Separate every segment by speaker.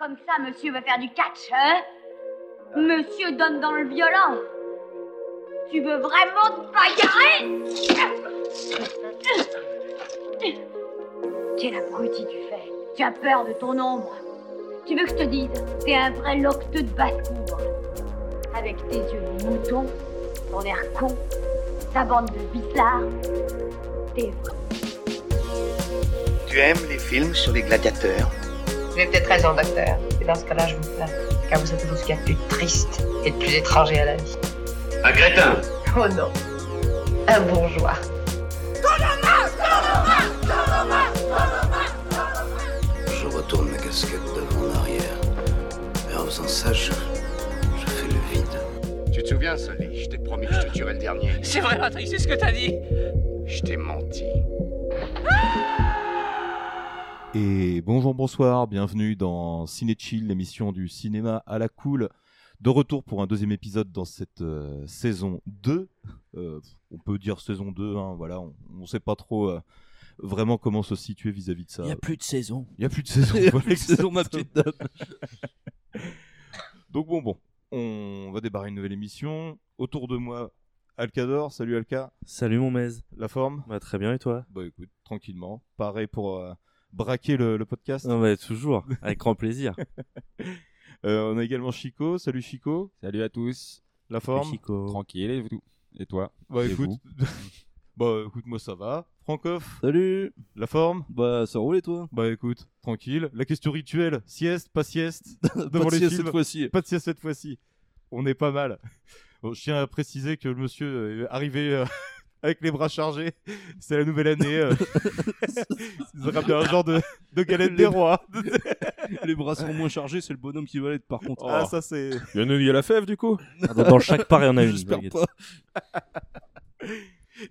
Speaker 1: Comme ça, monsieur veut faire du catch, hein Monsieur donne dans le violent. Tu veux vraiment te bagarrer Quel abruti tu fais Tu as peur de ton ombre. Tu veux que je te dise, t'es un vrai locteux de basse-cour. Avec tes yeux de mouton, ton air con, ta bande de bizarres, t'es
Speaker 2: Tu aimes les films sur les gladiateurs
Speaker 3: Vous avez peut-être raison, docteur. Et dans ce cas-là, je vous plains. Car vous êtes tout ce qu'il y a de plus triste et de plus étranger à la vie.
Speaker 4: Un crétin
Speaker 3: Oh non. Un bourgeois.
Speaker 5: Je retourne ma casquette devant en arrière. Et en faisant ça, je, je fais le vide.
Speaker 6: Tu te souviens, Sully Je t'ai promis que je te tuerais le dernier.
Speaker 7: C'est vrai, Patrick, c'est ce que t'as dit.
Speaker 6: Je t'ai menti.
Speaker 8: Et bonjour, bonsoir, bienvenue dans Ciné Chill, l'émission du cinéma à la cool. De retour pour un deuxième épisode dans cette euh, saison 2. Euh, on peut dire saison 2, hein, voilà, on ne sait pas trop. Euh, vraiment comment se situer vis-à-vis -vis de ça.
Speaker 9: Il n'y a plus de saison.
Speaker 8: Il n'y a plus de saison.
Speaker 9: Il n'y a plus de saison, ma petite dame.
Speaker 8: Donc bon, bon, on va débarrer une nouvelle émission. Autour de moi, Alcador. Salut Alca.
Speaker 10: Salut mon mez.
Speaker 8: La forme
Speaker 10: bah, Très bien et toi
Speaker 8: Bah écoute, tranquillement. Pareil pour euh, braquer le, le podcast.
Speaker 10: Non, bah, toujours, avec grand plaisir.
Speaker 8: euh, on a également Chico. Salut Chico.
Speaker 11: Salut à tous.
Speaker 8: La forme
Speaker 10: Salut Chico.
Speaker 11: Tranquille et tout. Et toi
Speaker 8: Bah et écoute. Bah écoute, moi ça va. Francoff.
Speaker 9: Salut.
Speaker 8: La forme
Speaker 9: Bah ça roule et toi
Speaker 8: Bah écoute, tranquille. La question rituelle, sieste, pas sieste
Speaker 9: Devant pas de les sieste films. cette fois-ci.
Speaker 8: Pas de sieste cette fois-ci. On est pas mal. Bon, je tiens à préciser que le monsieur est arrivé euh, avec les bras chargés. C'est la nouvelle année. Euh. ça rappelle un genre de, de galette des rois.
Speaker 9: les bras sont moins chargés, c'est le bonhomme qui va l'être par contre.
Speaker 8: Ah oh. ça c'est...
Speaker 11: Il y, en a, il y a la fève du coup
Speaker 10: ah, dans, dans, chaque part il y en a une.
Speaker 9: J'espère pas.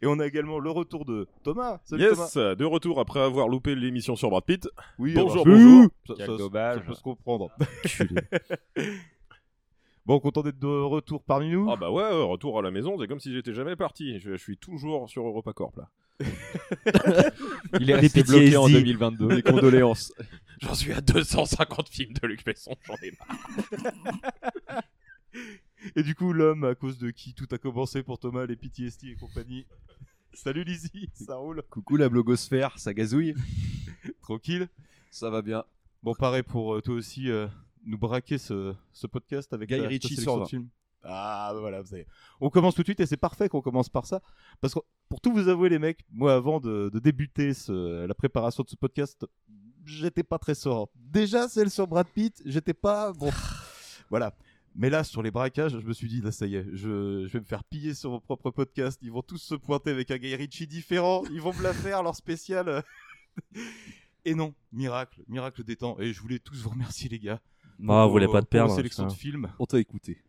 Speaker 8: Et on a également le retour de Thomas.
Speaker 11: Salut yes, Thomas. de retour après avoir loupé l'émission sur Brad Pitt.
Speaker 8: Oui,
Speaker 11: bonjour, bonjour.
Speaker 8: Ça, ça, ça, peut se comprendre. bon, content d'être de retour parmi nous.
Speaker 11: Ah bah ouais, retour à la maison, c'est comme si j'étais jamais parti. Je, je, suis toujours sur EuropaCorp là.
Speaker 9: Il est resté bloqué en 2022.
Speaker 11: Les condoléances. J'en suis à 250 films de Luc Besson, j'en ai marre.
Speaker 8: Et du coup, l'homme à cause de qui tout a commencé pour Thomas, les PTSD et compagnie. Salut Lizzie, ça roule.
Speaker 9: Coucou la blogosphère, ça gazouille.
Speaker 8: Tranquille.
Speaker 9: Ça va bien.
Speaker 8: Bon, pareil pour euh, toi aussi, euh, nous braquer ce, ce podcast avec euh,
Speaker 9: Guy Ritchie sur
Speaker 8: film. Ah, ben voilà, vous savez. On commence tout de suite et c'est parfait qu'on commence par ça. Parce que pour tout vous avouer, les mecs, moi avant de, de débuter ce, la préparation de ce podcast, j'étais pas très sort. Déjà, celle sur Brad Pitt, j'étais pas. Bon. voilà. Mais là, sur les braquages, je me suis dit, là, ça y est, je, je, vais me faire piller sur mon propre podcast. Ils vont tous se pointer avec un Guy Ritchie différent. Ils vont me la faire, leur spécial. euh, Et non, miracle, miracle des temps. Et je voulais tous vous remercier, les gars. euh,
Speaker 10: Bah, vous voulez pas te perdre.
Speaker 8: sélection de hein, films.
Speaker 9: On t'a écouté.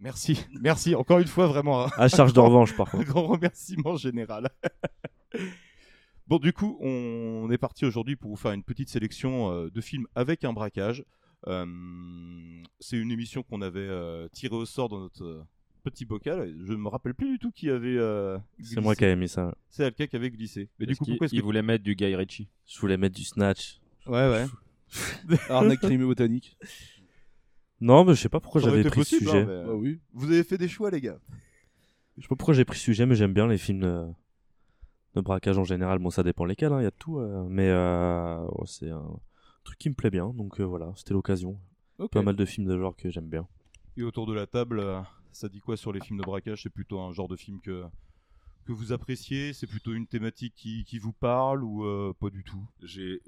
Speaker 8: Merci, merci, encore une fois, vraiment. hein.
Speaker 10: À charge de revanche, par contre.
Speaker 8: Un grand remerciement général. bon, du coup, on est parti aujourd'hui pour vous faire une petite sélection euh, de films avec un braquage. Euh, c'est une émission qu'on avait euh, tirée au sort dans notre euh, petit bocal. Je me rappelle plus du tout qui avait. euh,
Speaker 10: c'est moi qui avais mis ça.
Speaker 8: C'est Alka qui avait glissé.
Speaker 11: Mais du coup, il, pourquoi est-ce qu'il voulait mettre du Guy Ritchie
Speaker 10: Je voulais mettre du Snatch.
Speaker 8: Ouais, ouais.
Speaker 9: Arnaque crime botanique.
Speaker 10: Non, mais je sais pas pourquoi j'avais pris possible, ce sujet.
Speaker 8: Hein, bah oui. Vous avez fait des choix, les gars.
Speaker 10: Je sais pas pourquoi j'ai pris ce sujet, mais j'aime bien les films de... de... braquage en général. Bon, ça dépend lesquels, il hein, y a de tout. Mais oh, c'est un truc qui me plaît bien, donc euh, voilà, c'était l'occasion. Okay. Pas mal de films de genre que j'aime bien.
Speaker 8: Et autour de la table, euh, ça dit quoi sur les films de braquage C'est plutôt un genre de film que, que vous appréciez C'est plutôt une thématique qui, qui vous parle ou euh, pas du tout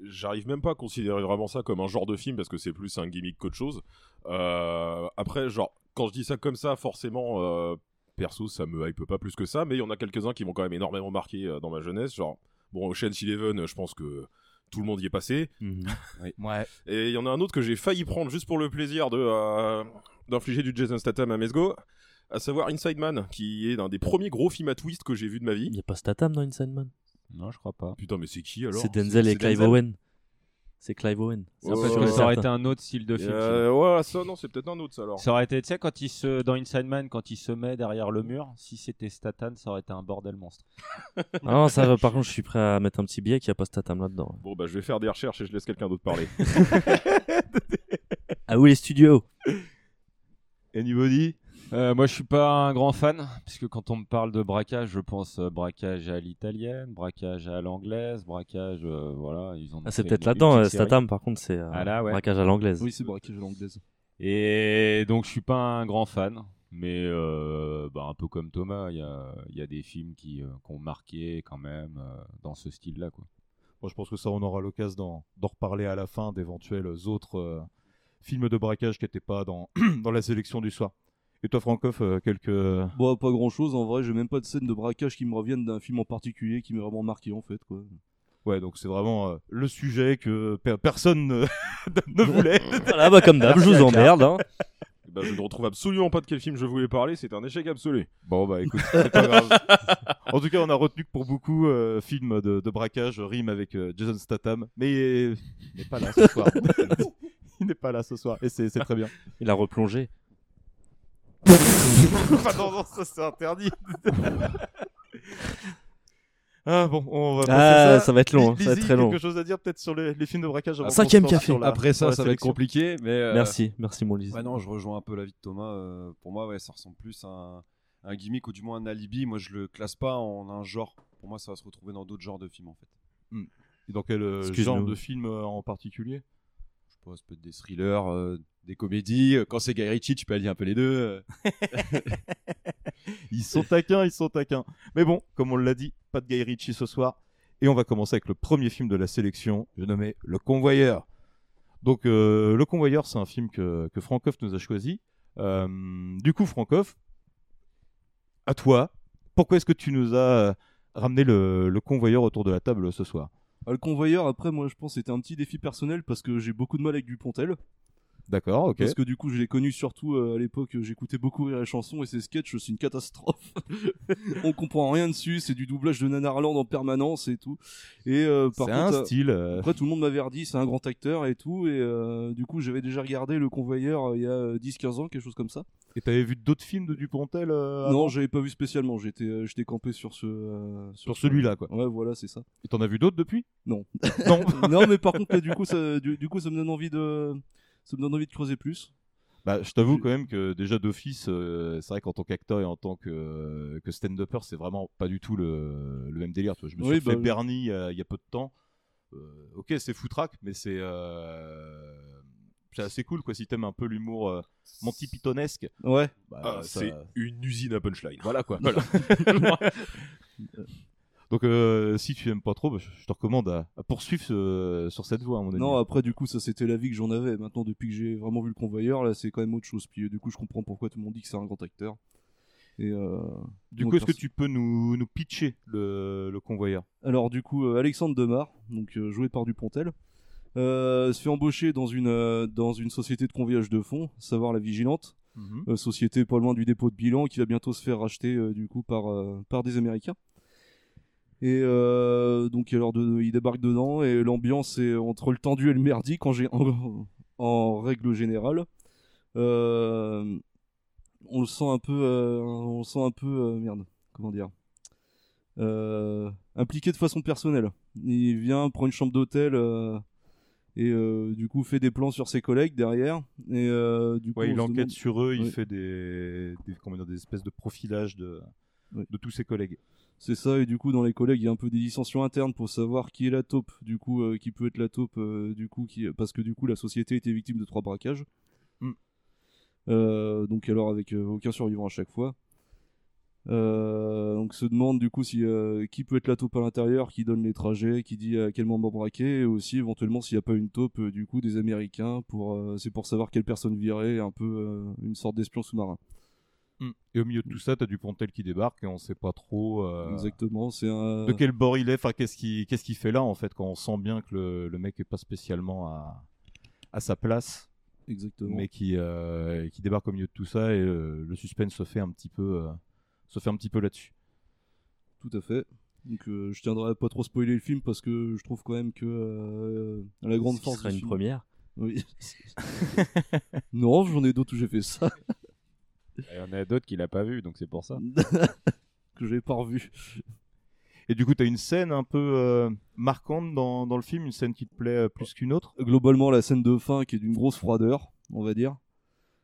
Speaker 11: J'arrive même pas à considérer vraiment ça comme un genre de film parce que c'est plus un gimmick qu'autre chose. Euh, après, genre, quand je dis ça comme ça, forcément, euh, perso, ça me hype pas plus que ça, mais il y en a quelques-uns qui m'ont quand même énormément marqué euh, dans ma jeunesse. Genre, bon, Ocean's Eleven, je pense que tout le monde y est passé.
Speaker 9: Mhm.
Speaker 8: Mmh. oui.
Speaker 11: ouais. Et il y en a un autre que j'ai failli prendre juste pour le plaisir de euh, d'infliger du Jason Statham à Mesgo, à savoir Inside Man, qui est un des premiers gros films à twist que j'ai vu de ma vie.
Speaker 10: Il n'y a pas Statham dans Inside Man
Speaker 9: Non, je crois pas.
Speaker 11: Putain, mais c'est qui alors
Speaker 10: C'est Denzel et Clive Denzel. Owen. C'est Clive Owen.
Speaker 9: C'est oh, que ça aurait été un autre style de film.
Speaker 11: Euh, ouais, ça, non, c'est peut-être un autre, ça, alors.
Speaker 9: Ça aurait été, tu sais, quand il se, dans Inside Man, quand il se met derrière le mur, si c'était Statham, ça aurait été un bordel monstre.
Speaker 10: Ah non, ça va, par contre, je suis prêt à mettre un petit billet qu'il n'y a pas Statham là-dedans.
Speaker 11: Bon, bah, je vais faire des recherches et je laisse quelqu'un d'autre parler.
Speaker 10: Ah oui, les studios
Speaker 8: Anybody
Speaker 9: Euh, moi, je suis pas un grand fan, puisque quand on me parle de braquage, je pense euh, braquage à l'italienne, braquage à l'anglaise, braquage, euh, voilà, ils ont.
Speaker 10: Ah, c'est
Speaker 9: fait
Speaker 10: peut-être
Speaker 9: une-
Speaker 10: là-dedans,
Speaker 9: une
Speaker 10: euh,
Speaker 9: petite série.
Speaker 10: Statham, par contre, c'est euh,
Speaker 9: Ah là, ouais.
Speaker 10: braquage à l'anglaise.
Speaker 4: Oui, c'est braquage à l'anglaise.
Speaker 9: Et donc, je suis pas un grand fan, mais euh, bah, un peu comme Thomas, il y a, il y a des films qui, euh, qui ont marqué quand même euh, dans ce style-là, quoi.
Speaker 8: Bon, je pense que ça, on aura l'occasion d'en- d'en reparler à la fin d'éventuels autres euh, films de braquage qui n'étaient pas dans, dans la sélection du soir. Et toi, Francoff, euh, quelques.
Speaker 10: Bah,
Speaker 4: Bon, pas grand chose en vrai, j'ai même pas de scène de braquage qui me reviennent d'un film en particulier qui m'est vraiment marqué en fait. Quoi.
Speaker 8: Ouais, donc c'est vraiment euh, le sujet que pe- personne ne, ne voulait.
Speaker 10: Voilà, bah, comme d'hab, je vous emmerde. hein.
Speaker 11: Bah, je ne retrouve absolument pas de quel film je voulais parler, c'est un échec absolu. Bon, bah écoute, c'est pas grave.
Speaker 8: En tout cas, on a retenu que pour beaucoup, euh, film de, de braquage rime avec euh, Jason Statham, mais il n'est pas là ce soir. il n'est pas là ce soir, et c'est c'est très bien.
Speaker 10: Il a replongé.
Speaker 8: Enfin, non, non, ça c'est interdit. ah bon, on va passer
Speaker 10: Ah,
Speaker 8: ça.
Speaker 10: ça va être long, hein,
Speaker 8: Li-
Speaker 10: ça va être
Speaker 8: Lizzie,
Speaker 10: très long.
Speaker 8: quelque chose à dire peut-être sur les, les films de braquage avant
Speaker 10: Un
Speaker 8: qu'on
Speaker 10: cinquième
Speaker 8: se lance
Speaker 10: café.
Speaker 8: sur la-
Speaker 4: Après
Speaker 8: sur
Speaker 4: ça,
Speaker 8: la
Speaker 4: ça va être
Speaker 8: sélection.
Speaker 4: compliqué, mais. euh,
Speaker 10: Merci, merci mon Lise.
Speaker 4: Ouais, non, je rejoins un peu l'avis de Thomas. euh, pour moi, ouais, ça ressemble plus à un, un gimmick ou du moins un alibi. Moi, je le classe pas en un genre. Pour moi, ça va se retrouver dans d'autres genres de films en fait.
Speaker 8: Hmm. Et Dans quel euh,
Speaker 10: Excuse-nous.
Speaker 8: genre de film euh, en particulier
Speaker 4: Je pense peut-être des thrillers, euh, des comédies. Euh, Quand c'est Guy Ritchie, tu peux allier un peu les deux. euh.
Speaker 8: Ils sont taquins, ils sont taquins. Mais bon, comme on l'a dit, pas de Guy Ritchie ce soir. Et on va commencer avec le premier film de la sélection, je nommé Le Convoyeur. Donc, euh, Le Convoyeur, c'est un film que, que Francoff nous a choisi. Euh, du coup, Francoff, à toi, pourquoi est-ce que tu nous as euh, ramené le, le Convoyeur autour de la table ce soir
Speaker 4: Ah, le convoyeur, après, moi, je pense que c'était un petit défi personnel parce que j'ai beaucoup de mal avec Dupontel.
Speaker 8: D'accord, ok.
Speaker 4: Parce que du coup, je l'ai connu surtout euh, à l'époque, j'écoutais beaucoup rire et chansons et ses sketchs, c'est une catastrophe. On comprend rien dessus, c'est du doublage de Nanarland en permanence et tout. Et euh, par
Speaker 8: C'est
Speaker 4: contre,
Speaker 8: un
Speaker 4: euh,
Speaker 8: style. euh,
Speaker 4: après, tout le monde m'avait redit, c'est un grand acteur et tout. Et euh, du coup, j'avais déjà regardé Le Convoyeur euh, il y a euh, 10-15 ans, quelque chose comme ça.
Speaker 8: Et t'avais vu d'autres films de Dupontel euh, avant
Speaker 4: non, j'avais pas vu spécialement, j'étais euh, j'étais campé sur ce. euh,
Speaker 8: Sur celui-là, quoi.
Speaker 4: Ouais, voilà, c'est ça.
Speaker 8: Et t'en as vu d'autres depuis
Speaker 4: Non.
Speaker 8: Non.
Speaker 4: non, mais par contre, là, du coup, ça, du, du coup, ça me donne envie de. Ça me donne envie de creuser plus.
Speaker 8: Bah, je t'avoue quand même que déjà d'office, euh, c'est vrai qu'en tant qu'acteur et en tant que, euh, que stand-upper, c'est vraiment pas du tout le, le même délire. tu vois. Je me suis
Speaker 4: Oui,
Speaker 8: fait
Speaker 4: bah,
Speaker 8: Bernie euh, il y a peu de temps. Euh, ok, c'est foutraque, mais c'est euh, c'est assez cool quoi. Si t'aimes un peu l'humour euh, Monty Pythonesque,
Speaker 4: Ouais.
Speaker 8: bah,
Speaker 11: Ah,
Speaker 8: ça-
Speaker 11: C'est une usine à punchline.
Speaker 8: voilà quoi. Donc euh, si tu aimes pas trop, bah, je je te recommande à, à poursuivre ce- sur cette voie, à mon ami.
Speaker 4: Non, après, du coup, ça c'était l'avis que j'en avais. Maintenant, depuis que j'ai vraiment vu le convoyeur, là, c'est quand même autre chose. Puis, euh, du coup, je comprends pourquoi tout le monde dit que c'est un grand acteur. Et, euh,
Speaker 8: du
Speaker 4: donc,
Speaker 8: coup, est-ce que
Speaker 4: merci.
Speaker 8: tu peux nous, nous pitcher le, le convoyeur
Speaker 4: Alors, du coup, euh, Alexandre Demar, donc euh, joué par Dupontel, euh, se fait embaucher dans une, euh, dans une société de convoyage de fonds, savoir la Vigilante,
Speaker 8: Mhm.
Speaker 4: euh, société pas loin du dépôt de bilan qui va bientôt se faire racheter euh, du coup par, euh, par des Américains. Et euh, donc, alors, de, il débarque dedans et l'ambiance est entre le tendu et le merdique en, gé- en, en règle générale. Euh, on le sent un peu, euh, on le sent un peu, euh, merde, comment dire, euh, impliqué de façon personnelle. Il vient, prend une chambre d'hôtel euh, et euh, du coup fait des plans sur ses collègues derrière. Et euh, du coup,
Speaker 8: Ouais,
Speaker 4: on
Speaker 8: il
Speaker 4: se
Speaker 8: enquête
Speaker 4: demande-
Speaker 8: sur eux, il
Speaker 4: Ouais.
Speaker 8: fait des, des- comment dire, des espèces de profilage de,
Speaker 4: Ouais.
Speaker 8: de tous ses collègues.
Speaker 4: C'est ça, et du coup, dans les collègues, il y a un peu des dissensions internes pour savoir qui est la taupe, du coup, euh, qui peut être la taupe, euh, du coup, qui... parce que du coup, la société était victime de trois braquages.
Speaker 8: Mm.
Speaker 4: Euh, donc, alors, avec euh, aucun survivant à chaque fois. Euh, donc, se demande du coup si, euh, qui peut être la taupe à l'intérieur, qui donne les trajets, qui dit à quel moment braquer, et aussi éventuellement s'il n'y a pas une taupe euh, du coup des Américains, pour euh, c'est pour savoir quelle personne virer, un peu euh, une sorte d'espion sous-marin. hein.
Speaker 8: Et au milieu de tout ça, t'as Dupontel qui débarque et on sait pas trop euh,
Speaker 4: Exactement, c'est un.
Speaker 8: de quel bord il est, enfin qu'est-ce qu'il qu'est-ce qu'il fait là en fait quand on sent bien que le, le mec est pas spécialement à, à sa place,
Speaker 4: Exactement.
Speaker 8: mais qui, euh, qui débarque au milieu de tout ça et euh, le suspense se fait un petit peu, euh, se fait un petit peu là-dessus.
Speaker 4: Tout à fait. Donc euh, je tiendrai à pas trop spoiler le film parce que je trouve quand même que euh, la grande
Speaker 10: Ce qui
Speaker 4: force
Speaker 10: sera
Speaker 4: du
Speaker 10: une
Speaker 4: film-
Speaker 10: première.
Speaker 4: Oui. non, j'en ai d'autres où j'ai fait ça
Speaker 9: Il y en a d'autres qui l'a pas vu, donc c'est pour ça.
Speaker 4: que j'avais pas revu.
Speaker 8: Et du coup, t'as une scène un peu euh, marquante dans, dans le film, une scène qui te plaît euh, plus qu'une autre.
Speaker 4: Globalement, la scène de fin qui est d'une grosse froideur. on va dire.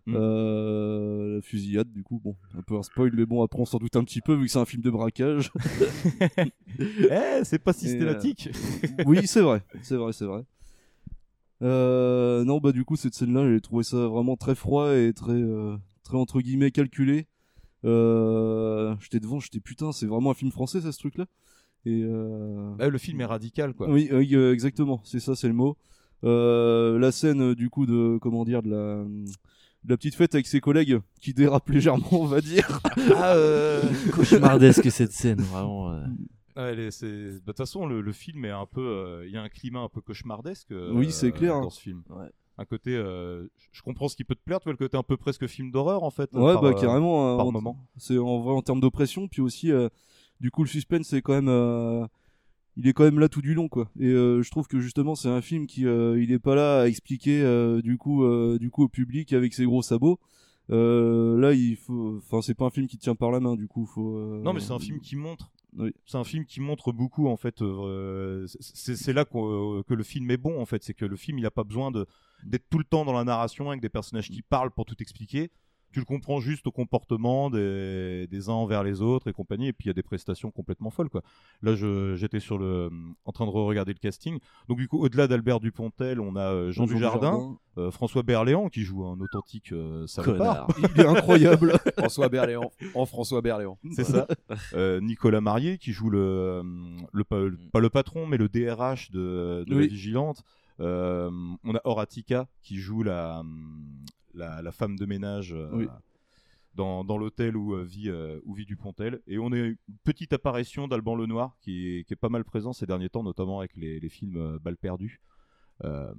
Speaker 10: Hmm.
Speaker 4: Euh, la fusillade, du coup, bon, un peu un spoil, mais bon, après on s'en doute un petit peu vu que c'est un film de braquage.
Speaker 8: Eh, c'est pas systématique.
Speaker 4: Et, euh, Oui, c'est vrai, c'est vrai, c'est vrai. Euh, non, bah du coup, cette scène-là, j'ai trouvé ça vraiment très froid et très, euh, très entre guillemets calculé. Euh, j'étais devant, j'étais putain, c'est vraiment un film français, ça, ce truc-là. Et euh,
Speaker 8: Bah, le film est radical, quoi.
Speaker 4: Oui, oui, euh, exactement, c'est ça, c'est le mot. Euh, la scène euh, du coup de comment dire de la, de la petite fête avec ses collègues qui dérape légèrement, on va dire.
Speaker 8: Ah, euh,
Speaker 10: Cauchemardesque cette scène, vraiment. euh.
Speaker 8: Ouais, les- c'est- bah, De toute façon, le, le film est un peu. euh, Il y a un climat un peu cauchemardesque. euh,
Speaker 4: Oui, c'est
Speaker 10: hein.
Speaker 4: clair. hein.
Speaker 8: Dans ce film. Un côté. euh, je comprends ce qui peut te plaire, tu vois, le côté un peu presque film d'horreur, en fait.
Speaker 4: Ouais,
Speaker 8: par,
Speaker 4: bah
Speaker 8: euh,
Speaker 4: carrément. hein,
Speaker 8: par
Speaker 4: en-
Speaker 8: moment.
Speaker 4: C'est en vrai en termes d'oppression, puis aussi, euh, du coup, le suspense c'est quand même, euh, il est quand même là tout du long, quoi. Et euh, je trouve que justement, c'est un film qui, euh, il est pas là à expliquer euh, du coup, euh, du coup, au public avec ses gros sabots. Euh, là, il faut, enfin, c'est pas un film qui tient par la main, du coup, faut. euh,
Speaker 8: Non, mais c'est un film qui montre.
Speaker 4: Oui.
Speaker 8: C'est un film qui montre beaucoup en fait. euh, c'est c'est là qu'on- euh, que le film est bon en fait, c'est que le film il a pas besoin de d'être tout le temps dans la narration avec des personnages qui parlent pour tout expliquer. Tu le comprends juste au comportement des, des uns envers les autres et compagnie. Et puis il y a des prestations complètement folles quoi. Là je- j'étais sur le en train de regarder le casting. Donc du coup au-delà d'Albert Dupontel, on a euh, Jean
Speaker 4: Jean Dujardin.
Speaker 8: Dujardin, euh, François Berléand qui joue un authentique euh, salopard.
Speaker 12: Connard.
Speaker 4: Il est incroyable.
Speaker 12: François Berléand. En François Berléand.
Speaker 8: C'est
Speaker 12: Voilà.
Speaker 8: ça. Euh, Nicolas Marié qui joue le, euh, le, pa- le- pas le patron mais le DRH de, de la
Speaker 4: Mm. Oui.
Speaker 8: vigilante. Euh, on a Horatica qui joue la mm, la, la femme de ménage euh,
Speaker 4: Oui.
Speaker 8: dans, dans l'hôtel où euh, vit euh, où vit Dupontel. Et on a une petite apparition d'Alban Lenoir qui est, qui est pas mal présent ces derniers temps, notamment avec les, les films euh, Balles perdues. Euh,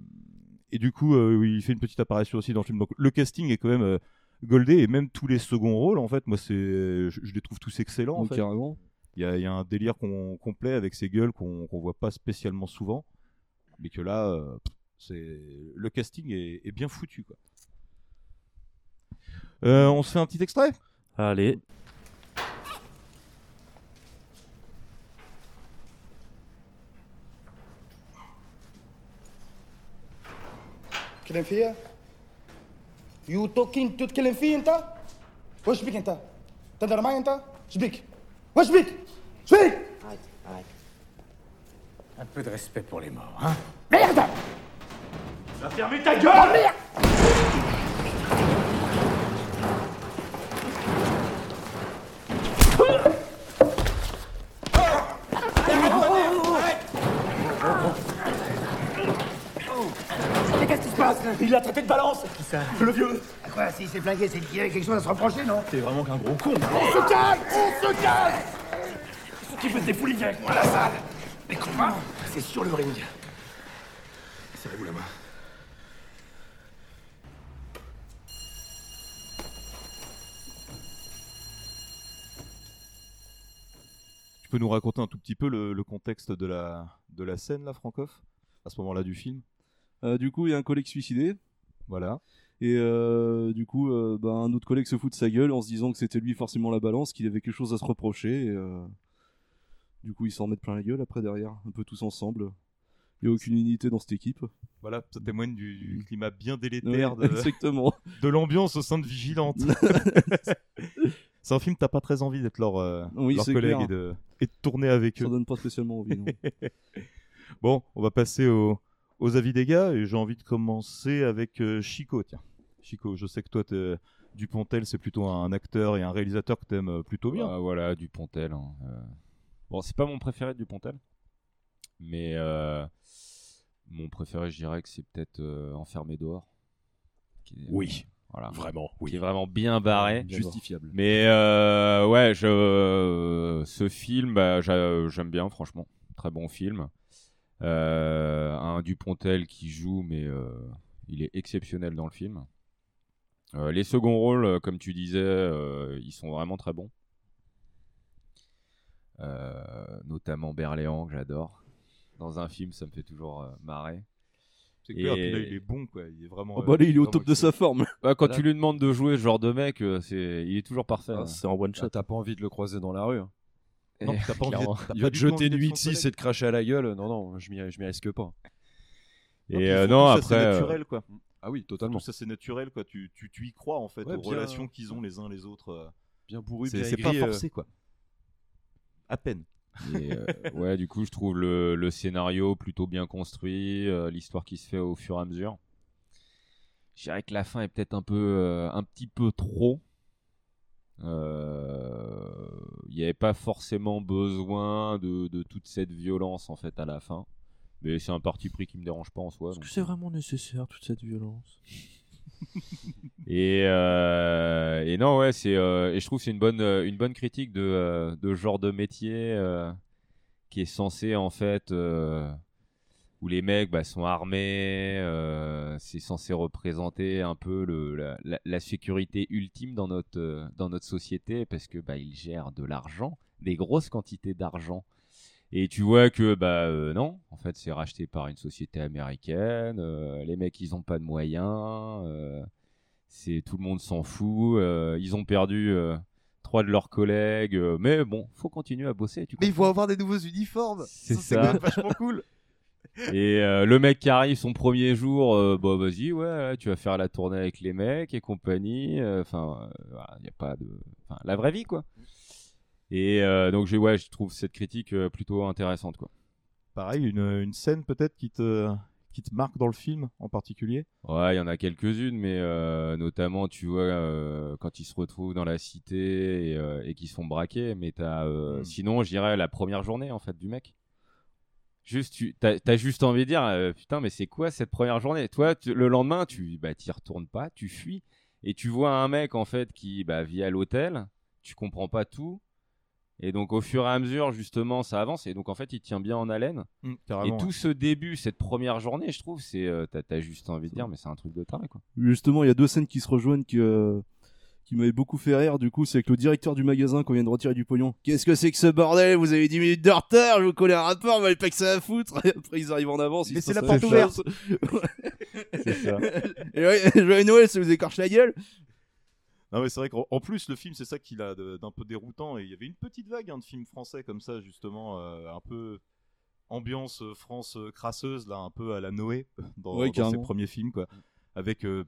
Speaker 8: et du coup, euh, oui, il fait une petite apparition aussi dans le film. Donc le casting est quand même euh, goldé et même tous les seconds rôles, en fait, moi, c'est, je, je les trouve tous excellents. en
Speaker 4: Donc,
Speaker 8: fait.
Speaker 4: carrément.
Speaker 8: Il y, a- il y a un délire qu'on complet avec ces gueules qu'on qu'on voit pas spécialement souvent, mais que là, euh, pff, c'est le casting est, est bien foutu. Quoi. Euh, on se fait un petit extrait
Speaker 10: Allez.
Speaker 13: تتكلم فيا؟ يو توكينج تتكلم فيا انت؟ واش بيك انت؟ تهدر معايا انت؟ اش بيك؟ واش بيك؟ اش بيك؟
Speaker 6: Un peu de respect pour les morts, hein
Speaker 13: Merde
Speaker 6: Ça
Speaker 13: Ta gueule Merde
Speaker 14: Mais qu'est-ce qui se passe Il l'a traité de balance Qui ça
Speaker 13: Le vieux
Speaker 15: Ah
Speaker 14: Quoi S'il s'est flingué, c'est qu'il y avait quelque chose à se reprocher, non
Speaker 13: T'es vraiment qu'un gros con
Speaker 14: On se calme On se calme Ceux qui veulent se défouler, viens avec moi à la salle Les combats, c'est sur le ring.
Speaker 6: Serrez-vous la main.
Speaker 8: Tu peux nous raconter un tout petit peu le, le contexte de la, de la scène, là, Francoff À ce moment-là du film
Speaker 4: Euh, du coup, il y a un collègue suicidé.
Speaker 8: Voilà.
Speaker 4: Et euh, du coup, euh, bah, un autre collègue se fout de sa gueule en se disant que c'était lui forcément la balance, qu'il avait quelque chose à se reprocher. Et, euh, du coup, ils s'en mettent plein la gueule après derrière, un peu tous ensemble. Il n'y a aucune unité dans cette équipe.
Speaker 8: Voilà, ça témoigne du, du climat bien délétère
Speaker 4: Ouais,
Speaker 8: de,
Speaker 4: exactement.
Speaker 8: euh, de l'ambiance au sein de Vigilante. c'est un film, t'as pas très envie d'être leur, euh,
Speaker 4: Oui,
Speaker 8: leur
Speaker 4: c'est
Speaker 8: collègue
Speaker 4: clair.
Speaker 8: et de, et de tourner avec eux.
Speaker 4: Ça donne pas spécialement envie. non.
Speaker 8: Bon, on va passer au- aux avis des gars et j'ai envie de commencer avec euh, Chico. Tiens, Chico, je sais que toi, t'es- euh, Dupontel, c'est plutôt un acteur et un réalisateur que t'aimes euh, plutôt bien.
Speaker 9: Ah, voilà, Dupontel. hein, euh. Bon, c'est pas mon préféré de Dupontel, mais euh, mon préféré, je dirais que c'est peut-être euh, Enfermé dehors. qui est-
Speaker 11: Oui,
Speaker 9: voilà.
Speaker 11: vraiment, oui.
Speaker 9: Qui est vraiment bien barré.
Speaker 11: Bien Justifiable.
Speaker 9: Mais euh, ouais, je, euh, ce film, bah, j'a- j'aime bien, franchement. Très bon film. Euh, un Dupontel qui joue, mais euh, il est exceptionnel dans le film. Euh, les seconds rôles, euh, comme tu disais, euh, ils sont vraiment très bons. Euh, notamment Berléand, que j'adore. Dans un film, ça me fait toujours euh, marrer.
Speaker 8: C'est clair, puis là, il est bon, quoi. Il est vraiment,
Speaker 4: Oh, bah, là, il est au top de sa forme.
Speaker 9: Ouais, quand
Speaker 4: Là.
Speaker 9: tu lui demandes de jouer ce genre de mec, euh, c'est... il est toujours parfait.
Speaker 12: Ah,
Speaker 9: hein.
Speaker 12: c'est en one shot. T'as pas envie de le croiser dans la rue. hein.
Speaker 9: Non, t'as pas envie
Speaker 12: Clairement.
Speaker 9: d'être- t'as
Speaker 12: Il
Speaker 9: pas
Speaker 12: va te
Speaker 9: du tout envie
Speaker 12: jeter une
Speaker 9: d'être son
Speaker 12: 8-6 et te cracher à la gueule. Non, non, je m'y je m'y risque pas.
Speaker 9: Et euh, non,
Speaker 8: Ça, c'est
Speaker 9: après, euh,
Speaker 8: naturel, quoi.
Speaker 12: Ah oui, totalement.
Speaker 8: Tout ça, c'est naturel, quoi. Tu, tu, tu y crois, en fait,
Speaker 12: Ouais,
Speaker 8: aux
Speaker 12: bien-
Speaker 8: relations qu'ils ont les uns les autres. euh.
Speaker 12: Bien bourru,
Speaker 8: C'est-
Speaker 12: bien
Speaker 8: C'est pas
Speaker 12: aigri, euh.
Speaker 8: forcé, quoi. À peine.
Speaker 9: Et, euh, ouais, du coup, je trouve le, le scénario plutôt bien construit, euh, l'histoire qui se fait au fur et à mesure. Je dirais que la fin est peut-être un peu, euh, un petit peu trop. Euh, Il n'y avait pas forcément besoin de, de toute cette violence en fait à la fin, mais c'est un parti pris qui me dérange pas en soi. donc,
Speaker 10: que c'est vraiment nécessaire toute cette violence
Speaker 9: et, euh, et non, ouais, c'est euh, et je trouve que c'est une bonne euh, une bonne critique de euh, de ce genre de métier euh, qui est censé en fait euh, où les mecs bah, sont armés, euh, c'est censé représenter un peu le, la, la- la sécurité ultime dans notre euh, dans notre société parce que bah ils gèrent de l'argent, des grosses quantités d'argent. Et tu vois que bah euh, non, en fait c'est racheté par une société américaine. euh, les mecs ils ont pas de moyens. euh, c'est tout le monde s'en fout. euh, ils ont perdu euh, trois de leurs collègues, euh, mais bon, faut continuer à bosser. Tu
Speaker 8: Mais ils vont avoir des nouveaux uniformes.
Speaker 9: C'est
Speaker 8: c'est
Speaker 9: ça.
Speaker 8: quand même vachement cool.
Speaker 9: et euh, le mec qui arrive son premier jour, euh, bah vas-y, ouais, ouais, tu vas faire la tournée avec les mecs et compagnie. euh, Enfin, il n'y a pas de. Enfin, la vraie vie, quoi. Et euh, donc, j'ai- ouais, je trouve cette critique euh, plutôt intéressante, quoi.
Speaker 8: Pareil, une, une scène peut-être qui te, qui te marque dans le film en particulier.
Speaker 9: Ouais, il y en a quelques-unes, mais euh, notamment, tu vois, euh, quand ils se retrouvent dans la cité et, euh, et qu'ils se font braquer. Mais t'as,
Speaker 8: Hmm.
Speaker 9: euh, sinon, je dirais la première journée, en fait, du mec. Juste, tu t'as, t'as juste envie de dire, euh, putain, mais c'est quoi cette première journée Toi, tu- le lendemain, tu bah, t'y retournes pas, tu fuis. Et tu vois un mec, en fait, qui bah, vit à l'hôtel. Tu comprends pas tout. Et donc, au fur et à mesure, justement, ça avance. Et donc, en fait, il tient bien en haleine.
Speaker 8: Mm, carrément,
Speaker 9: et tout
Speaker 8: ouais.
Speaker 9: ce début, cette première journée, je trouve, c'est euh, t'as, t'as juste envie de dire, mais c'est un truc de taré, quoi.
Speaker 4: Justement, il y a deux scènes qui se rejoignent que, euh, qui m'avaient beaucoup fait rire. Du coup, c'est avec le directeur du magasin qu'on vient de retirer du pognon. Qu'est-ce que c'est que ce bordel Vous avez 10 minutes de retard, je vous colle un rapport, mais pas que ça à foutre. Et après, ils arrivent en avance.
Speaker 8: Mais
Speaker 4: ils se
Speaker 8: c'est la
Speaker 4: passent
Speaker 8: porte
Speaker 4: à
Speaker 8: ouverte.
Speaker 4: chose.
Speaker 8: C'est ça.
Speaker 4: Et ouais, joyeux Noël, ça vous écorche la gueule.
Speaker 8: Non mais c'est vrai qu'en en plus le film c'est ça qu'il a de- d'un peu déroutant et il y avait une petite vague hein, de films français comme ça justement euh, un peu ambiance euh, France euh, crasseuse là un peu à la Noé dans,
Speaker 4: Ouais,
Speaker 8: dans ses
Speaker 4: carrément.
Speaker 8: premiers films quoi
Speaker 11: Mm.
Speaker 8: avec euh,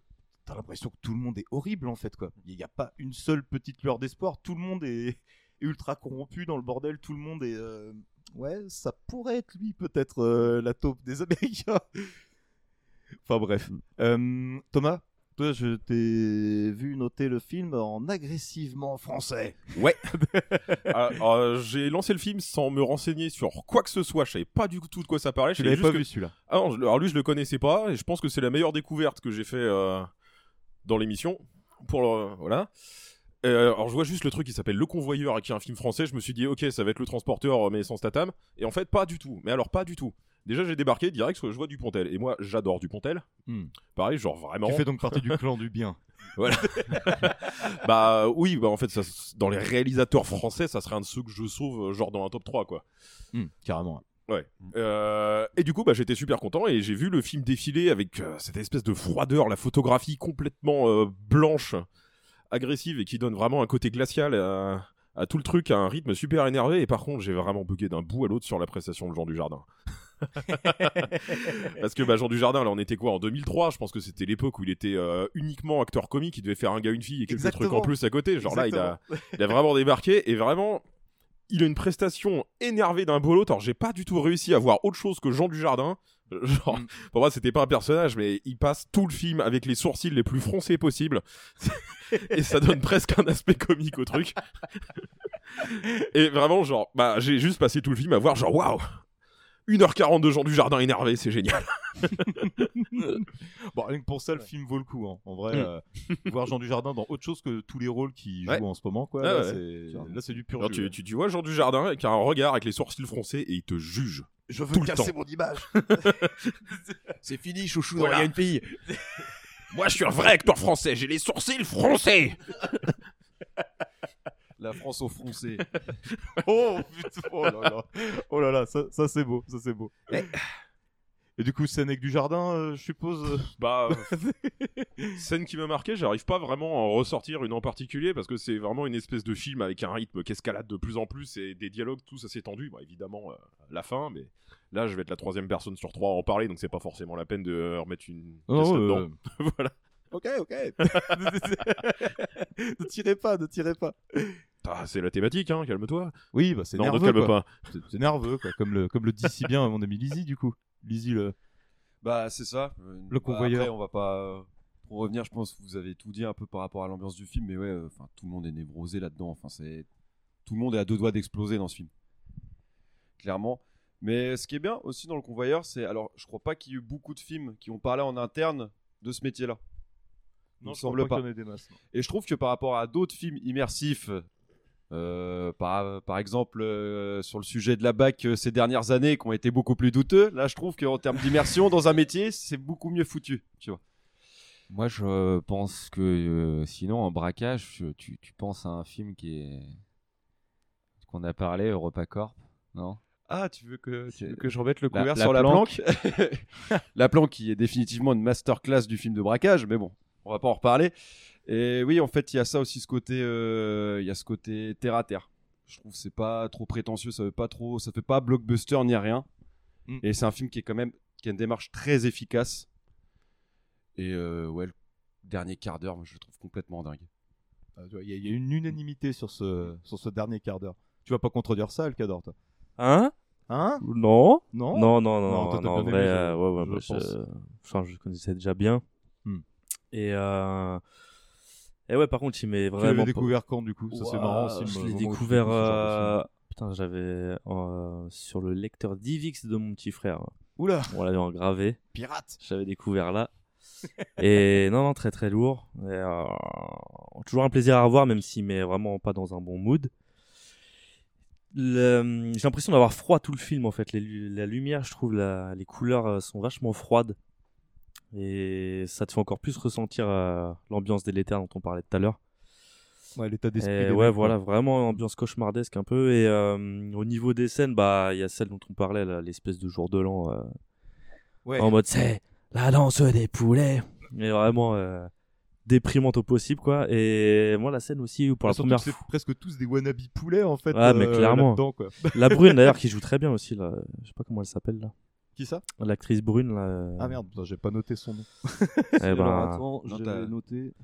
Speaker 8: t'as l'impression que tout le monde est horrible en fait
Speaker 11: Mm.
Speaker 8: quoi il n'y a pas une seule petite lueur d'espoir tout le monde est ultra corrompu dans le bordel tout le monde est euh, ouais ça pourrait être lui peut-être euh, la taupe des Américains Enfin
Speaker 11: Mm.
Speaker 8: bref. Euh, Thomas, toi je t'ai vu noter le film en agressivement français.
Speaker 11: Ouais. Ah, ah, j'ai lancé le film sans me renseigner sur quoi que ce soit. Je savais pas du tout de quoi ça parlait.
Speaker 8: Tu
Speaker 11: Je savais
Speaker 8: l'avais
Speaker 11: juste
Speaker 8: pas
Speaker 11: que-
Speaker 8: vu, celui-là
Speaker 11: Ah non, je- alors lui, je le connaissais pas. Et je pense que c'est la meilleure découverte que j'ai fait euh, dans l'émission. Pour le- voilà. Euh, alors je vois juste le truc qui s'appelle Le Convoyeur, qui est un film français. Je me suis dit, ok, ça va être le transporteur, euh, mais sans Statam. Et en fait, pas du tout. Mais alors pas du tout. Déjà, j'ai débarqué direct parce que je vois Dupontel. Et moi, j'adore Dupontel.
Speaker 8: Hmm.
Speaker 11: Pareil, genre vraiment.
Speaker 8: Tu fais donc partie du clan du bien.
Speaker 11: Voilà. bah euh, oui, bah en fait, ça, dans les réalisateurs français, ça serait un de ceux que je sauve, euh, genre dans un top 3, quoi.
Speaker 8: Hmm, carrément. Hmm.
Speaker 11: Ouais. Euh, et du coup, bah, j'étais super content et j'ai vu le film défiler avec euh, cette espèce de froideur, la photographie complètement euh, blanche, agressive et qui donne vraiment un côté glacial à, à tout le truc, à un rythme super énervé. Et par contre, j'ai vraiment bugué d'un bout à l'autre sur la prestation de Jean Dujardin. Parce que bah, Jean Dujardin, là, on était quoi en 2003 Je pense que c'était l'époque où il était euh, uniquement acteur comique, il devait faire un gars, une fille et quelques trucs en
Speaker 8: Exactement.
Speaker 11: plus à côté. Genre là, il a,
Speaker 8: Exactement.
Speaker 11: il a vraiment débarqué et vraiment, il a une prestation énervée d'un bolot. Alors, j'ai pas du tout réussi à voir autre chose que Jean Dujardin. Euh, Genre, pour moi, c'était pas un personnage, mais il passe tout le film avec les sourcils les plus froncés possibles. et ça donne presque un aspect comique au truc. et vraiment, genre, bah, j'ai juste passé tout le film à voir, genre, waouh! 1h40 de Jean Dujardin énervé, c'est génial.
Speaker 8: Bon, rien que pour ça, le film vaut le coup. hein. En vrai,
Speaker 11: Mm.
Speaker 8: euh, voir Jean Dujardin dans autre chose que tous les rôles qu'il joue
Speaker 11: Ouais.
Speaker 8: en ce moment, quoi.
Speaker 11: Ah
Speaker 8: là,
Speaker 11: ouais.
Speaker 8: c'est- là, c'est du pur
Speaker 11: Alors,
Speaker 8: jus, hein.
Speaker 11: tu,
Speaker 8: ouais.
Speaker 11: tu, tu vois Jean Dujardin avec un regard avec les sourcils froncés et il te juge.
Speaker 8: Je veux
Speaker 11: tout le
Speaker 8: casser
Speaker 11: temps.
Speaker 8: mon image.
Speaker 11: c'est fini, chouchou,
Speaker 8: dans Rien
Speaker 11: une fille. Moi, je suis un vrai acteur français, j'ai les sourcils froncés.
Speaker 12: La France au français.
Speaker 8: oh putain, oh là là, oh là là, ça, ça, c'est beau, ça c'est beau. Et du coup, scène avec du jardin, je suppose. euh,
Speaker 11: Bah, euh, scène qui m'a marqué, j'arrive pas vraiment à en ressortir une en particulier parce que c'est vraiment une espèce de film avec un rythme qui escalade de plus en plus et des dialogues tous assez tendus. Bon, évidemment, euh, la fin, mais là, je vais être la troisième personne sur trois à en parler, donc c'est pas forcément la peine de euh, remettre une
Speaker 8: Oh,
Speaker 11: caisse
Speaker 8: euh,
Speaker 11: là-dedans. voilà.
Speaker 8: Ok, ok. bah, ne tirez pas, ne tirez pas.
Speaker 11: Ah, c'est la thématique, hein, calme-toi.
Speaker 8: Oui, bah c'est
Speaker 11: Non,
Speaker 8: nerveux.
Speaker 11: ne calme
Speaker 8: quoi.
Speaker 11: pas.
Speaker 8: C'est- C'est nerveux, quoi. Comme le, comme le dit si bien mon ami Lizzie, du coup. Lizzie, le.
Speaker 12: Bah, c'est ça. Euh, bah,
Speaker 8: convoyeur.
Speaker 12: Après, on va pas. euh, Pour revenir, je pense que vous avez tout dit un peu par rapport à l'ambiance du film, mais ouais, euh, enfin, tout le monde est névrosé là-dedans. Enfin, c'est tout le monde est à deux doigts d'exploser dans ce film, clairement. Mais ce qui est bien aussi dans le convoyeur, c'est alors, je crois pas qu'il y ait eu beaucoup de films qui ont parlé en interne de ce métier-là. Il
Speaker 8: Non,
Speaker 12: me
Speaker 8: je crois
Speaker 12: semble
Speaker 8: pas
Speaker 12: pas.
Speaker 8: qu'il y en ait des masses, non.
Speaker 12: Et je trouve que par rapport à d'autres films immersifs, euh, par, par exemple euh, sur le sujet de la bac euh, ces dernières années qui ont été beaucoup plus douteux, là je trouve qu'en termes d'immersion dans un métier, c'est beaucoup mieux foutu, tu vois.
Speaker 9: Moi, je pense que euh, sinon, en braquage, je- tu, tu penses à un film qui est. qu'on a parlé, EuropaCorp, non
Speaker 12: Ah, tu veux que, tu
Speaker 9: C'est-
Speaker 12: veux que je remette le
Speaker 9: la-
Speaker 12: couvert
Speaker 9: la
Speaker 12: sur
Speaker 9: planque.
Speaker 12: la planque La planque qui est définitivement une masterclass du film de braquage, mais bon, on va pas en reparler. Et oui, en fait, il y a ça aussi, ce côté, euh, il y a ce côté terre à terre. Je trouve que c'est pas trop prétentieux, ça veut pas trop, ça fait pas blockbuster ni rien.
Speaker 8: Mm.
Speaker 12: Et c'est un film qui est quand même qui a une démarche très efficace. Et euh, ouais, le dernier quart d'heure, moi, je le trouve complètement dingue.
Speaker 8: Ah, tu vois, Il y, a- il y a une unanimité sur ce, sur ce dernier quart d'heure. Tu vas pas contredire ça, Alcador, toi
Speaker 10: Hein
Speaker 8: Hein
Speaker 10: Non
Speaker 8: Non
Speaker 10: Non, non, non.
Speaker 8: Non, toi,
Speaker 10: non,
Speaker 8: t'as
Speaker 10: non, en
Speaker 8: bien
Speaker 10: vrai,
Speaker 8: aimé, je-
Speaker 10: euh, ouais, ouais,
Speaker 8: je
Speaker 10: bah, je,
Speaker 8: pense.
Speaker 10: enfin, je connaissais déjà bien. Et, euh, et ouais, par contre, il m'est
Speaker 8: l'avais
Speaker 10: vraiment. pas-
Speaker 8: découvert quand, du coup Ça, c'est
Speaker 10: Ouah,
Speaker 8: marrant aussi,
Speaker 10: Je
Speaker 8: le
Speaker 10: l'ai
Speaker 8: moment où tu
Speaker 10: découvert.
Speaker 8: découvres ce genre
Speaker 10: euh,
Speaker 8: de
Speaker 10: Putain, j'avais euh, sur le lecteur DivX de mon petit frère.
Speaker 8: Oula
Speaker 10: On l'avait engravé.
Speaker 8: Pirate
Speaker 10: J'avais découvert là. Et non, non, très très lourd. Et, euh, toujours un plaisir à revoir, même s'il m'est vraiment pas dans un bon mood. Le- hum, J'ai l'impression d'avoir froid tout le film en fait. Les lu- la lumière, je trouve, la- les couleurs euh, sont vachement froides. Et ça te fait encore plus ressentir euh, l'ambiance délétère dont on parlait tout à l'heure.
Speaker 8: Ouais, l'état d'esprit
Speaker 10: Et
Speaker 8: des
Speaker 10: ouais,
Speaker 8: mecs,
Speaker 10: voilà,
Speaker 8: quoi.
Speaker 10: vraiment ambiance cauchemardesque un peu. Et euh, au niveau des scènes, bah, il y a celle dont on parlait, là, l'espèce de jour de l'an. euh,
Speaker 8: Ouais.
Speaker 10: En mode, c'est la danse des poulets. Mais vraiment euh, déprimante au possible, quoi. Et moi, la scène aussi, où pour la
Speaker 8: Surtout que
Speaker 10: première
Speaker 8: c'est presque tous des wannabes poulets, en fait.
Speaker 10: ah, mais
Speaker 8: euh,
Speaker 10: clairement.
Speaker 8: là-dedans, quoi.
Speaker 10: La brune d'ailleurs qui joue très bien aussi là. Je sais pas comment elle s'appelle là.
Speaker 8: Qui ça
Speaker 10: L'actrice brune là.
Speaker 8: Ah merde, putain, j'ai pas noté son nom.
Speaker 10: Eh ben,
Speaker 4: Alors, attends,
Speaker 8: Non,
Speaker 4: je
Speaker 8: t'as-
Speaker 4: l'ai noté.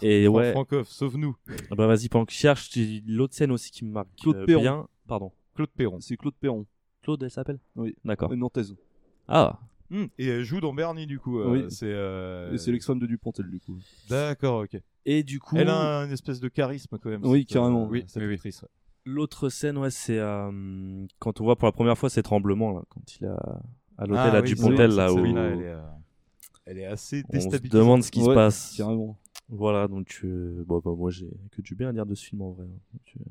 Speaker 10: Et, et
Speaker 8: Ah, Fran-
Speaker 10: ouais.
Speaker 8: Francoff, sauve-nous.
Speaker 10: Ah Bah vas-y, pendant que je cherche, tu- l'autre scène aussi qui me marque.
Speaker 4: Claude
Speaker 10: euh,
Speaker 4: Perron.
Speaker 10: bien. Pardon.
Speaker 8: Claude Perron.
Speaker 4: C'est Claude Perron.
Speaker 10: Claude, elle s'appelle
Speaker 4: Oui.
Speaker 10: D'accord.
Speaker 4: Une Nantaise.
Speaker 10: Ah.
Speaker 8: Hmm, Et elle joue dans Bernie, du coup. euh,
Speaker 4: Oui.
Speaker 8: C'est. euh,
Speaker 4: Et c'est l'ex-femme de Dupontel, du coup.
Speaker 8: D'accord, ok.
Speaker 10: Et du coup.
Speaker 8: Elle a un espèce de charisme quand même.
Speaker 4: Oui,
Speaker 8: cette,
Speaker 4: carrément.
Speaker 8: euh,
Speaker 4: Oui,
Speaker 8: cette actrice. ouais.
Speaker 10: L'autre scène, ouais, c'est euh, quand on voit pour la première fois ces tremblements là, quand il a à l'hôtel
Speaker 8: Ah
Speaker 10: à
Speaker 8: oui,
Speaker 10: Dupontel
Speaker 8: c'est vrai,
Speaker 10: là
Speaker 8: cette
Speaker 10: où.
Speaker 8: scène-là, elle est, euh, elle est assez
Speaker 10: on se
Speaker 8: déstabilisante.
Speaker 10: demande ce qui se
Speaker 8: Ouais,
Speaker 10: passe.
Speaker 4: carrément.
Speaker 10: Voilà, donc euh, bon, bah, moi j'ai que du bien à dire de ce film en vrai. hein. Donc, euh,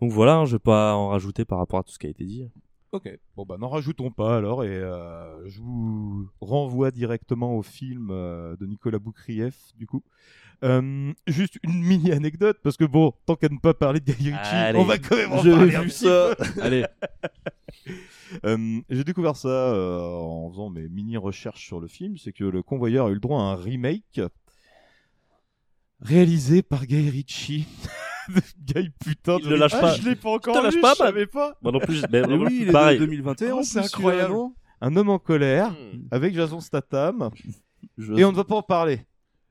Speaker 10: donc voilà, hein, je vais pas en rajouter par rapport à tout ce qui a été dit. hein.
Speaker 8: Ok, bon bah n'en rajoutons pas alors et euh, je vous renvoie directement au film euh, de Nicolas Boukrieff du coup. Euh, juste une mini anecdote parce que bon, tant qu'à ne pas parler de Guy Ritchie,
Speaker 10: Allez.
Speaker 8: on va quand même en
Speaker 10: J'avais
Speaker 8: parler
Speaker 10: vu
Speaker 8: un petit
Speaker 10: ça.
Speaker 8: peu.
Speaker 10: Allez.
Speaker 8: Euh, J'ai découvert ça euh, en faisant mes mini recherches sur le film, c'est que le convoyeur a eu le droit à un remake réalisé par Guy Ritchie. Guy putain,
Speaker 10: Il
Speaker 8: de
Speaker 10: le lâche
Speaker 8: Ah,
Speaker 10: pas.
Speaker 8: je l'ai pas encore
Speaker 10: Te lâche
Speaker 8: lu,
Speaker 10: pas, bah.
Speaker 8: je savais pas.
Speaker 10: Moi non plus, je- mais
Speaker 8: Eh
Speaker 10: moi non
Speaker 8: oui,
Speaker 10: plus,
Speaker 8: il est de
Speaker 10: pareil.
Speaker 8: 2021,
Speaker 4: Oh,
Speaker 8: c'est
Speaker 4: plus,
Speaker 8: incroyable.
Speaker 4: celui-là, non
Speaker 8: Un homme en colère
Speaker 10: Hmm.
Speaker 8: avec Jason Statham. Et on ne va pas en parler.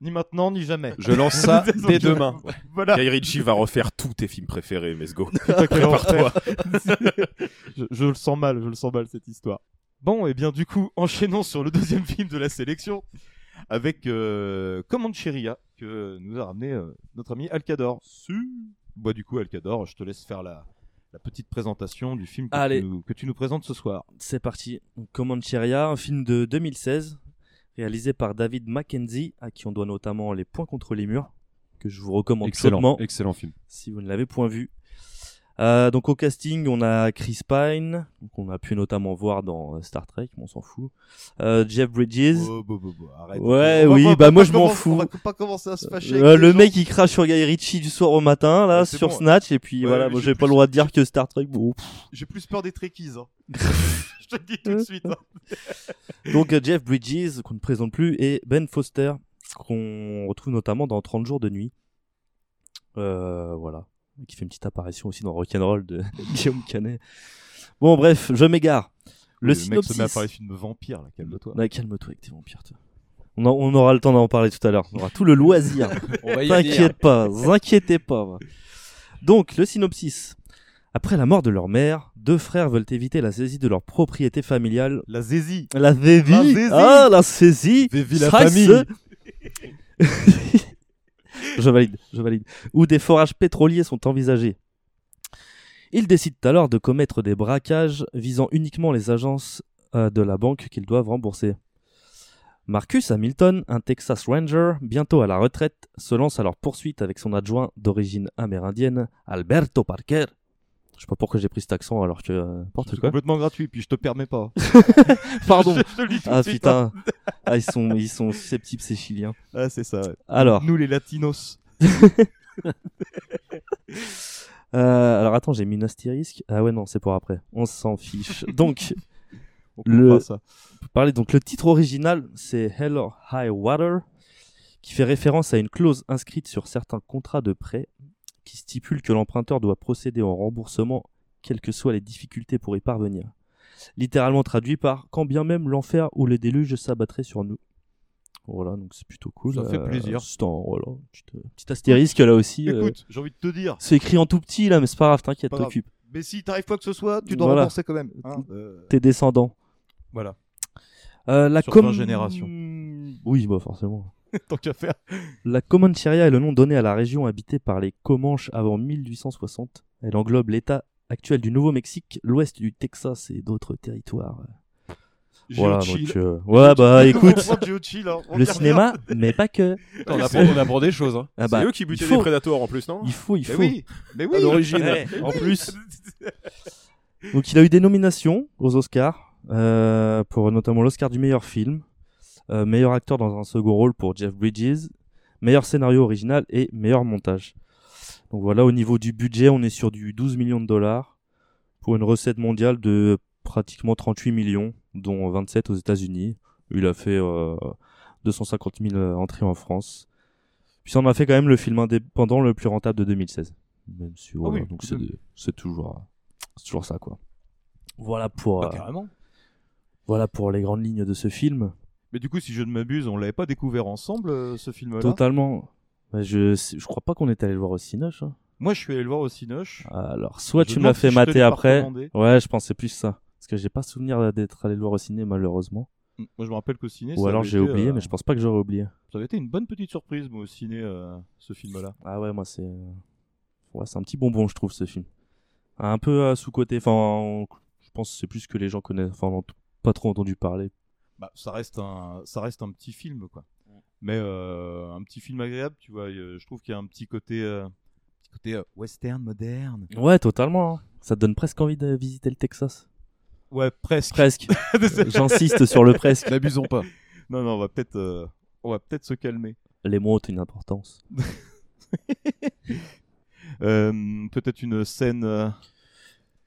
Speaker 8: Ni maintenant, ni jamais.
Speaker 11: Je lance ça
Speaker 8: Donc,
Speaker 11: dès demain.
Speaker 8: Voilà.
Speaker 11: Guy Ritchie va refaire tous tes films préférés, let's go.
Speaker 8: Putain, quel
Speaker 11: Prépare-toi.
Speaker 8: enfer. je, je le sens mal, je le sens mal cette histoire. Bon, et bien du coup, enchaînons sur le deuxième film de la sélection avec euh, Comancheria que nous a ramené euh, notre ami Alcador. Bah du coup, Alcador, je te laisse faire la, la petite présentation du film que
Speaker 10: Allez.
Speaker 8: tu nous- que tu nous présentes ce soir.
Speaker 10: C'est parti. Donc, Comancheria, un film de 2016, réalisé par David Mackenzie, à qui on doit notamment Les Points contre les Murs, que je vous recommande
Speaker 9: Excellent,
Speaker 10: chaudement,
Speaker 9: excellent film.
Speaker 10: Si vous ne l'avez point vu. Euh, donc au casting, on a Chris Pine, qu'on a pu notamment voir dans euh, Star Trek, mais on s'en fout. Euh, Jeff Bridges.
Speaker 8: Oh, bon, bon, bon, arrête.
Speaker 10: ouais,
Speaker 8: On va
Speaker 10: oui,
Speaker 8: pas- on
Speaker 10: bah
Speaker 8: va
Speaker 10: moi
Speaker 8: pas
Speaker 10: je m'en
Speaker 8: commencer-
Speaker 10: fous.
Speaker 8: on va pas commencer à se fâcher
Speaker 10: Euh,
Speaker 8: avec
Speaker 10: le
Speaker 8: les
Speaker 10: mec il crache sur Guy Ritchie du soir au matin là
Speaker 8: c'est
Speaker 10: sur
Speaker 8: bon.
Speaker 10: Snatch et puis
Speaker 8: Ouais,
Speaker 10: voilà,
Speaker 8: mais
Speaker 10: moi
Speaker 8: j'ai
Speaker 10: j'ai pas le droit de dire que Star Trek bon. pff.
Speaker 8: J'ai plus peur des trekkies. Hein. je te le dis tout de suite. hein.
Speaker 10: Donc euh, Jeff Bridges qu'on ne présente plus et Ben Foster qu'on retrouve notamment dans 30 jours de nuit. Euh, voilà, qui fait une petite apparition aussi dans Rock'n'Roll de Guillaume Canet. Bon bref, je m'égare. Le,
Speaker 8: Le mec
Speaker 10: synopsis.
Speaker 8: se met à parler de film vampire, là, calme-toi.
Speaker 10: Ouais, calme-toi avec tes vampires toi. On, a- on aura le temps d'en parler tout à l'heure. On aura tout le loisir.
Speaker 8: On va y hein.
Speaker 10: T'inquiète
Speaker 8: venir.
Speaker 10: pas, vous inquiétez pas. va. Donc, le synopsis. Après la mort de leur mère, deux frères veulent éviter la saisie de leur propriété familiale.
Speaker 8: La saisie.
Speaker 10: La saisie.
Speaker 8: La saisie.
Speaker 10: Ah, la saisie.
Speaker 8: Saisie la
Speaker 10: Strike
Speaker 8: famille.
Speaker 10: ce- je valide, je valide. Où des forages pétroliers sont envisagés. Ils décident alors de commettre des braquages visant uniquement les agences euh, de la banque qu'ils doivent rembourser. Marcus Hamilton, un Texas Ranger, bientôt à la retraite, se lance à leur poursuite avec son adjoint d'origine amérindienne, Alberto Parker. Je sais pas pourquoi j'ai pris cet accent alors que. euh, N'importe
Speaker 8: C'est
Speaker 10: quoi.
Speaker 8: complètement gratuit, puis je te permets pas.
Speaker 10: Pardon.
Speaker 8: Je te le dis tout de
Speaker 10: ah
Speaker 8: suite,
Speaker 10: putain.
Speaker 8: hein.
Speaker 10: Ah, ils sont, ils sont susceptibles ces Chiliens.
Speaker 8: Ah, c'est ça. ouais.
Speaker 10: Alors.
Speaker 8: Nous, les Latinos.
Speaker 10: Euh, alors attends, j'ai mis une astérisque. Ah ouais, non, c'est pour après. On s'en fiche. Donc,
Speaker 8: On
Speaker 10: le...
Speaker 8: comprend ça.
Speaker 10: pour parler, donc le titre original, c'est Hell or High Water, qui fait référence à une clause inscrite sur certains contrats de prêt qui stipule que l'emprunteur doit procéder au remboursement, quelles que soient les difficultés pour y parvenir. Littéralement traduit par quand bien même l'enfer ou le déluge s'abattraient sur nous. Voilà, donc c'est plutôt cool.
Speaker 8: Ça fait
Speaker 10: Euh,
Speaker 8: plaisir.
Speaker 10: c'est en- voilà, petite, euh, petite astérisque là aussi. euh,
Speaker 8: Écoute, j'ai envie de te dire.
Speaker 10: C'est écrit en tout petit là, mais c'est pas grave, t'inquiète,
Speaker 8: Pas grave.
Speaker 10: t'occupes.
Speaker 8: Mais si t'arrives quoi que ce soit, tu dois
Speaker 10: Voilà.
Speaker 8: rembourser quand même. hein. Euh,
Speaker 10: Tes descendants.
Speaker 8: Voilà.
Speaker 10: Euh, la
Speaker 8: Sur
Speaker 10: com-
Speaker 8: 20 générations.
Speaker 10: Oui, bah forcément.
Speaker 8: Tant qu'à faire.
Speaker 10: La Comancheria est le nom donné à la région habitée par les Comanches avant 1860. Elle englobe l'État actuel du Nouveau-Mexique, l'ouest du Texas et d'autres territoires.
Speaker 8: Géo
Speaker 10: Voilà,
Speaker 8: chill.
Speaker 10: donc, euh, ouais, bah
Speaker 8: Géo chill.
Speaker 10: écoute,
Speaker 8: On prend Géo chill, hein. On
Speaker 10: le
Speaker 8: y revient.
Speaker 10: cinéma, mais pas que.
Speaker 11: On apprend- on apprend des choses, hein.
Speaker 10: Ah bah,
Speaker 11: C'est eux qui butaient
Speaker 10: il faut.
Speaker 11: les prédateurs en plus, non
Speaker 10: Il faut, il
Speaker 11: Mais
Speaker 10: faut.
Speaker 11: oui, mais oui.
Speaker 10: À l'origine,
Speaker 11: Ouais.
Speaker 10: en
Speaker 11: Mais oui.
Speaker 10: plus. Donc il a eu des nominations aux Oscars, euh, pour notamment l'Oscar du meilleur film, euh, meilleur acteur dans un second rôle pour Jeff Bridges, meilleur scénario original et meilleur montage. Donc voilà, au niveau du budget, on est sur du 12 millions de dollars pour une recette mondiale de pratiquement 38 millions, dont 27 aux États-Unis. Il a fait euh, 250 000 entrées en France. Puis ça en a fait quand même le film indépendant le plus rentable de 2016. Même si voilà,
Speaker 8: oui,
Speaker 10: donc
Speaker 8: quand
Speaker 10: c'est
Speaker 8: même.
Speaker 10: des- c'est toujours, euh, c'est toujours ça quoi. Voilà pour
Speaker 8: Bah,
Speaker 10: euh,
Speaker 8: carrément.
Speaker 10: voilà pour les grandes lignes de ce film.
Speaker 8: Mais du coup, si je ne m'abuse, on l'avait pas découvert ensemble, euh, ce film-là.
Speaker 10: Totalement. Bah, je je crois pas qu'on est allé le voir au Cinoche. hein.
Speaker 8: Moi, je suis allé le voir au Cinoche.
Speaker 10: Alors, soit
Speaker 8: Je
Speaker 10: tu me
Speaker 8: demande
Speaker 10: l'as fait
Speaker 8: si je te l'ai
Speaker 10: mater
Speaker 8: pas
Speaker 10: après.
Speaker 8: recommandé.
Speaker 10: Ouais, je pensais plus ça. Parce que j'ai pas souvenir d'être allé le voir au ciné, malheureusement.
Speaker 8: Mm, Moi, je me rappelle qu'au ciné.
Speaker 10: Ou
Speaker 8: ça
Speaker 10: alors
Speaker 8: avait
Speaker 10: j'ai
Speaker 8: été,
Speaker 10: oublié,
Speaker 8: euh,
Speaker 10: mais je pense pas que j'aurais oublié.
Speaker 8: Ça avait été une bonne petite surprise, moi, au ciné, euh, ce film-là.
Speaker 10: Ah ouais, moi c'est. Ouais, c'est un petit bonbon, je trouve, ce film. Un peu euh, sous-côté. Enfin, on- je pense que c'est plus que les gens connaissent. Enfin, on n'a pas trop entendu parler.
Speaker 8: Bah, ça reste un, ça reste un petit film, quoi. Mais euh, un petit film agréable, tu vois. euh, Je trouve qu'il y a un petit côté, euh, petit côté euh, western moderne.
Speaker 10: Ouais, totalement. hein. Ça te donne presque envie de visiter le Texas.
Speaker 8: Ouais, presque.
Speaker 10: Presque. J'insiste sur le presque.
Speaker 8: N'abusons pas. Non, non, on va peut-être, euh, on va peut-être se calmer.
Speaker 10: Les mots ont une importance.
Speaker 8: Euh, peut-être une scène. euh,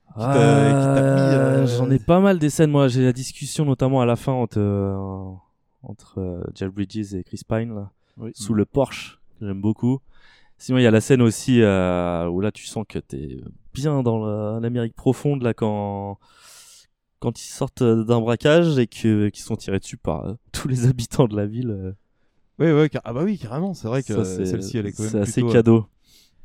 Speaker 8: qui t'a- qui t'a mis,
Speaker 10: Ah,
Speaker 8: euh,
Speaker 10: J'en ai pas mal des scènes. Moi, j'ai la discussion notamment à la fin entre, euh, entre euh, Jeff Bridges et Chris Pine là,
Speaker 8: Oui.
Speaker 10: sous le Porsche. que J'aime beaucoup. Sinon, il y a la scène aussi euh, où là, tu sens que t'es bien dans la- l'Amérique profonde là quand quand ils sortent euh, d'un braquage et que qu'ils sont tirés dessus par euh, tous les habitants de la ville. euh.
Speaker 8: Ouais, ouais, car- ah bah oui, carrément, c'est vrai que
Speaker 10: Ça, c'est-
Speaker 8: celle-ci, elle est quand même
Speaker 10: c'est assez
Speaker 8: plutôt, euh,
Speaker 10: cadeau.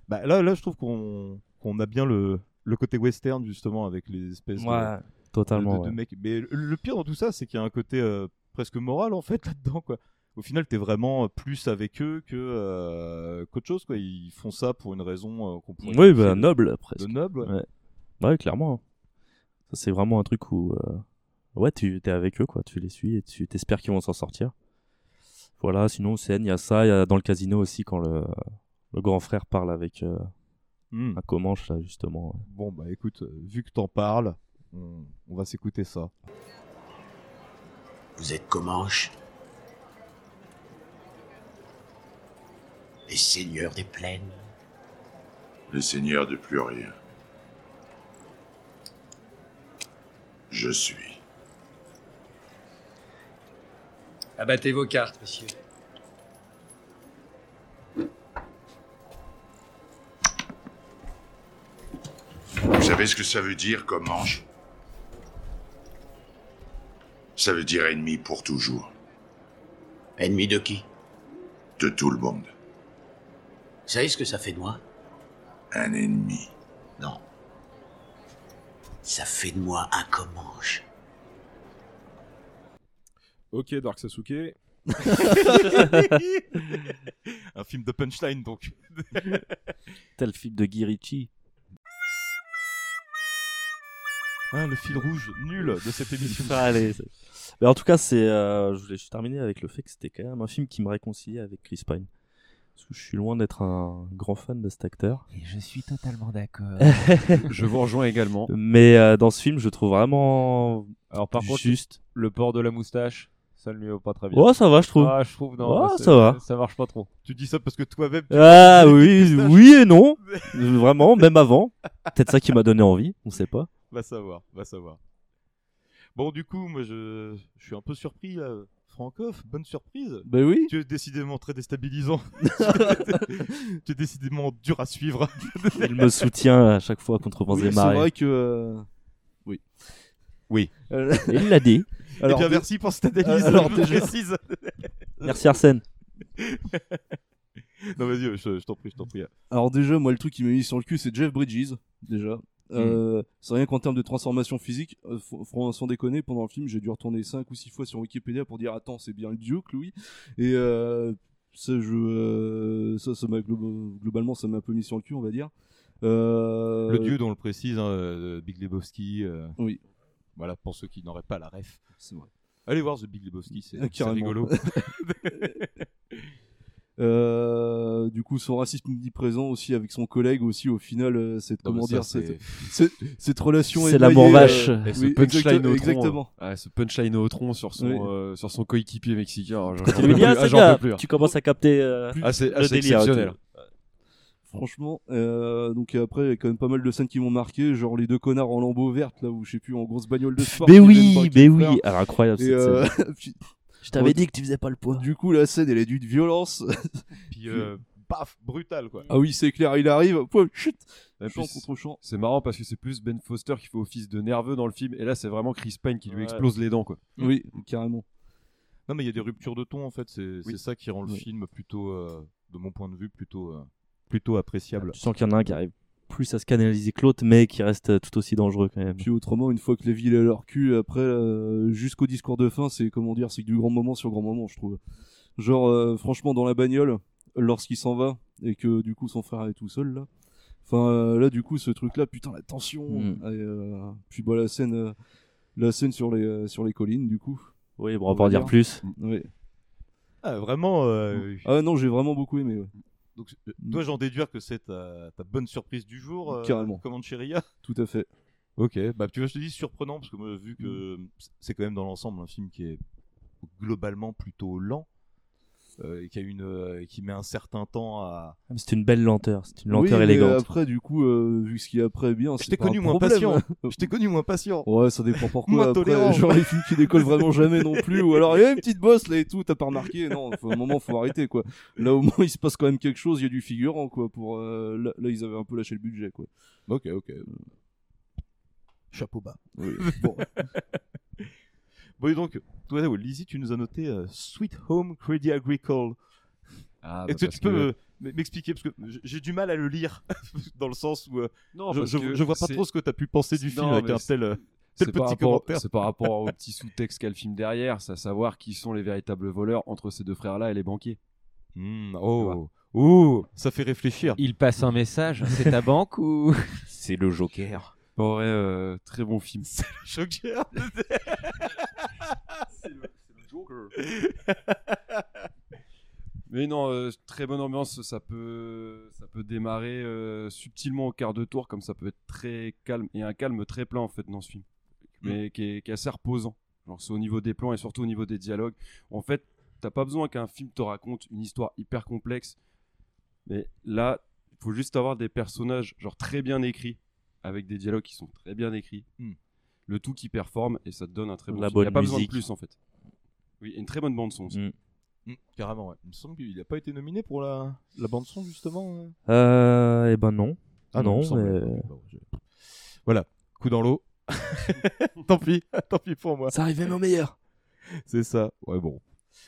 Speaker 8: Bah, là, là, je trouve qu'on qu'on a bien le, le côté western, justement, avec les espèces de-
Speaker 10: Ouais,
Speaker 8: de,
Speaker 10: totalement,
Speaker 8: de- de
Speaker 10: ouais.
Speaker 8: mecs. Mais le, le pire dans tout ça, c'est qu'il y a un côté euh, presque moral, en fait, là-dedans, quoi. Au final, t'es vraiment plus avec eux que euh, qu'autre chose, quoi. Ils font ça pour une raison euh, qu'on pourrait...
Speaker 10: Oui,
Speaker 8: qualifier
Speaker 10: bah
Speaker 8: de-
Speaker 10: noble presque.
Speaker 8: De noble, ouais.
Speaker 10: Ouais, Ouais, clairement. hein. Ça, c'est vraiment un truc où. euh, Ouais, tu es avec eux, quoi. Tu les suis et tu t'espères qu'ils vont s'en sortir. Voilà, sinon, scène, il y a ça. Il y a dans le casino aussi quand le, le grand frère parle avec euh,
Speaker 8: Hmm.
Speaker 10: à Comanche, là, justement.
Speaker 8: Bon, bah écoute, euh, vu que t'en parles, on, on va s'écouter ça.
Speaker 5: Vous êtes Comanche Les seigneurs des plaines
Speaker 16: Les seigneurs de plus rien. Je suis.
Speaker 17: Abattez vos cartes, monsieur.
Speaker 16: Vous savez ce que ça veut dire, Comanche Ça veut dire ennemi pour toujours.
Speaker 5: Ennemi de qui
Speaker 16: De tout le monde.
Speaker 5: Vous savez ce que ça fait de moi
Speaker 16: Un ennemi.
Speaker 5: Non. Ça fait de moi un Comanche.
Speaker 11: Ok, Dark Sasuke.
Speaker 8: Un film de punchline, donc.
Speaker 10: Tel film de Guy Ritchie.
Speaker 8: Ah, le fil rouge nul de cette émission.
Speaker 10: Ah, allez, c'est- Mais en tout cas, c'est. euh, je voulais juste terminer avec le fait que c'était quand même un film qui me réconciliait avec Chris Pine. Parce que je suis loin d'être un grand fan de cet acteur.
Speaker 18: Et je suis totalement d'accord.
Speaker 10: je vous rejoins également. Mais euh, dans ce film, je trouve vraiment.
Speaker 9: Alors par contre,
Speaker 10: juste.
Speaker 9: le port de la moustache, ça ne lui va pas très bien.
Speaker 10: Ouais, ça va, je trouve.
Speaker 9: Ah, je trouve non.
Speaker 10: Ouais,
Speaker 9: c'est-
Speaker 10: ça va.
Speaker 9: Ça marche pas trop.
Speaker 8: Tu dis ça parce que toi-même. tu-
Speaker 10: Ah oui, oui et non. Vraiment, même avant. Peut-être ça qui m'a donné envie, on sait pas.
Speaker 8: Va savoir, va savoir. Bon, du coup, moi, je, je suis un peu surpris, là. Francoff, bonne surprise.
Speaker 10: Ben oui.
Speaker 8: Tu es décidément très déstabilisant. tu es décidément dur à suivre.
Speaker 10: Il me soutient à chaque fois contre vents
Speaker 4: Oui,
Speaker 10: et
Speaker 4: c'est
Speaker 10: marées.
Speaker 4: vrai que. euh, Oui.
Speaker 8: Oui.
Speaker 10: Euh, Il l'a dit.
Speaker 8: Eh bien, merci pour cette analyse
Speaker 10: déjà-
Speaker 8: précise.
Speaker 10: Merci Arsène.
Speaker 8: non, vas-y, je, je t'en prie, je t'en prie.
Speaker 4: Alors déjà, moi, le truc qui m'a mis sur le cul, c'est Jeff Bridges, déjà.
Speaker 12: Hmm.
Speaker 4: Euh, C'est rien qu'en termes de transformation physique, euh, fr- fr- sans déconner, pendant le film, j'ai dû retourner 5 ou 6 fois sur Wikipédia pour dire Attends, c'est bien le Duke, Louis. Et euh, ça, je, euh, ça, ça m'a glo- globalement, ça m'a un peu mis sur le cul, on va dire. Euh,
Speaker 8: Le dieu, dont le précise, hein, euh, Big Lebowski. euh,
Speaker 4: Oui.
Speaker 8: Voilà, pour ceux qui n'auraient pas la ref.
Speaker 4: C'est vrai.
Speaker 8: Allez voir The Big Lebowski, c'est
Speaker 4: Ah,
Speaker 8: c'est
Speaker 4: carrément.
Speaker 8: rigolo.
Speaker 4: Euh, du coup, son racisme omniprésent aussi avec son collègue aussi. Au final, euh, cette
Speaker 12: Non, mais
Speaker 4: comment
Speaker 12: ça,
Speaker 4: dire
Speaker 12: c'est-
Speaker 4: cette, cette, cette relation.
Speaker 10: C'est
Speaker 4: émaillée,
Speaker 10: l'amour
Speaker 4: euh,
Speaker 10: vache.
Speaker 12: Et ce
Speaker 4: oui,
Speaker 12: punchline
Speaker 4: exacte-
Speaker 12: au tronc,
Speaker 4: exactement.
Speaker 12: euh, ouais, ce punchline au tronc sur son,
Speaker 4: Oui.
Speaker 12: euh, sur son coéquipier mexicain. alors, j'en
Speaker 10: T'es
Speaker 12: peux
Speaker 10: le
Speaker 12: plus,
Speaker 10: gars,
Speaker 12: ah,
Speaker 10: c'est
Speaker 12: j'en
Speaker 10: le gars.
Speaker 12: peux plus, hein.
Speaker 10: Tu commences à capter euh,
Speaker 12: Ah, c'est- ah,
Speaker 10: le
Speaker 12: c'est
Speaker 10: délire. et tout.
Speaker 12: exceptionnel.
Speaker 4: Franchement, euh, donc après, il y a quand même pas mal de scènes qui m'ont marqué, genre les deux connards en lambeau verte là, ou je sais plus, en grosse bagnole de sport.
Speaker 10: Mais
Speaker 4: qui
Speaker 10: oui,
Speaker 4: viennent par le
Speaker 10: mais oui.
Speaker 4: Kipfer.
Speaker 10: Alors, incroyable,
Speaker 4: Et,
Speaker 10: cette
Speaker 4: euh,
Speaker 10: scène.
Speaker 4: puis-
Speaker 10: Je t'avais dit que tu faisais pas le poids.
Speaker 4: Du coup, la scène, elle est d'une violence.
Speaker 8: Puis, euh, paf, brutal, quoi.
Speaker 4: Ah oui, c'est clair, il arrive, pouf, chut,
Speaker 12: Et puis,
Speaker 4: champ
Speaker 12: c'est-
Speaker 4: contre champ.
Speaker 12: C'est marrant parce que c'est plus Ben Foster qui fait office de nerveux dans le film, et là c'est vraiment Chris Pine qui lui
Speaker 8: Ouais.
Speaker 12: explose les dents quoi.
Speaker 4: Oui, carrément.
Speaker 8: Non, mais il y a des ruptures de ton en fait. C'est c'est ça qui rend le
Speaker 12: Oui.
Speaker 8: film plutôt, euh, de mon point de vue, plutôt, euh, plutôt appréciable.
Speaker 10: Ah, Tu sens qu'il y en a un qui arrive plus à se canaliser que l'autre, mais qui reste euh, tout aussi dangereux quand même.
Speaker 4: Puis autrement, une fois que les villes à leur cul, après, euh, jusqu'au discours de fin, c'est comment dire, c'est du grand moment sur grand moment, je trouve. Genre, euh, franchement, dans la bagnole, lorsqu'il s'en va et que du coup son frère est tout seul là. Enfin, euh, là, du coup, ce truc-là, putain, la tension.
Speaker 10: Mm.
Speaker 4: Et, euh, puis bah la scène, euh, la scène sur les euh, sur les collines, du coup.
Speaker 10: Oui, bon, on va pas en dire plus.
Speaker 4: Oui.
Speaker 8: Ah, vraiment. euh,
Speaker 4: Ah non, j'ai vraiment beaucoup aimé. ouais. Mm.
Speaker 8: Donc, euh, dois-je en déduire que c'est ta, ta bonne surprise du jour euh,
Speaker 4: Carrément.
Speaker 8: Comancheria
Speaker 4: Tout à fait.
Speaker 8: Ok, bah tu vois, je te dis surprenant parce que moi, vu que c'est quand même dans l'ensemble un film qui est globalement plutôt lent euh, et qui a une, euh, qui met un certain temps à.
Speaker 10: Ah, mais C'est une belle lenteur, c'est une lenteur
Speaker 4: Oui, mais
Speaker 10: élégante.
Speaker 4: après, du coup, euh, vu ce qu'il y a après, bien.
Speaker 8: Je t'ai connu moins patient. Je t'ai connu moins patient.
Speaker 4: Ouais, ça dépend pourquoi.
Speaker 8: Moins
Speaker 4: après,
Speaker 8: tolérant.
Speaker 4: genre les films qui décollent vraiment jamais non plus, ou alors il y a une petite bosse là et tout, t'as pas remarqué. Non, faut, à un moment, faut arrêter quoi. Là, au moins, il se passe quand même quelque chose, il y a du figurant quoi. Pour, euh, là, là, ils avaient un peu lâché le budget quoi.
Speaker 8: Ok, ok. Chapeau bas.
Speaker 4: Oui.
Speaker 8: bon. bon, et donc, toi, Lizzie, tu nous as noté euh, Sweet Home Credit Agricole.
Speaker 12: Ah, bah,
Speaker 8: Est-ce que
Speaker 12: parce
Speaker 8: tu peux
Speaker 12: que-
Speaker 8: euh, m- m'expliquer Parce que j- j'ai du mal à le lire, dans le sens où euh,
Speaker 12: Non,
Speaker 8: je,
Speaker 12: parce
Speaker 8: je-
Speaker 12: que
Speaker 8: je vois pas
Speaker 12: c'est-
Speaker 8: trop ce que tu as pu penser du
Speaker 12: Non,
Speaker 8: film avec
Speaker 12: mais
Speaker 8: un
Speaker 12: c'est-
Speaker 8: tel, euh,
Speaker 12: c'est
Speaker 8: tel petit
Speaker 12: par rapport-
Speaker 8: commentaire.
Speaker 12: C'est par rapport au petit sous-texte qu'a le film derrière, c'est à savoir qui sont les véritables voleurs entre ces deux frères-là et les banquiers.
Speaker 8: oh, oh, ça fait réfléchir.
Speaker 9: Il passe un message. C'est ta banque ou C'est le Joker.
Speaker 12: En vrai, euh, très bon film.
Speaker 8: Joker
Speaker 12: Mais non, euh, très bonne ambiance, ça peut, ça peut peut démarrer euh, subtilement au quart de tour, comme ça peut être très calme. Il y a un calme très plein en fait dans ce film,
Speaker 10: Mm.
Speaker 12: mais qui, est, qui est assez reposant. Genre, c'est au niveau des plans et surtout au niveau des dialogues. En fait, t'as pas besoin qu'un film te raconte une histoire hyper complexe, mais là, il faut juste avoir des personnages genre très bien écrits, avec des dialogues qui sont très bien écrits.
Speaker 8: Mm.
Speaker 12: Le tout qui performe et ça te donne un très bon
Speaker 10: La
Speaker 12: film. Il y a
Speaker 10: bonne
Speaker 12: pas besoin de
Speaker 10: musique. Mm.
Speaker 12: plus en fait. Oui, et une très bonne bande son. aussi.
Speaker 8: Hmm, Carrément, ouais. Il me semble qu'il n'a pas été nominé pour la, la bande-son, justement. hein.
Speaker 10: Euh, eh ben non.
Speaker 8: Ah non, il me
Speaker 10: non,
Speaker 8: semble.
Speaker 10: mais-
Speaker 8: Voilà, coup dans l'eau. tant pis, tant pis pour moi.
Speaker 10: Ça arrivait, mais au meilleur.
Speaker 8: C'est ça, ouais, bon.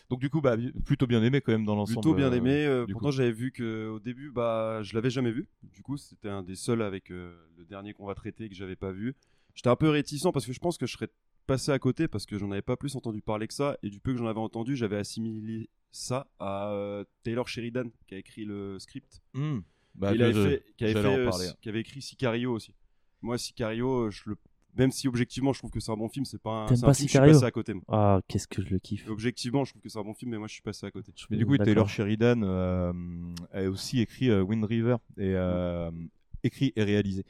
Speaker 8: Donc, du coup, bah, plutôt bien aimé quand même dans l'ensemble.
Speaker 12: Plutôt bien
Speaker 8: euh,
Speaker 12: aimé. euh,
Speaker 8: du
Speaker 12: pourtant, j'avais vu que au début, bah, je l'avais jamais vu. Du coup, c'était un des seuls avec euh, le dernier qu'on va traiter que j'avais pas vu. J'étais un peu réticent parce que je pense que je serais passé à côté parce que j'en avais pas plus entendu parler que ça. Et du peu que j'en avais entendu, j'avais assimilé ça à euh, Taylor Sheridan qui a écrit le script.
Speaker 8: Hmm. Bah,
Speaker 12: Il
Speaker 8: là,
Speaker 12: avait
Speaker 8: je-
Speaker 12: fait- qui, avait
Speaker 8: j'allais
Speaker 12: fait,
Speaker 8: en
Speaker 12: euh,
Speaker 8: parler,
Speaker 12: si-
Speaker 8: hein.
Speaker 12: qui avait écrit Sicario aussi. Moi, Sicario, euh, je le... même si objectivement, je trouve que c'est un bon film, c'est pas un,
Speaker 10: T'aimes
Speaker 12: c'est un
Speaker 10: pas
Speaker 12: film que je suis
Speaker 10: Sicario
Speaker 12: passé à côté. moi.
Speaker 10: Ah, qu'est-ce que je le kiffe.
Speaker 12: Objectivement, je trouve que c'est un bon film, mais moi, je suis passé à côté.
Speaker 8: Mais du coup,
Speaker 10: D'accord.
Speaker 12: hein.
Speaker 8: Taylor Sheridan euh, a aussi écrit euh, Wind River et euh, écrit et réalisé.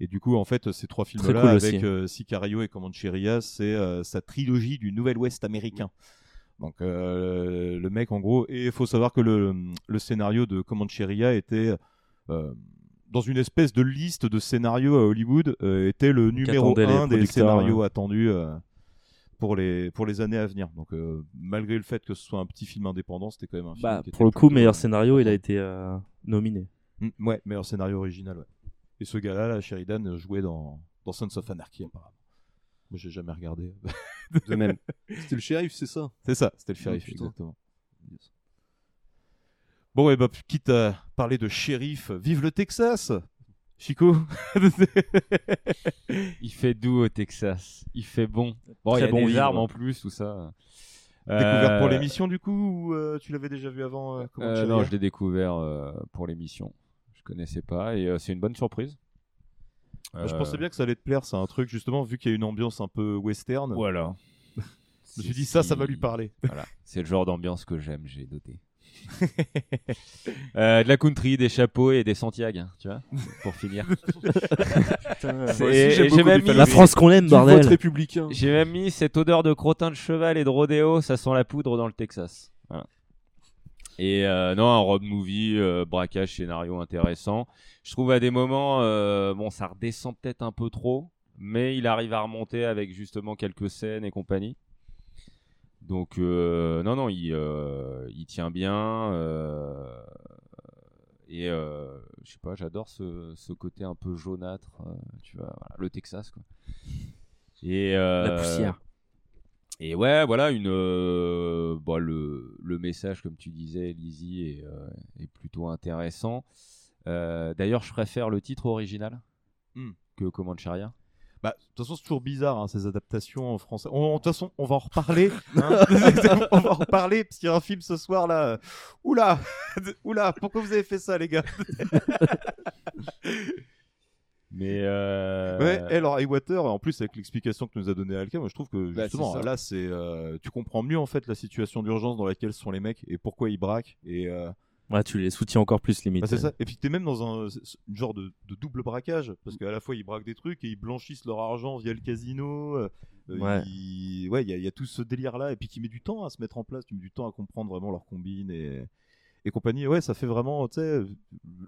Speaker 8: Et du coup, en fait, ces trois films-là
Speaker 10: cool aussi.
Speaker 8: avec euh, Sicario et Comancheria, c'est euh, sa trilogie du Nouvel Ouest américain. Donc, euh, le mec, en gros, et il faut savoir que le, le scénario de Comancheria était euh, dans une espèce de liste de scénarios à Hollywood, euh, était le numéro
Speaker 10: attendait les
Speaker 8: 1 des
Speaker 10: producteurs,
Speaker 8: scénarios
Speaker 10: ouais.
Speaker 8: attendus. euh, pour les, pour les années à venir. Donc, euh, malgré le fait que ce soit un petit film indépendant, c'était quand même un film.
Speaker 10: Bah,
Speaker 8: qui
Speaker 10: pour le
Speaker 8: était
Speaker 10: coup,
Speaker 8: plutôt-
Speaker 10: meilleur scénario, il a été euh, nominé.
Speaker 8: Mm, ouais, meilleur scénario original, ouais. Et ce gars-là, là, Sheridan, euh, jouait dans, dans Sons of Anarchy, apparemment. Moi, j'ai jamais regardé.
Speaker 12: De même.
Speaker 4: C'était le shérif, c'est ça
Speaker 8: C'est ça, c'était le shérif,
Speaker 4: Oh, putain.
Speaker 8: exactement. Bon, et bah, quitte à parler de shérif, vive le Texas Chico
Speaker 9: Il fait doux au Texas. Il fait bon. Bon, il y
Speaker 8: Très
Speaker 9: a
Speaker 8: bon
Speaker 9: des
Speaker 8: vivre.
Speaker 9: armes en plus, tout ça.
Speaker 8: Découvert pour
Speaker 9: Euh,
Speaker 8: l'émission, du coup, ou euh, tu l'avais déjà vu avant euh, comment
Speaker 9: euh,
Speaker 8: tu l'as
Speaker 9: non,
Speaker 8: dit
Speaker 9: je l'ai découvert euh, pour l'émission. Je connaissais pas et euh, c'est une bonne surprise.
Speaker 8: Moi, Je
Speaker 9: Euh,
Speaker 8: pensais bien que ça allait te plaire, c'est un truc, justement, vu qu'il y a une ambiance un peu western.
Speaker 9: Voilà.
Speaker 8: Je me suis dit, ça, ça va lui parler.
Speaker 9: Voilà, c'est le genre d'ambiance que j'aime, j'ai noté. Euh, de la country, des chapeaux et des Santiago, hein, tu vois, pour finir.
Speaker 10: Putain.
Speaker 9: C'est-
Speaker 10: Moi aussi, j'aime
Speaker 9: et j'ai
Speaker 10: beaucoup
Speaker 9: même
Speaker 10: les
Speaker 9: mis-
Speaker 10: La France qu'on aime,
Speaker 9: Du
Speaker 10: bordel.
Speaker 9: vote
Speaker 10: républicain.
Speaker 9: J'ai même mis cette odeur de crottin de cheval et de rodéo, ça sent la poudre dans le Texas. Voilà. Et euh, non, un road movie, euh, braquage, scénario intéressant. Je trouve à des moments, euh, bon, ça redescend peut-être un peu trop, mais il arrive à remonter avec justement quelques scènes et compagnie. Donc, euh, non, non, il, euh, il tient bien. euh, et euh, je sais pas, j'adore ce, ce côté un peu jaunâtre, euh, tu vois, voilà, le Texas, quoi. Et, euh,
Speaker 10: La poussière.
Speaker 9: Et ouais, voilà, une, euh, bah, le, le message, comme tu disais, Lizzie, est, euh, est plutôt intéressant. Euh, D'ailleurs, je préfère le titre original
Speaker 8: Hmm.
Speaker 9: que Comancheria.
Speaker 8: Bah, de toute façon, c'est toujours bizarre hein, ces adaptations en français. On- De toute façon, on va en reparler. hein. on va en reparler parce qu'il y a un film ce soir là. euh, Oula, oula, pourquoi vous avez fait ça, les gars
Speaker 9: Mais euh,
Speaker 8: Ouais, et alors Highwater, en plus avec l'explication que nous a donnée Alka, moi je trouve que
Speaker 9: Bah,
Speaker 8: justement
Speaker 9: c'est ça.
Speaker 8: là, c'est euh, tu comprends mieux en fait la situation d'urgence dans laquelle sont les mecs et pourquoi ils braquent et euh,
Speaker 10: Ouais, tu les soutiens encore plus, limite.
Speaker 8: Bah, c'est ça. Et puis t'es même dans un c- c- genre de, de double braquage parce qu'à la fois ils braquent des trucs et ils blanchissent leur argent via le casino. euh, euh,
Speaker 10: Ouais.
Speaker 8: ils- ouais, il y, a- il y a tout ce délire là et puis qui met du temps à se mettre en place, tu mets du temps à comprendre vraiment leur combine et, et compagnie. Et ouais, ça fait vraiment tu sais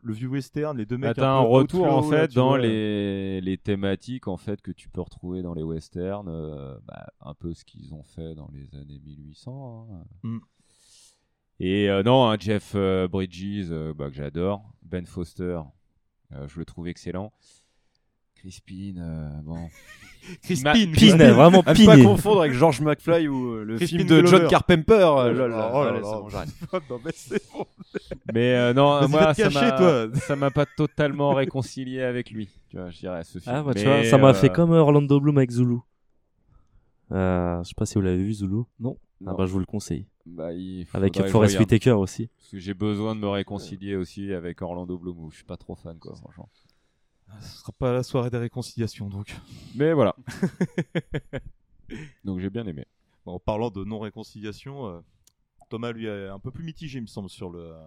Speaker 8: le vieux western, les deux
Speaker 9: Bah,
Speaker 8: mecs.
Speaker 9: t'as
Speaker 8: peu
Speaker 9: un
Speaker 8: haut de
Speaker 9: retour
Speaker 8: flow,
Speaker 9: en
Speaker 8: là,
Speaker 9: fait
Speaker 8: tu
Speaker 9: dans
Speaker 8: vois.
Speaker 9: les, les thématiques en fait que tu peux retrouver dans les westerns, euh, bah, un peu ce qu'ils ont fait dans les années 1800. hein.
Speaker 8: Mm.
Speaker 9: Et euh, non, hein, Jeff euh, Bridges euh, bah, que j'adore, Ben Foster, euh, je le trouve excellent. Crispin, euh, bon.
Speaker 8: Crispin,
Speaker 9: Il m'a-
Speaker 8: Crispin. Pinet, vraiment
Speaker 12: À ne
Speaker 8: Pinet.
Speaker 12: pas confondre avec George McFly ou euh, le
Speaker 8: Crispin
Speaker 12: film de
Speaker 8: Glover.
Speaker 12: John Carpenter. euh, lol.
Speaker 8: Oh, oh là
Speaker 12: Allez,
Speaker 8: là.
Speaker 12: c'est bon, j'arrête.
Speaker 8: Non, mais c'est bon.
Speaker 9: Mais euh, non,
Speaker 8: Vas-y,
Speaker 9: moi,
Speaker 8: va te
Speaker 9: ça
Speaker 8: cacher,
Speaker 9: m'a-
Speaker 8: toi.
Speaker 9: ça m'a pas totalement réconcilié avec lui. Tu vois, je dirais ce film.
Speaker 10: Ah, bah, tu
Speaker 9: Mais,
Speaker 10: vois, ça m'a
Speaker 9: euh,
Speaker 10: fait comme euh, Orlando Bloom avec Zulu. Euh, je sais pas si vous l'avez vu, Zulu. Non. Ah,
Speaker 9: Non.
Speaker 10: bah, je vous le conseille.
Speaker 9: Bah, il
Speaker 10: Avec
Speaker 9: faudrait que je
Speaker 10: Forest
Speaker 9: regarde.
Speaker 10: Whitaker aussi.
Speaker 9: Parce que j'ai besoin de me réconcilier aussi avec Orlando Bloom. où Je suis pas trop fan, quoi, franchement.
Speaker 8: Ce sera pas la soirée des réconciliations donc.
Speaker 9: Mais voilà. Donc j'ai bien aimé.
Speaker 8: Bon, en parlant de non-réconciliation, euh, Thomas lui est un peu plus mitigé, il me semble, sur le. euh,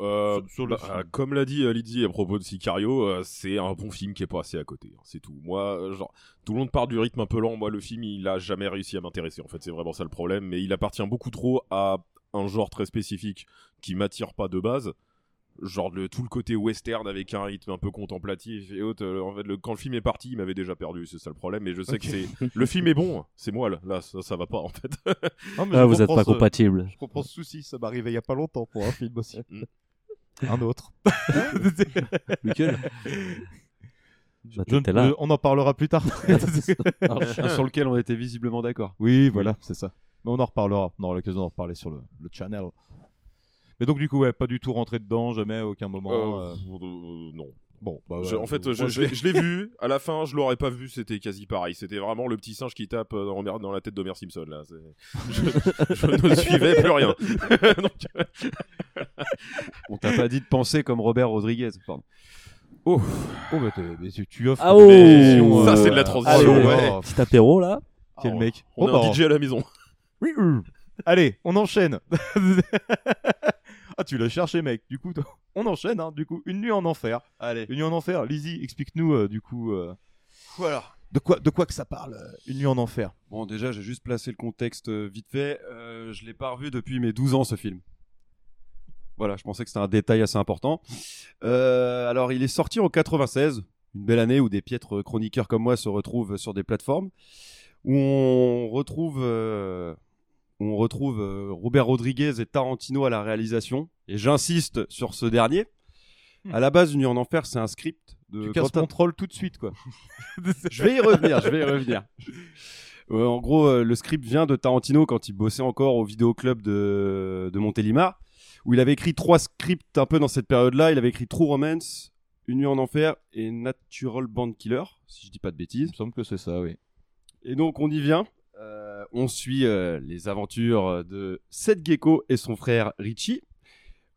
Speaker 11: Euh, bah, euh, comme l'a dit euh, Lydie à propos de Sicario, euh, c'est un bon film qui est passé à côté. hein, c'est tout. Moi, euh, genre, tout le monde part du rythme un peu lent. Moi, le film, il a jamais réussi à m'intéresser. En fait, c'est vraiment ça le problème. Mais il appartient beaucoup trop à un genre très spécifique qui m'attire pas de base. Genre le, tout le côté western avec un rythme un peu contemplatif et autres. euh, en fait, le- quand le film est parti, il m'avait déjà perdu. C'est ça le problème. Mais je sais
Speaker 8: Ok.
Speaker 11: que c'est le film est bon. hein, C'est moi là. Là, ça, ça va pas en fait.
Speaker 8: Non, mais
Speaker 10: Ah,
Speaker 8: je
Speaker 10: vous êtes
Speaker 8: comprends
Speaker 10: pas
Speaker 8: ce-
Speaker 10: compatibles.
Speaker 8: Je comprends ce souci, ça m'est arrivé il y a pas longtemps pour un film aussi. un autre.
Speaker 10: Lequel Bah,
Speaker 8: Je ne-
Speaker 10: t'étais là.
Speaker 8: euh, on en parlera plus tard.
Speaker 12: Un chien sur lequel on était visiblement d'accord.
Speaker 8: Oui, voilà, c'est ça. Mais on en reparlera. On aura l'occasion d'en reparler sur le, le channel. Mais donc, du coup, ouais, pas du tout rentré dedans, jamais, à aucun moment.
Speaker 11: Euh,
Speaker 8: euh.
Speaker 11: euh, non.
Speaker 8: Bon, bah,
Speaker 11: Je-
Speaker 8: ouais,
Speaker 11: en fait,
Speaker 8: moi,
Speaker 11: je, je l'ai- je l'ai vu. À la fin, je l'aurais pas vu. C'était quasi pareil. C'était vraiment le petit singe qui tape euh, dans, Homer- dans la tête d'Homer Simpson. Là, C'est- je, je ne suivais plus rien. Donc,
Speaker 12: On t'a pas dit de penser comme Robert Rodriguez. Pardon.
Speaker 8: Oh, oh bah, t'es- mais tu, tu offres.
Speaker 10: Ah oh
Speaker 8: une version,
Speaker 11: Ça,
Speaker 8: euh,
Speaker 11: c'est de la transition,
Speaker 8: allez,
Speaker 11: ouais.
Speaker 8: oh.
Speaker 10: Petit apéro là.
Speaker 8: Ah, Quel mec.
Speaker 11: on
Speaker 8: Bon,
Speaker 11: a un
Speaker 8: bah,
Speaker 11: DJ à la maison.
Speaker 8: Oui, oui. Allez, on enchaîne. ah, tu l'as cherché, mec. Du coup, toi, on enchaîne, hein. Du coup, une nuit en enfer.
Speaker 12: Allez.
Speaker 8: Une nuit en enfer. Lizzie, explique-nous, euh, du coup. euh,
Speaker 12: Voilà.
Speaker 8: De quoi, de quoi que ça parle, euh, Une nuit en enfer.
Speaker 12: Bon, déjà, j'ai juste placé le contexte euh, vite fait. Euh, je l'ai pas revu depuis mes 12 ans, ce film. Voilà, je pensais que c'était un détail assez important. Euh, alors, il est sorti en 96, une belle année où des piètres chroniqueurs comme moi se retrouvent sur des plateformes, où on retrouve, euh, où on retrouve euh, Robert Rodriguez et Tarantino à la réalisation. Et j'insiste sur ce dernier. À la base, Une nuit en enfer, c'est un script de
Speaker 8: Hmm. Tu casses
Speaker 12: Quentin-
Speaker 8: mon troll tout de suite, quoi.
Speaker 12: je vais y revenir, je vais y revenir. Euh, en gros, euh, le script vient de Tarantino quand il bossait encore au vidéoclub de, de Montélimar, où il avait écrit trois scripts un peu dans cette période-là. Il avait écrit True Romance, Une nuit en enfer et Natural Band Killer, si je dis pas de bêtises. Il me
Speaker 8: semble que c'est ça, oui.
Speaker 12: Et donc, on y vient. Euh, on suit euh, les aventures de Seth Gecko et son frère Richie,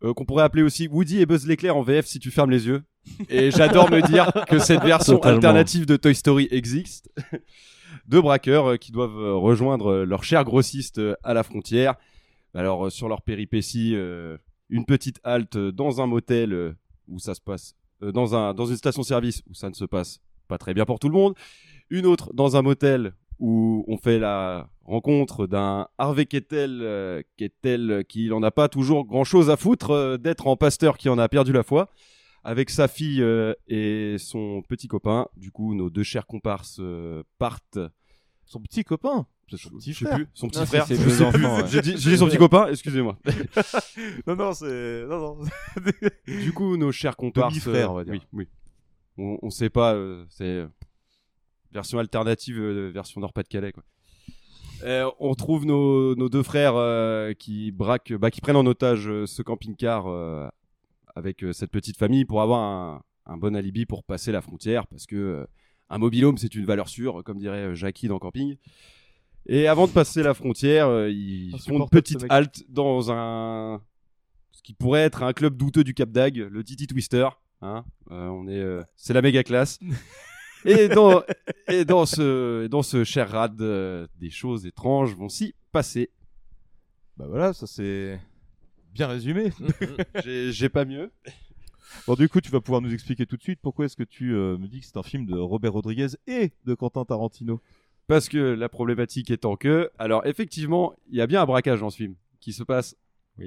Speaker 12: euh, qu'on pourrait appeler aussi Woody et Buzz l'éclair en VF si tu fermes les yeux. Et j'adore me dire que cette version
Speaker 8: Totalement.
Speaker 12: alternative de Toy Story existe. Deux braqueurs euh, qui doivent euh, rejoindre euh, leur cher grossiste euh, à la frontière. Alors, euh, sur leur péripétie, euh, une petite halte euh, dans un motel euh, où ça se passe, euh, dans, un, dans une station-service où ça ne se passe pas très bien pour tout le monde. Une autre dans un motel où on fait la rencontre d'un Harvey Kettel, euh, Kettel euh, qui n'en a pas toujours grand-chose à foutre euh, d'être en pasteur qui en a perdu la foi avec sa fille euh, et son petit copain. Du coup, nos deux chers comparses euh, partent.
Speaker 8: Son petit copain
Speaker 12: Son
Speaker 8: petit
Speaker 12: Je sais
Speaker 8: frère.
Speaker 12: plus. Son petit
Speaker 8: Non, c'est
Speaker 12: frère.
Speaker 8: ses
Speaker 12: je
Speaker 8: deux
Speaker 12: sais plus.
Speaker 8: enfants, ouais.
Speaker 12: J'ai dit, j'ai dit son petit copain, excusez-moi.
Speaker 8: non, non, c'est. Non, non.
Speaker 12: du coup, nos chers comparses.
Speaker 8: Demi-frère,
Speaker 12: euh,
Speaker 8: on va dire.
Speaker 12: Oui, oui. On, on sait pas, euh, c'est euh, version alternative, euh, version Nord-Pas-de-Calais, quoi. Euh, on trouve nos, nos deux frères euh, qui braquent, bah, qui prennent en otage euh, ce camping-car euh, avec euh, cette petite famille pour avoir un, un bon alibi pour passer la frontière parce que euh, un mobilhome c'est une valeur sûre, comme dirait euh, Jackie dans Camping. Et avant de passer la frontière, euh, ils font une
Speaker 8: Insupportable, ce
Speaker 12: petite
Speaker 8: mec.
Speaker 12: halte dans un ce qui pourrait être un club douteux du Cap d'Agde, le Titi Twister. Hein Euh, on est, euh, c'est la méga classe. et dans et dans ce et dans ce cher rad, euh, des choses étranges vont s'y passer.
Speaker 8: Bah voilà, ça c'est bien résumé.
Speaker 12: Mm, J'ai j'ai pas mieux.
Speaker 8: Bon, du coup, tu vas pouvoir nous expliquer tout de suite pourquoi est-ce que tu euh, me dis que c'est un film de Robert Rodriguez et de Quentin Tarantino.
Speaker 12: Parce que la problématique étant que, alors effectivement, il y a bien un braquage dans ce film qui se passe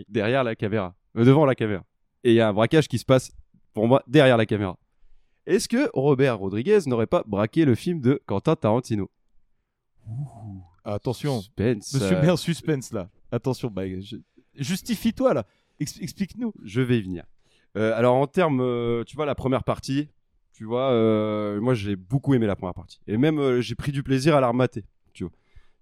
Speaker 12: derrière la caméra, euh, devant la caméra. Et il y a un braquage qui se passe, pour moi, derrière la caméra. Est-ce que Robert Rodriguez n'aurait pas braqué le film de Quentin Tarantino
Speaker 8: Attention,
Speaker 12: Suspense,
Speaker 8: Monsieur
Speaker 12: euh.
Speaker 8: bien suspense là. Attention, bah, je- justifie-toi là. Ex- Explique-nous.
Speaker 12: Je vais y venir. Euh, alors en termes, euh, tu vois, la première partie, tu vois, euh, moi j'ai beaucoup aimé la première partie. Et même euh, j'ai pris du plaisir à la remater, tu vois.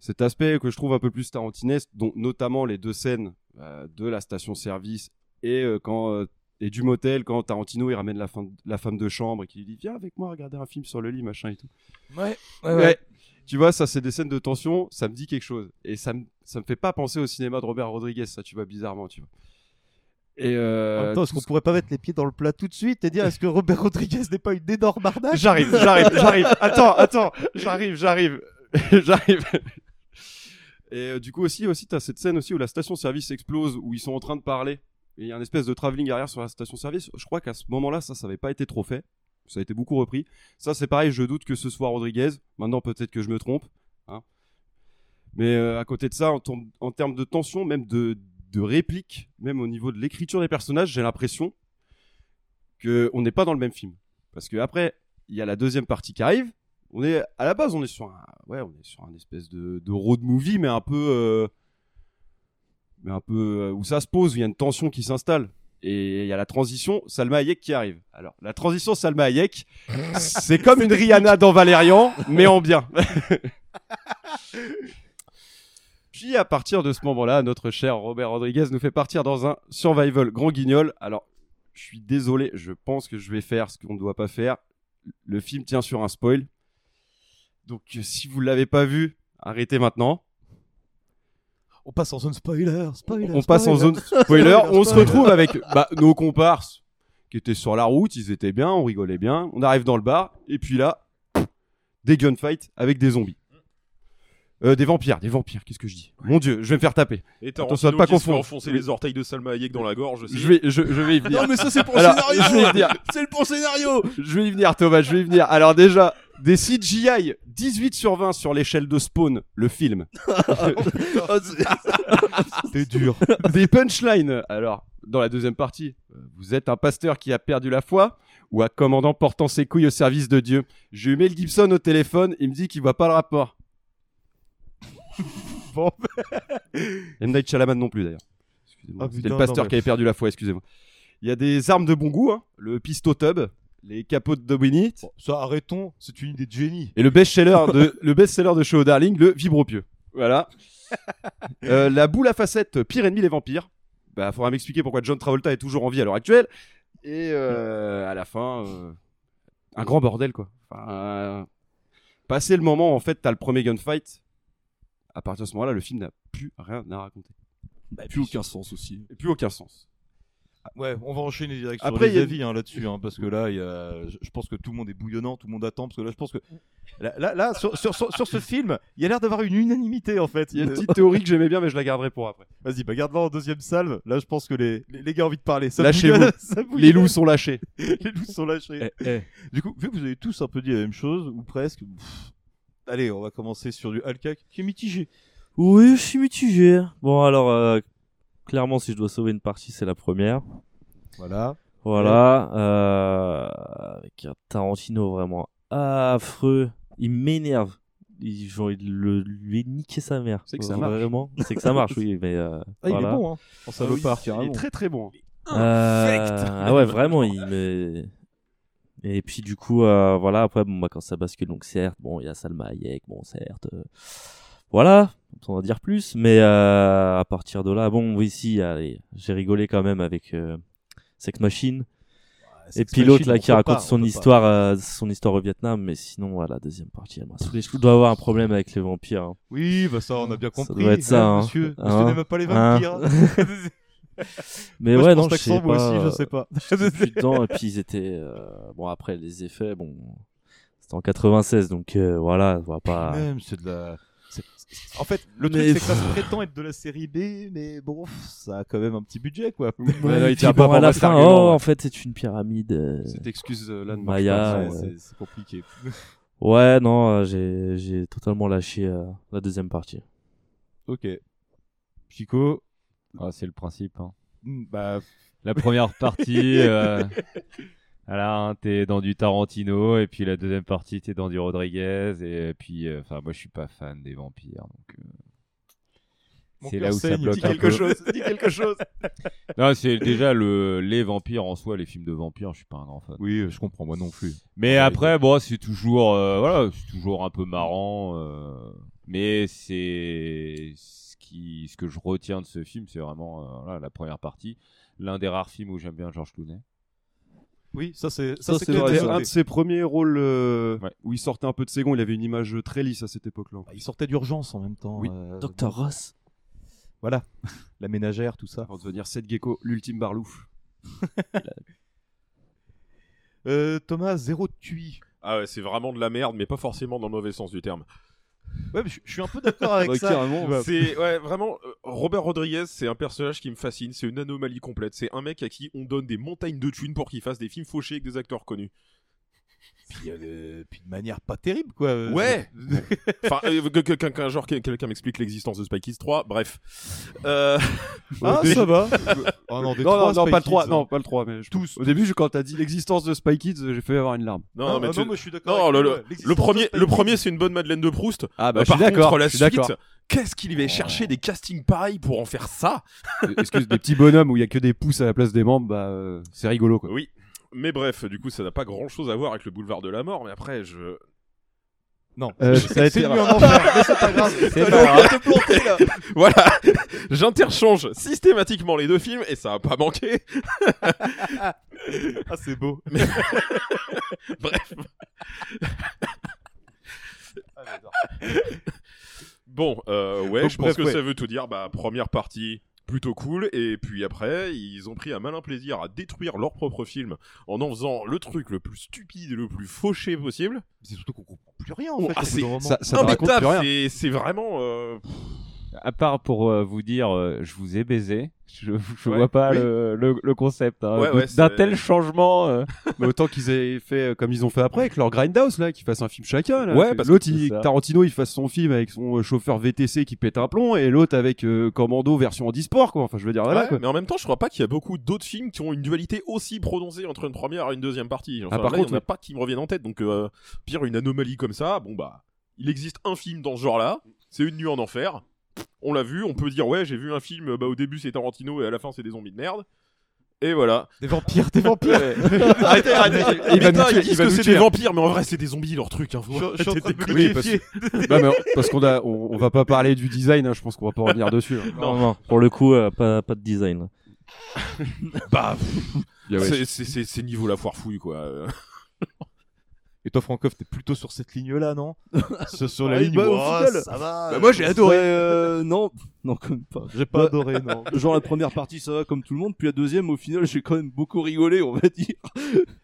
Speaker 12: Cet aspect que je trouve un peu plus tarantinesque, dont notamment les deux scènes euh, de la station-service et, euh, quand, euh, et du motel, quand Tarantino il ramène la, femme- la femme de chambre et qu'il lui dit Viens avec moi regarder un film sur le lit, machin et tout.
Speaker 8: Ouais,
Speaker 12: Ouais. Tu vois, ça, c'est des scènes de tension, ça me dit quelque chose. Et ça me, ça me fait pas penser au cinéma de Robert Rodriguez, ça, tu vois, bizarrement, tu vois. Et euh,
Speaker 8: en même temps, est-ce
Speaker 12: tout
Speaker 8: qu'on
Speaker 12: ce-
Speaker 8: pourrait pas mettre les pieds dans le plat tout de suite et dire est-ce que Robert Rodriguez n'est pas une énorme arnaque
Speaker 12: J'arrive, j'arrive, j'arrive. Attends, attends, j'arrive, j'arrive. j'arrive. Et euh, du coup aussi, aussi, t'as cette scène aussi où la station-service explose, où ils sont en train de parler Et il y a un espèce de travelling arrière sur la station-service. Je crois qu'à ce moment-là, ça, ça n'avait pas été trop fait. Ça a été beaucoup repris. Ça, c'est pareil, je doute que ce soit Rodriguez. Maintenant, peut-être que je me trompe.
Speaker 9: Ah.
Speaker 12: hein. Mais euh, à côté de ça, en, tom- en termes de tension, même de, de réplique, même au niveau de l'écriture des personnages, j'ai l'impression qu'on n'est pas dans le même film. Parce que après, il y a la deuxième partie qui arrive. On est à la base, on est sur un, ouais, on est sur un espèce de, de road movie, mais un peu, euh, mais un peu euh, où ça se pose, où il y a une tension qui s'installe. Et il y a la transition Salma Hayek qui arrive. Alors, la transition Salma Hayek, c'est comme une Rihanna dans Valérian, mais en bien. Puis à partir de ce moment-là, notre cher Robert Rodriguez nous fait partir dans un survival grand guignol. Alors, je suis désolé, je pense que je vais faire ce qu'on ne doit pas faire. Le film tient sur un spoil. Donc, euh, si vous ne l'avez pas vu, arrêtez maintenant.
Speaker 8: On passe en zone spoiler, spoiler.
Speaker 12: On passe en zone spoiler. on se retrouve avec bah, nos comparses qui étaient sur la route. Ils étaient bien, on rigolait bien. On arrive dans le bar. Et puis là, des gunfights avec des zombies. Euh, des vampires, des vampires, qu'est-ce que je dis Mon dieu, je vais me faire taper.
Speaker 11: Et
Speaker 12: Attention à
Speaker 11: Tarantino
Speaker 12: ne pas
Speaker 11: qui se fait
Speaker 12: confondre.
Speaker 11: enfoncer les orteils de Salma Hayek dans la gorge. aussi.
Speaker 12: Je vais, je, je vais y venir.
Speaker 11: Non, mais ça, c'est pour
Speaker 8: le
Speaker 12: Alors,
Speaker 8: scénario
Speaker 12: Je vais y venir.
Speaker 8: C'est le bon scénario
Speaker 12: Je vais y venir, Thomas, je vais y venir. Alors déjà, des CGI 18 sur 20 sur l'échelle de Spawn, le film.
Speaker 8: Oh,
Speaker 12: C'était dur. Des punchlines. Alors, dans la deuxième partie, euh, vous êtes un pasteur qui a perdu la foi ou un commandant portant ses couilles au service de Dieu. J'ai eu Mel Gibson au téléphone, il me dit qu'il voit pas le rapport.
Speaker 8: Bon.
Speaker 12: M. Night Shyamalan non plus d'ailleurs. Excusez-moi.
Speaker 8: Ah,
Speaker 12: C'était
Speaker 8: putain,
Speaker 12: le pasteur
Speaker 8: non, mais-
Speaker 12: qui avait perdu la foi, excusez-moi. Il y a des armes de bon goût, hein. le pistotub, les capots de Dominique.
Speaker 8: Ça, arrêtons, c'est une idée de génie.
Speaker 12: Et le best-seller de, le best-seller de chez Darling, le vibropieux. Voilà. Euh, la boule à facettes, pire ennemi les vampires. Bah, faudra m'expliquer pourquoi John Travolta est toujours en vie à l'heure actuelle. Et euh, à la fin, euh, un grand bordel, quoi. Enfin, euh, passé le moment, en fait, t'as le premier gunfight. À partir de ce moment-là, le film n'a plus rien à raconter.
Speaker 4: plus aucun sens aussi.
Speaker 12: Plus aucun sens.
Speaker 8: Ouais, on va enchaîner direct
Speaker 12: Après,
Speaker 8: sur
Speaker 12: il
Speaker 8: les
Speaker 12: y a-
Speaker 8: avis hein, là-dessus, hein, parce que là, il y a- je je pense que tout le monde est bouillonnant, tout le monde attend, parce que là, je pense que là, là, là, sur, sur- sur- sur ce film, il y a l'air d'avoir une unanimité en fait.
Speaker 12: Il y a une petite théorie que j'aimais bien, mais je la garderai pour après.
Speaker 8: Vas-y, bah garde-la en deuxième salve. Là, je pense que les, les, les gars ont envie de parler. Ça
Speaker 12: Lâchez-vous.
Speaker 8: bouillonne, ça bouillonne.
Speaker 12: Les loups sont lâchés.
Speaker 8: les loups sont lâchés. Du coup, vu que vous avez tous un peu dit la même chose, ou presque, pff, allez, on va commencer sur du Alcac qui est mitigé.
Speaker 10: Oui, je suis mitigé. Bon, alors, euh, clairement, si je dois sauver une partie, c'est la première.
Speaker 8: Voilà.
Speaker 10: Voilà. euh, avec un Tarantino vraiment affreux. Il m'énerve. Il- J'ai envie de le- lui niquer sa mère.
Speaker 12: C'est que ça marche.
Speaker 10: Vraiment. C'est que ça marche, oui. Mais, euh,
Speaker 12: Ah, il est
Speaker 10: voilà.
Speaker 12: bon, hein, en salopard, carrément. Il est très, très bon.
Speaker 10: Euh, ah ouais, vraiment, il me... Et puis du coup, euh, voilà, après, bon, bah, quand ça bascule, donc certes, bon, il y a Salma Hayek, bon, certes, euh, voilà, on va dire plus, mais euh, à partir de là, bon, oui, si, allez, j'ai rigolé quand même avec euh, Sex Machine, et
Speaker 8: Sex
Speaker 10: puis l'autre
Speaker 8: Machine,
Speaker 10: là
Speaker 8: on
Speaker 10: qui
Speaker 8: peut pas,
Speaker 10: raconte
Speaker 8: on
Speaker 10: son
Speaker 8: peut pas.
Speaker 10: histoire, euh, son histoire au Vietnam, mais sinon, voilà, la deuxième partie, elle m'a saoulé. Je dois avoir un problème avec les vampires. hein.
Speaker 8: Oui, bah ça, on a bien compris.
Speaker 10: Ça doit être ça,
Speaker 8: hein,
Speaker 10: hein.
Speaker 8: monsieur. Monsieur
Speaker 10: Hein
Speaker 8: n'aime pas les
Speaker 10: Hein
Speaker 8: vampires.
Speaker 10: Mais
Speaker 8: Moi, je
Speaker 10: ouais,
Speaker 8: pense
Speaker 10: non, je
Speaker 8: l'accent,
Speaker 10: sais pas.
Speaker 8: moi aussi, je sais pas.
Speaker 10: je sais plus dedans, et puis ils étaient. euh, bon, après, les effets, bon. C'était en 96, donc euh, voilà, on va pas.
Speaker 8: Même, c'est de
Speaker 9: Bah,
Speaker 8: la. c'est- c'est- En fait, le
Speaker 10: Mais-
Speaker 8: truc, c'est que ça se prétend être de la série B, mais bon, ça a quand même un petit budget, quoi.
Speaker 10: Ouais, et puis, bon, à la fin, oh, en fait, c'est une pyramide. euh,
Speaker 12: Cette excuse-là ne marche
Speaker 10: Maya.
Speaker 12: pas,
Speaker 10: euh,
Speaker 12: c'est- c'est compliqué.
Speaker 10: Ouais, non, euh, j'ai- j'ai totalement lâché euh, la deuxième partie.
Speaker 8: Ok. Chico.
Speaker 9: Ah, c'est le principe. hein.
Speaker 8: Mm, Bah.
Speaker 9: La première partie, euh, voilà, hein, t'es dans du Tarantino, et puis la deuxième partie, t'es dans du Rodriguez, et puis, euh, enfin, moi, je suis pas fan des vampires, donc. euh,
Speaker 8: Mon
Speaker 9: C'est
Speaker 8: cœur
Speaker 9: là où ça
Speaker 8: saigne,
Speaker 9: bloque
Speaker 8: dis
Speaker 9: un
Speaker 8: quelque
Speaker 9: peu.
Speaker 8: chose, dis quelque chose.
Speaker 9: non, c'est déjà le les vampires en soi, les films de vampires, je suis pas un grand fan.
Speaker 8: Oui, je comprends moi non plus.
Speaker 9: Mais après, bon, c'est toujours, euh, voilà, c'est toujours un peu marrant. euh, mais c'est ce qui, ce que je retiens de ce film, c'est vraiment euh, voilà, la première partie, l'un des rares films où j'aime bien George Clooney.
Speaker 8: Oui, ça, c'est.
Speaker 12: Ça,
Speaker 8: clair.
Speaker 12: c'était un de ses premiers rôles euh, où il sortait un peu de second. Il avait une image très lisse à cette époque-là.
Speaker 8: Il sortait d'urgence en même temps.
Speaker 12: Oui.
Speaker 8: euh,
Speaker 10: Dr. Ross.
Speaker 8: Voilà. La ménagère, tout ça.
Speaker 12: Avant de devenir Seth Gecko, l'ultime barlouf.
Speaker 8: Euh, Thomas, zéro tui. Euh,
Speaker 11: Ah ouais, c'est vraiment de la merde, mais pas forcément dans le mauvais sens du terme.
Speaker 8: Ouais, mais je je suis un peu d'accord avec ça.
Speaker 11: C'est ouais, vraiment euh, Robert Rodriguez, c'est un personnage qui me fascine, c'est une anomalie complète, c'est un mec à qui on donne des montagnes de thunes pour qu'il fasse des films fauchés avec des acteurs connus.
Speaker 8: Puis, euh, puis de manière pas terrible quoi. euh,
Speaker 11: Ouais. enfin euh, que- que- qu'un qu'un genre que- quelqu'un m'explique l'existence de Spy Kids 3, bref. Euh,
Speaker 8: Ah,
Speaker 11: au
Speaker 8: ça
Speaker 11: dé-
Speaker 8: va. Ah, Oh,
Speaker 12: non, non, non, pas le 3,
Speaker 8: hein.
Speaker 12: non, pas le 3, mais je- Au début, je- quand t'as dit l'existence de Spy Kids, j'ai failli avoir une larme.
Speaker 11: Non, mais
Speaker 8: Ah,
Speaker 11: tu-
Speaker 8: bah, moi, je suis d'accord
Speaker 11: non,
Speaker 8: avec
Speaker 11: le,
Speaker 8: toi,
Speaker 11: le-
Speaker 8: ouais,
Speaker 11: le premier, le premier, c'est une bonne Madeleine de Proust.
Speaker 12: Ah, bah,
Speaker 11: Euh,
Speaker 12: je suis
Speaker 11: par
Speaker 12: d'accord,
Speaker 11: contre, la
Speaker 12: je suis d'accord. Oh.
Speaker 11: suite, qu'est-ce qu'il y avait chercher des castings pareils pour en faire ça
Speaker 12: Excuse, des petits bonhommes où il y a que des pouces à la place des membres, bah, euh, c'est rigolo quoi.
Speaker 11: Oui, mais bref, du coup, ça n'a pas grand-chose à voir avec le boulevard de la mort. Mais après, je
Speaker 8: Non.
Speaker 12: Euh, ça a été
Speaker 8: mieux en enfer, mais c'est pas grave. C'est pas grave.
Speaker 11: te planter là. voilà, j'interchange systématiquement les deux films et ça a pas manqué.
Speaker 8: Ah, c'est beau.
Speaker 11: Mais- Bref. bon, euh, ouais,
Speaker 8: Donc,
Speaker 11: je pense
Speaker 8: bref,
Speaker 11: que
Speaker 8: ouais.
Speaker 11: ça veut tout dire. Bah, première partie plutôt cool et puis après ils ont pris un malin plaisir à détruire leur propre film en en faisant le truc le plus stupide et le plus fauché possible
Speaker 8: c'est surtout qu'on comprend plus rien en fait au
Speaker 11: ah,
Speaker 8: bout
Speaker 11: c'est
Speaker 8: d'un moment.
Speaker 12: Ça- ça ne raconte plus
Speaker 11: imbitable,
Speaker 12: rien.
Speaker 11: c'est- c'est vraiment euh, pff,
Speaker 9: À part pour euh, vous dire, euh, je vous ai baisé. Je, je
Speaker 11: Ouais,
Speaker 9: vois pas
Speaker 11: oui.
Speaker 9: le, le- le concept hein,
Speaker 11: Ouais,
Speaker 9: de-
Speaker 11: ouais,
Speaker 9: d'un
Speaker 11: c'est-
Speaker 9: tel changement. euh.
Speaker 12: Mais autant qu'ils aient fait euh, comme ils ont fait après avec leur Grindhouse là, qu'ils fassent un film chacun. Là,
Speaker 9: Ouais,
Speaker 12: Que
Speaker 9: parce que
Speaker 12: l'autre,
Speaker 9: c'est
Speaker 12: il-
Speaker 9: ça.
Speaker 12: Tarantino, il fasse son film avec son euh, chauffeur VTC qui pète un plomb et l'autre avec euh, Commando version handisport quoi. Enfin, je veux dire voilà
Speaker 11: ouais,
Speaker 12: quoi.
Speaker 11: mais en même temps je crois pas qu'il y a beaucoup d'autres films qui ont une dualité aussi prononcée entre une première et une deuxième partie enfin,
Speaker 12: Ah, par
Speaker 11: là,
Speaker 12: contre,
Speaker 11: il y en a
Speaker 12: oui.
Speaker 11: pas qui me reviennent en tête donc euh, pire une anomalie comme ça bon bah il existe un film dans ce genre là c'est une nuit en enfer on l'a vu on peut dire ouais j'ai vu un film euh, bah, au début c'est Tarantino et à la fin c'est des zombies de merde et voilà. Ah,
Speaker 8: Des vampires, des vampires.
Speaker 11: arrêtez, arrêtez.
Speaker 12: Il va
Speaker 11: Putain,
Speaker 12: nous tuer,
Speaker 11: ils disent
Speaker 12: il va
Speaker 11: que
Speaker 12: nous
Speaker 11: c'est
Speaker 12: tuer.
Speaker 11: des vampires, mais en vrai, c'est des zombies leur truc. Hein, faut
Speaker 8: Je- je suis en
Speaker 11: arrêter
Speaker 8: train de
Speaker 11: de
Speaker 8: me
Speaker 11: déconner.
Speaker 12: Oui, parce, Non, mais on- parce qu'on a, on, on va pas parler du design. hein, je pense qu'on va pas revenir dessus. hein.
Speaker 10: Non, non, pour le coup, euh, pas, pas de design.
Speaker 11: Bah, pff,
Speaker 12: Yeah, ouais.
Speaker 11: c'est- c'est c'est- c'est niveau la foire fouille, quoi. Euh,
Speaker 8: Et toi, Francoff, t'es plutôt sur cette ligne-là, non Sur- Sur la
Speaker 4: Ouais,
Speaker 8: ligne
Speaker 4: bah,
Speaker 8: où,
Speaker 4: au
Speaker 8: ah,
Speaker 4: final.
Speaker 8: ça va.
Speaker 4: Bah, moi, j'ai
Speaker 8: euh,
Speaker 4: adoré.
Speaker 8: ouais,
Speaker 4: Euh, non, non, quand même pas. Bah,
Speaker 8: J'ai pas adoré, non.
Speaker 4: Genre la première partie, ça va comme tout le monde. Puis la deuxième, au final, j'ai quand même beaucoup rigolé, on va dire.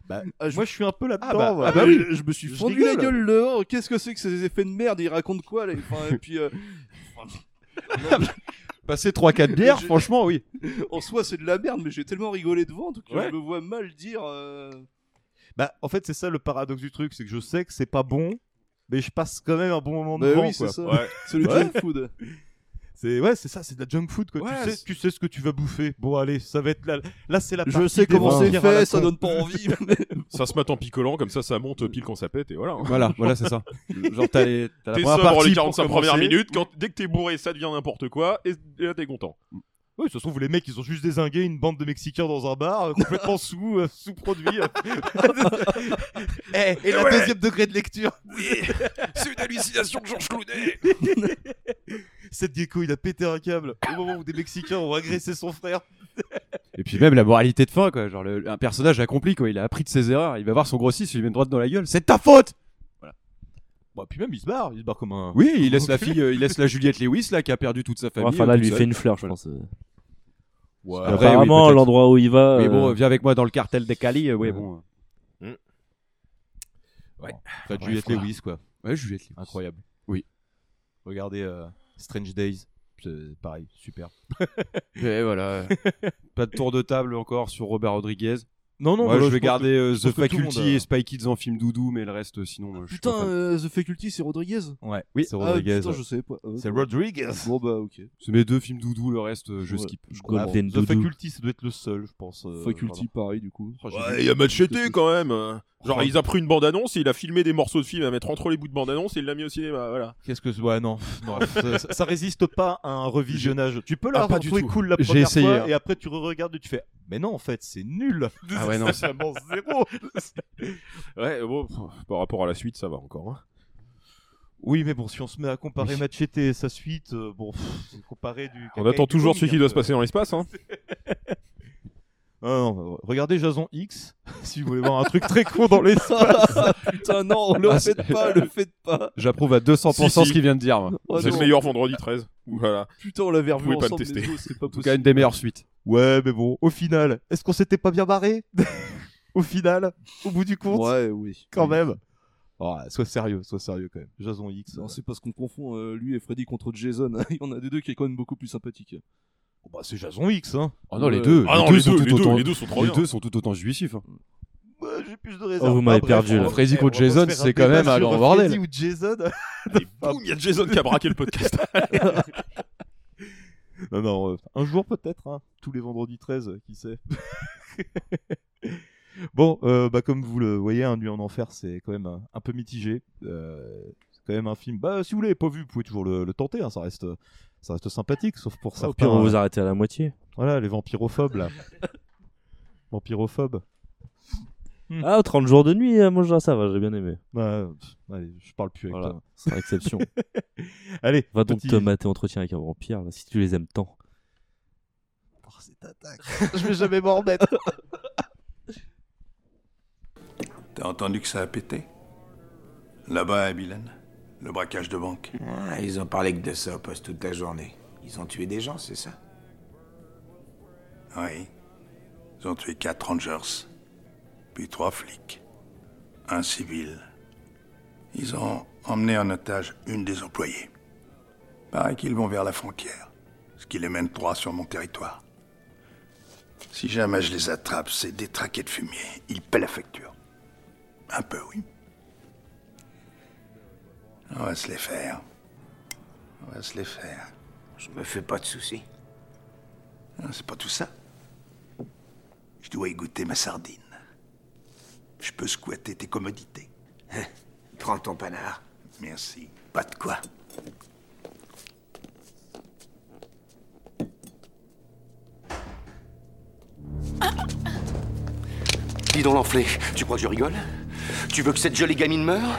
Speaker 4: Bah,
Speaker 8: Moi, je suis un peu là-dedans.
Speaker 4: Ah bah,
Speaker 8: voilà.
Speaker 4: ah bah oui, je me suis
Speaker 8: Je
Speaker 4: fendu la
Speaker 8: rigole.
Speaker 4: gueule dehors. Qu'est-ce que c'est que ces effets de merde Ils racontent quoi là Enfin, et puis, euh,
Speaker 12: Passer 3-4 bières,
Speaker 4: Je-
Speaker 12: franchement, oui.
Speaker 4: en soi, c'est de la merde, mais j'ai tellement rigolé devant que
Speaker 8: Ouais.
Speaker 4: je me vois mal dire. euh,
Speaker 8: Bah, en fait, c'est ça le paradoxe du truc, c'est que je sais que c'est pas bon, mais je passe quand même un bon moment
Speaker 4: Bah
Speaker 8: devant.
Speaker 4: oui, c'est
Speaker 8: quoi.
Speaker 4: ça. Ouais. C'est le junk food.
Speaker 8: C'est ouais, c'est ça, c'est de la junk food quoi.
Speaker 4: Ouais,
Speaker 8: tu, sais, tu sais ce que tu vas bouffer. Bon, allez, ça va être là. Là, c'est la.
Speaker 4: Je
Speaker 8: partie
Speaker 4: sais
Speaker 8: des
Speaker 4: comment c'est
Speaker 8: vampires à la
Speaker 4: fait, ça
Speaker 8: con.
Speaker 4: donne pas envie.
Speaker 11: ça se met en picolant, comme ça, ça monte pile quand ça pète, et voilà.
Speaker 12: Voilà, voilà, c'est ça. Genre, t'as les- t'as la
Speaker 11: T'es
Speaker 12: première
Speaker 11: sobre
Speaker 12: partie
Speaker 11: les
Speaker 12: pour
Speaker 11: 45 premières
Speaker 12: commencer.
Speaker 11: minutes, quand, dès que t'es bourré, ça devient n'importe quoi, et, et là, t'es content.
Speaker 8: Oui, ça se trouve les mecs ils ont juste désingué une bande de Mexicains dans un bar euh, complètement sous euh, sous produit. Eh, et la
Speaker 14: Eh Ouais.
Speaker 8: deuxième degré de lecture.
Speaker 14: C'est une hallucination de Georges Cloudet
Speaker 8: Cette gecko, il a pété un câble au moment où des Mexicains ont agressé son frère.
Speaker 12: Et puis même la moralité de fin, quoi. Genre, le- un personnage accompli, quoi. Il a appris de ses erreurs. Il va voir son grossiste, il lui met une droite dans la gueule. C'est de ta faute
Speaker 8: Bah, puis même, il se barre. Il se barre comme un.
Speaker 12: Oui, il laisse la fille, euh, il laisse la Juliette Lewis, là, qui a perdu toute sa famille.
Speaker 10: enfin, là,
Speaker 12: euh,
Speaker 10: lui
Speaker 12: toute
Speaker 10: fait
Speaker 12: seule.
Speaker 10: une fleur, je pense. euh.
Speaker 12: Ouais,
Speaker 10: Après, Apparemment,
Speaker 12: peut-être.
Speaker 10: l'endroit où il va.
Speaker 12: Mais bon,
Speaker 10: euh,
Speaker 12: viens avec moi dans le cartel des Cali. euh, ouais, bon.
Speaker 8: Ouais.
Speaker 12: Bref,
Speaker 8: Juliette
Speaker 12: voilà.
Speaker 8: Lewis, quoi.
Speaker 12: Ouais, Juliette Lewis.
Speaker 8: Incroyable.
Speaker 12: Oui.
Speaker 8: Regardez euh, Strange Days. C'est pareil, super.
Speaker 12: Et voilà. Pas de tour de table encore sur Robert Rodriguez.
Speaker 8: Non, non,
Speaker 12: Moi,
Speaker 8: bah,
Speaker 12: je
Speaker 8: je
Speaker 12: vais
Speaker 8: pense
Speaker 12: garder
Speaker 8: que-
Speaker 12: euh,
Speaker 8: je
Speaker 12: The
Speaker 8: pense que tout le monde
Speaker 12: Faculty
Speaker 8: a-
Speaker 12: et Spy Kids en film doudou, mais le reste, euh, sinon, euh, je suis pas
Speaker 4: Putain,
Speaker 12: fan.
Speaker 4: euh, The Faculty, c'est Rodriguez
Speaker 8: Ouais,
Speaker 12: Oui.
Speaker 8: c'est
Speaker 4: Ah,
Speaker 8: Rodriguez.
Speaker 4: putain, je savais pas. Ah,
Speaker 8: C'est
Speaker 4: d'accord.
Speaker 8: Rodriguez.
Speaker 4: Bon, bah, ok.
Speaker 12: C'est mes deux films doudou, le reste, euh, je
Speaker 4: Ouais,
Speaker 12: skip.
Speaker 4: je
Speaker 8: Ah,
Speaker 4: Golden
Speaker 8: The
Speaker 4: Doudou.
Speaker 8: Faculty, ça doit être le seul, je pense. euh,
Speaker 4: Faculty,
Speaker 8: vraiment.
Speaker 4: pareil, du coup.
Speaker 8: Oh, j'ai
Speaker 11: Ouais,
Speaker 8: vu-
Speaker 11: il y a Machete quand même. euh. Genre,
Speaker 8: Ouais.
Speaker 11: il a pris une bande-annonce, et il a filmé des morceaux de film à mettre entre les bouts de bande-annonce, et il l'a mis au cinéma, voilà.
Speaker 8: Qu'est-ce que ouais non, non ça, ça- ça résiste pas à un revisionnage. Tu peux
Speaker 11: Ah,
Speaker 8: la
Speaker 11: pas du
Speaker 8: retrouver
Speaker 11: tout.
Speaker 8: cool la
Speaker 12: J'ai
Speaker 8: première
Speaker 12: essayé,
Speaker 8: fois
Speaker 12: hein.
Speaker 8: et après tu re-regardes et tu fais mais non en fait c'est nul.
Speaker 12: Ah ouais, non.
Speaker 8: C'est vraiment zéro.
Speaker 11: Ouais, bon, pff, par rapport à la suite, ça va encore. hein.
Speaker 8: oui mais bon si on se met à comparer Machete et sa suite euh, bon pff, comparer du.
Speaker 11: On
Speaker 8: caca et
Speaker 11: attend
Speaker 8: du
Speaker 11: toujours
Speaker 8: vomi,
Speaker 11: celui qui
Speaker 8: un
Speaker 11: doit
Speaker 8: peu.
Speaker 11: se passer dans l'espace, hein.
Speaker 8: Ah non, regardez Jason X si vous voulez voir un truc très con dans l'espace.
Speaker 4: Putain, non, le
Speaker 12: Ah,
Speaker 4: faites
Speaker 12: c'est-
Speaker 4: pas, le faites pas.
Speaker 12: J'approuve à 200%
Speaker 11: Si, si.
Speaker 12: ce qu'il vient de dire. moi.
Speaker 4: Oh,
Speaker 11: c'est le
Speaker 4: non.
Speaker 11: meilleur vendredi 13. Voilà.
Speaker 4: Putain, on l'avait
Speaker 11: pouvez
Speaker 4: revu
Speaker 11: pas le
Speaker 4: ensemble,
Speaker 11: tester.
Speaker 4: les autres, c'est pas
Speaker 12: En tout cas,
Speaker 4: possible.
Speaker 12: une des meilleures suites.
Speaker 8: ouais mais bon au final est-ce qu'on s'était pas bien barré Au final au bout du compte
Speaker 4: Ouais, oui.
Speaker 8: quand même. Oh, sois sérieux, sois sérieux quand même. Jason X.
Speaker 4: Non, c'est parce qu'on confond euh, lui et Freddy contre Jason. Il y en a des deux qui est quand même beaucoup plus sympathique.
Speaker 8: bah, c'est Jason X, hein.
Speaker 12: Oh non, les deux.
Speaker 11: Ah non, les deux, les deux, les deux sont trop
Speaker 12: les
Speaker 11: bien.
Speaker 12: deux sont tout autant jouissifs. hein.
Speaker 8: J'ai plus de
Speaker 12: Oh, vous m'avez perdu, là. Freddy contre Jason, c'est quand même un grand bordel.
Speaker 8: Freddy ou Jason.
Speaker 11: Boum, il y a Jason qui a braqué le podcast.
Speaker 8: non, non, euh, un jour peut-être, hein, tous les vendredis 13, euh, qui sait. bon, euh, bah, comme vous le voyez, Un Nuit en Enfer, c'est quand même un, un peu mitigé. Euh, c'est quand même un film. Bah, si vous l'avez pas vu, vous pouvez toujours le, le tenter, hein, ça, reste, ça reste sympathique, sauf pour ça.
Speaker 10: Au pire, on vous arrêtez à la moitié.
Speaker 8: Voilà, les vampirophobes, là. Vampirophobes.
Speaker 10: Ah, 30 jours de nuit, euh, moi je- ça va, j'ai bien aimé.
Speaker 8: Ouais, Hmm. Bah, pff, allez, je parle plus avec
Speaker 10: Voilà,
Speaker 8: toi.
Speaker 10: c'est l'exception.
Speaker 8: allez,
Speaker 10: va donc
Speaker 8: petit-
Speaker 10: te mater entretien avec un vampire, là, si tu les aimes tant.
Speaker 8: Je vais jamais m'en remettre.
Speaker 16: T'as entendu que ça a pété Là-bas à Bilan, le braquage de banque.
Speaker 15: ils ont parlé que de ça au poste toute la journée. Ils ont tué des gens, c'est ça
Speaker 16: Oui. Ils ont tué quatre Rangers, puis trois flics, un civil. Ils ont emmené en otage une des employées. Paraît qu'ils vont vers la frontière, ce qui les mène trois sur mon territoire. Si jamais je les attrape, c'est des traqués de fumier. Ils paient la facture. Un peu, oui. On va se les faire. On va se les faire. Je me fais pas de soucis. C'est pas tout ça. Je dois y goûter ma sardine. Je peux squatter tes commodités.
Speaker 15: Hein?
Speaker 16: Prends ton panard. Merci. Pas de quoi.
Speaker 2: Dis donc l'enflé, tu crois que je rigole Tu veux que cette jolie gamine meure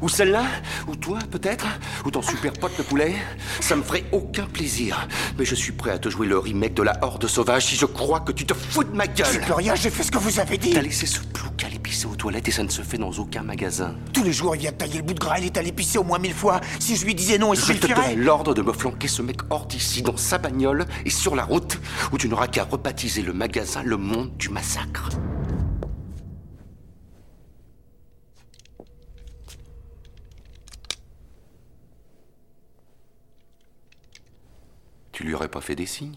Speaker 2: Ou celle-là Ou toi, peut-être Ou ton super pote le poulet Ça me ferait aucun plaisir. Mais je suis prêt à te jouer le remake de la Horde Sauvage si je crois que tu te fous de ma gueule
Speaker 15: Je peux rien, j'ai fait ce que vous avez dit.
Speaker 2: T'as laissé ce plouc aller pisser aux toilettes et ça ne se fait dans aucun magasin.
Speaker 15: Tous les jours, il vient de tailler le bout de gras, il est allé pisser au moins mille fois. Si je lui disais non, il se
Speaker 2: Je te
Speaker 15: suffirait.
Speaker 2: donne l'ordre de me flanquer ce mec hors d'ici, dans sa bagnole et sur la route, où tu n'auras qu'à rebaptiser le magasin Le Monde du Massacre. Tu lui aurais pas fait des signes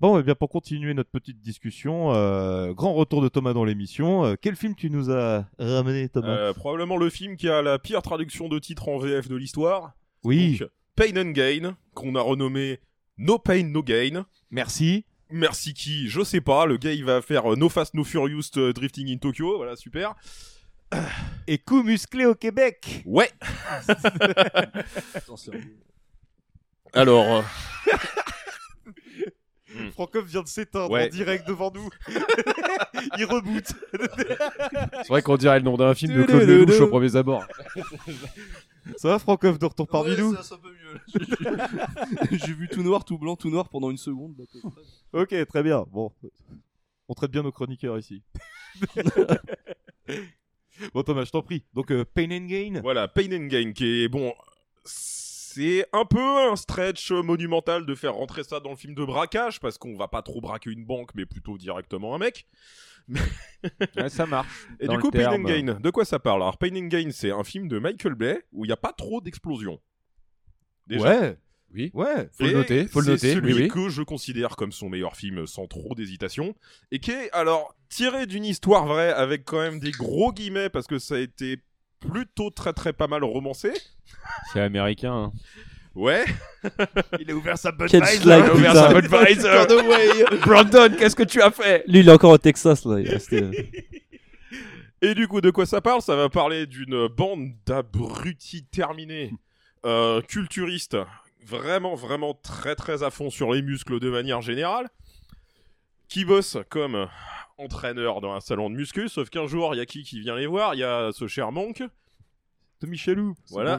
Speaker 8: Bon, eh bien, pour continuer notre petite discussion, euh, grand retour de Thomas dans l'émission. Euh, quel film tu nous as ramené, Thomas
Speaker 11: Euh, probablement le film qui a la pire traduction de titre en VF de l'histoire.
Speaker 8: Oui.
Speaker 11: Donc, Pain and Gain, qu'on a renommé No Pain No Gain.
Speaker 8: Merci.
Speaker 11: Merci qui Je sais pas. Le gars il va faire euh, No Fast No Furious euh, Drifting in Tokyo. Voilà, super.
Speaker 8: Et coup musclé au Québec.
Speaker 11: Ouais. Alors. euh,
Speaker 8: Francoff vient de s'éteindre
Speaker 11: Ouais.
Speaker 8: en direct devant nous. il reboot.
Speaker 12: C'est vrai qu'on dirait le nom d'un film de Claude Lelouch au premier abord.
Speaker 8: Ça va, Francoff, de retour parmi nous
Speaker 4: J'ai vu tout noir, tout blanc, tout noir pendant une seconde. là, comme ça.
Speaker 8: Ok, très bien. Bon, on traite bien nos chroniqueurs ici. bon, Thomas, je t'en prie. Donc, euh, Pain and Gain.
Speaker 11: Voilà, Pain and Gain, qui est bon. C'est un peu un stretch monumental de faire rentrer ça dans le film de braquage, parce qu'on va pas trop braquer une banque, mais plutôt directement un mec. Mais-
Speaker 9: Ouais, ça marche.
Speaker 11: Et
Speaker 9: Dans
Speaker 11: du
Speaker 9: le
Speaker 11: coup, Pain and
Speaker 9: terme.
Speaker 11: Gain, de quoi ça parle Alors, Pain and Gain, c'est un film de Michael Bay où il n'y a pas trop d'explosions. Déjà.
Speaker 8: Ouais.
Speaker 12: Oui.
Speaker 8: Ouais.
Speaker 12: Faut le
Speaker 11: Et
Speaker 12: noter, faut le
Speaker 11: c'est
Speaker 12: noter,
Speaker 11: Celui
Speaker 12: oui, oui.
Speaker 11: que je considère comme son meilleur film sans trop d'hésitation. Et qui est alors tiré d'une histoire vraie avec quand même des gros guillemets parce que ça a été plutôt très très pas mal romancé.
Speaker 9: C'est américain. hein.
Speaker 11: Ouais.
Speaker 8: Il a ouvert sa
Speaker 10: Quel slide,
Speaker 11: il a ouvert
Speaker 10: putain.
Speaker 11: sa Budweiser.
Speaker 10: Turn away.
Speaker 11: Brandon, qu'est-ce que tu as fait
Speaker 10: Lui, il est encore au Texas, là. il est resté- euh,
Speaker 11: Et du coup, de quoi ça parle Ça va parler d'une bande d'abrutis terminés, euh, culturistes, vraiment, vraiment très, très à fond sur les muscles de manière générale, qui bossent comme entraîneurs dans un salon de muscu, sauf qu'un jour, il y a qui qui vient les voir Il y a ce cher Monk,
Speaker 8: Tommy Chalou.
Speaker 11: voilà,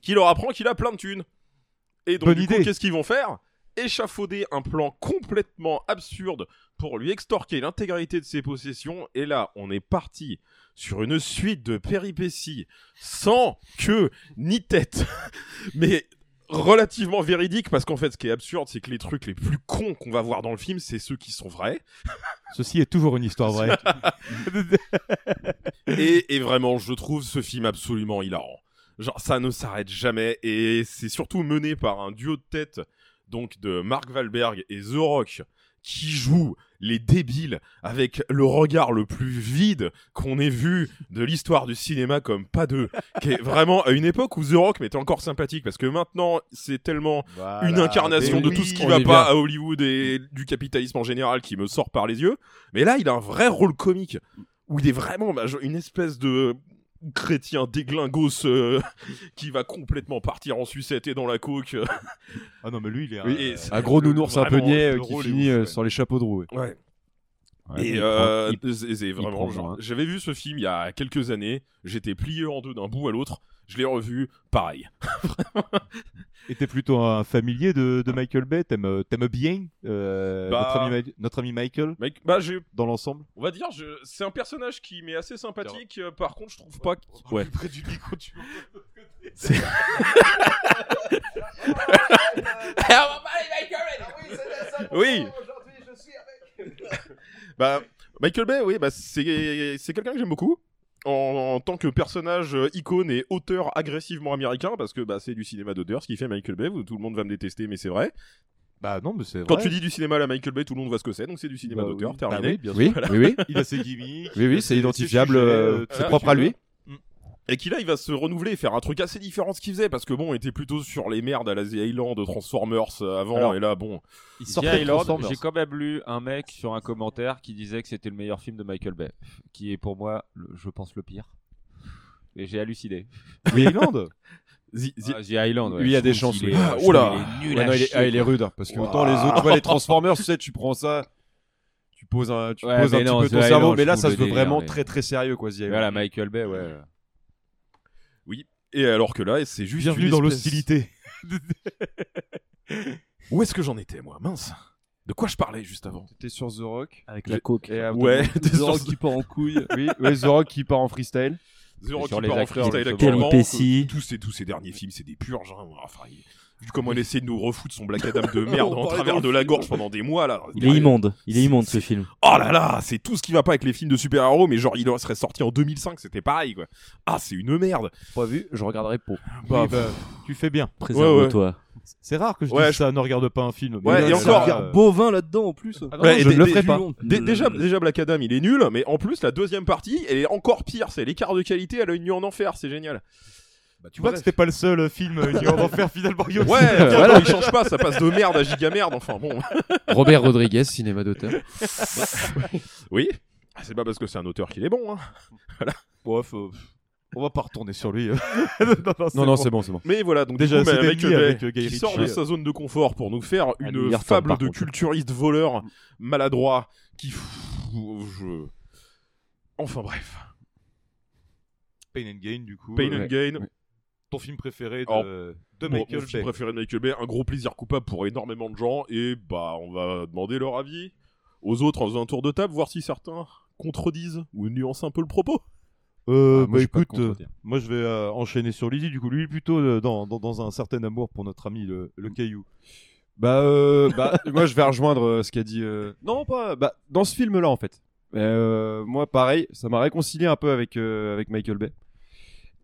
Speaker 11: qui leur apprend qu'il a plein de thunes. Et donc,
Speaker 8: Bonne
Speaker 11: du coup,
Speaker 8: idée.
Speaker 11: qu'est-ce qu'ils vont faire Échafauder un plan complètement absurde pour lui extorquer l'intégralité de ses possessions. Et là, on est parti sur une suite de péripéties sans queue ni tête. Mais relativement véridique parce qu'en fait, ce qui est absurde, c'est que les trucs les plus cons qu'on va voir dans le film, c'est ceux qui sont vrais.
Speaker 8: Ceci est toujours une histoire vraie.
Speaker 11: et, et vraiment, je trouve ce film absolument hilarant. Genre, ça ne s'arrête jamais et c'est surtout mené par un duo de tête, donc de Mark Wahlberg et The Rock, qui jouent les débiles avec le regard le plus vide qu'on ait vu de l'histoire du cinéma comme pas deux. qui est vraiment à une époque où The Rock m'était encore sympathique parce que maintenant, c'est tellement
Speaker 8: Voilà,
Speaker 11: une incarnation
Speaker 8: Ah mais
Speaker 11: de
Speaker 8: oui,
Speaker 11: tout ce qui
Speaker 8: on
Speaker 11: va
Speaker 8: y
Speaker 11: pas
Speaker 8: vient.
Speaker 11: à Hollywood et du capitalisme en général qui me sort par les yeux. Mais là, il a un vrai rôle comique où il est vraiment bah, genre une espèce de chrétien déglingos euh, qui va complètement partir en sucette et dans la coke.
Speaker 8: ah non, mais lui, il est
Speaker 11: Oui, et c'est-
Speaker 12: Un gros
Speaker 11: le-
Speaker 12: nounours un peu
Speaker 11: vraiment,
Speaker 12: niais
Speaker 11: le
Speaker 12: euh, qui
Speaker 11: rôle est
Speaker 12: finit
Speaker 11: ouf,
Speaker 12: euh,
Speaker 11: ouais.
Speaker 12: sur les chapeaux de roue. ouais.
Speaker 11: Ouais.
Speaker 12: Ouais,
Speaker 11: et
Speaker 12: il
Speaker 11: euh,
Speaker 12: prend- il-
Speaker 11: c'est- c'est
Speaker 12: il
Speaker 11: vraiment
Speaker 12: prend hein.
Speaker 11: genre-
Speaker 12: loin.
Speaker 11: J'avais vu ce film il y a quelques années, j'étais plié en deux d'un bout à l'autre, je l'ai revu, pareil.
Speaker 8: Et t'es plutôt un familier de, de Michael Bay T'aimes euh, t'aimes bien euh,
Speaker 11: Bah,
Speaker 8: notre, ami, Ma- notre ami Michael
Speaker 11: bah, j'ai-
Speaker 8: Dans l'ensemble
Speaker 11: On va dire, je- c'est un personnage qui m'est assez sympathique, euh, par contre je trouve pas... qu'il-
Speaker 8: Ouais.
Speaker 11: Près du micro, tu
Speaker 8: C'est- Ah
Speaker 11: Oui Bah, Michael Bay, oui, bah, c'est c'est quelqu'un que j'aime beaucoup. En, en tant que personnage euh, icône et auteur agressivement américain, parce que bah, c'est du cinéma d'auteur, ce qui fait Michael Bay, vous- tout le monde va me détester, mais c'est vrai.
Speaker 8: Bah non, mais c'est
Speaker 11: Quand
Speaker 8: vrai.
Speaker 11: tu dis du cinéma à la Michael Bay, tout le monde voit ce que c'est, donc c'est du cinéma
Speaker 8: Bah
Speaker 11: d'auteur,
Speaker 8: oui.
Speaker 11: terminé.
Speaker 8: Bah oui, bien sûr.
Speaker 12: Oui,
Speaker 11: Voilà.
Speaker 12: oui, oui.
Speaker 8: Il a ses gimmicks,
Speaker 12: Oui, oui, c'est identifiable, euh, c'est propre à lui.
Speaker 8: Mm.
Speaker 11: Et qui là, il va se renouveler et faire un truc assez différent de ce qu'il faisait, parce que bon, on était plutôt sur les merdes à la The Island, Transformers euh, avant,
Speaker 9: Alors,
Speaker 11: et là, bon.
Speaker 9: Il sortait Lord, j'ai quand même lu un mec sur un commentaire qui disait que c'était le meilleur film de Michael Bay, qui est pour moi, le- je pense, le pire. Et j'ai halluciné.
Speaker 8: The Island
Speaker 11: The,
Speaker 9: Ah, The Island, ouais.
Speaker 12: Lui, il y a
Speaker 9: Je
Speaker 12: des
Speaker 9: trouve
Speaker 12: chances.
Speaker 9: qu'il
Speaker 12: lui.
Speaker 9: est- je
Speaker 12: Ah,
Speaker 9: trouve
Speaker 12: Oula
Speaker 9: qu'il est nul
Speaker 12: Ouais,
Speaker 9: à
Speaker 12: non, il, est,
Speaker 9: chier,
Speaker 12: ah, il est
Speaker 9: quoi.
Speaker 12: rude, hein, parce que autant les autres, tu vois, les Transformers, tu sais, tu prends ça, tu poses un, tu
Speaker 9: Ouais,
Speaker 12: poses un
Speaker 9: mais
Speaker 12: petit
Speaker 9: non,
Speaker 12: peu
Speaker 9: The
Speaker 12: ton
Speaker 9: Island,
Speaker 12: cerveau,
Speaker 9: je
Speaker 12: mais là,
Speaker 9: trouve
Speaker 12: ça
Speaker 9: le
Speaker 12: se veut
Speaker 9: délire,
Speaker 12: vraiment
Speaker 9: mais-
Speaker 12: très très sérieux, quoi. The Island.
Speaker 9: Voilà, Michael Bay, ouais.
Speaker 11: Oui, et alors que là, c'est juste.
Speaker 8: Bienvenue
Speaker 11: une
Speaker 8: dans
Speaker 11: espèce-
Speaker 8: l'hostilité.
Speaker 11: Où est-ce que j'en étais, moi Mince De quoi je parlais juste avant
Speaker 12: T'étais sur The Rock.
Speaker 11: Avec
Speaker 12: Je- et après-
Speaker 11: Ouais, t'es
Speaker 12: The
Speaker 11: sur-
Speaker 12: Rock qui part en couille. Oui, ouais, The Rock qui part en freestyle.
Speaker 11: The Rock qui part en freestyle actuellement. Tous ces, tous ces derniers films, c'est des purges. hein. Enfin, il- Vu comment il essaie de nous refoutre son Black Adam de merde
Speaker 10: On
Speaker 11: en
Speaker 10: parlait
Speaker 11: travers
Speaker 10: dans le
Speaker 11: de la
Speaker 10: film.
Speaker 11: gorge pendant des mois, là.
Speaker 10: Il est immonde, il est immonde ce film.
Speaker 11: Oh là là, c'est tout ce qui va pas avec les films de super-héros, mais genre il en serait sorti en 2005, c'était pareil quoi. Ah, c'est une merde.
Speaker 9: Pas vu, je regarderai pas.
Speaker 8: Bah, tu fais bien.
Speaker 11: Préserve-toi.
Speaker 8: C'est rare que je
Speaker 11: Ouais,
Speaker 8: dise ça, ne regarde pas un film.
Speaker 11: Ouais,
Speaker 8: Mais
Speaker 11: et
Speaker 8: là,
Speaker 11: encore-
Speaker 8: ça, Ah, euh,
Speaker 4: Bovin là-dedans en plus. Ah
Speaker 11: Ouais, et dé- dé- dé- déjà, déjà Black Adam il est nul, mais en plus la deuxième partie elle est encore pire, c'est l'écart de qualité à la nuit en enfer, c'est génial.
Speaker 4: Bah,
Speaker 8: Tu vois que c'était pas le seul euh, film euh, qui va en faire finalement.
Speaker 11: Ouais,
Speaker 8: Guillaume.
Speaker 11: voilà, il change pas, ça passe de merde à giga merde, enfin bon.
Speaker 12: Robert Rodriguez, cinéma d'auteur.
Speaker 11: oui, Ah, c'est pas parce que c'est un auteur qu'il est bon. Hein. Voilà.
Speaker 8: Bref, euh, on va pas retourner sur lui.
Speaker 12: Non, non, c'est bon, c'est bon.
Speaker 11: Mais voilà, donc
Speaker 8: Déjà,
Speaker 11: déjà,
Speaker 8: c'était
Speaker 11: avec,
Speaker 8: mis avec, euh, Guy
Speaker 11: qui
Speaker 8: Ritchie.
Speaker 11: sort de sa zone de confort pour nous faire une
Speaker 8: milliard de
Speaker 11: fable
Speaker 8: temps, par
Speaker 11: de
Speaker 8: contre.
Speaker 11: culturiste voleur maladroit qui. Je... Enfin bref.
Speaker 8: Pain and Gain, du coup.
Speaker 11: Pain and
Speaker 8: Ouais.
Speaker 11: Gain.
Speaker 8: Ouais. Ton film préféré de,
Speaker 11: Alors,
Speaker 8: de
Speaker 11: mon-
Speaker 8: Michael
Speaker 11: Oh. mon film
Speaker 8: Bay.
Speaker 11: préféré de Michael Bay, un gros plaisir coupable pour énormément de gens, et bah on va demander leur avis aux autres en faisant un tour de table, voir si certains contredisent ou nuancent un peu le propos.
Speaker 8: Euh,
Speaker 11: Ah, moi,
Speaker 8: bah
Speaker 11: j'ai pas de
Speaker 8: écoute,
Speaker 11: contredire.
Speaker 8: euh, moi je vais euh, enchaîner sur Lizzie. Du coup, lui plutôt euh, dans, dans, dans un certain amour pour notre ami le, le caillou.
Speaker 12: Bah, euh, bah, moi je vais rejoindre euh, ce qu'a dit. euh, Non, pas. Bah, dans ce film-là, en fait. Euh, moi, pareil, ça m'a réconcilié un peu avec, euh, avec Michael Bay,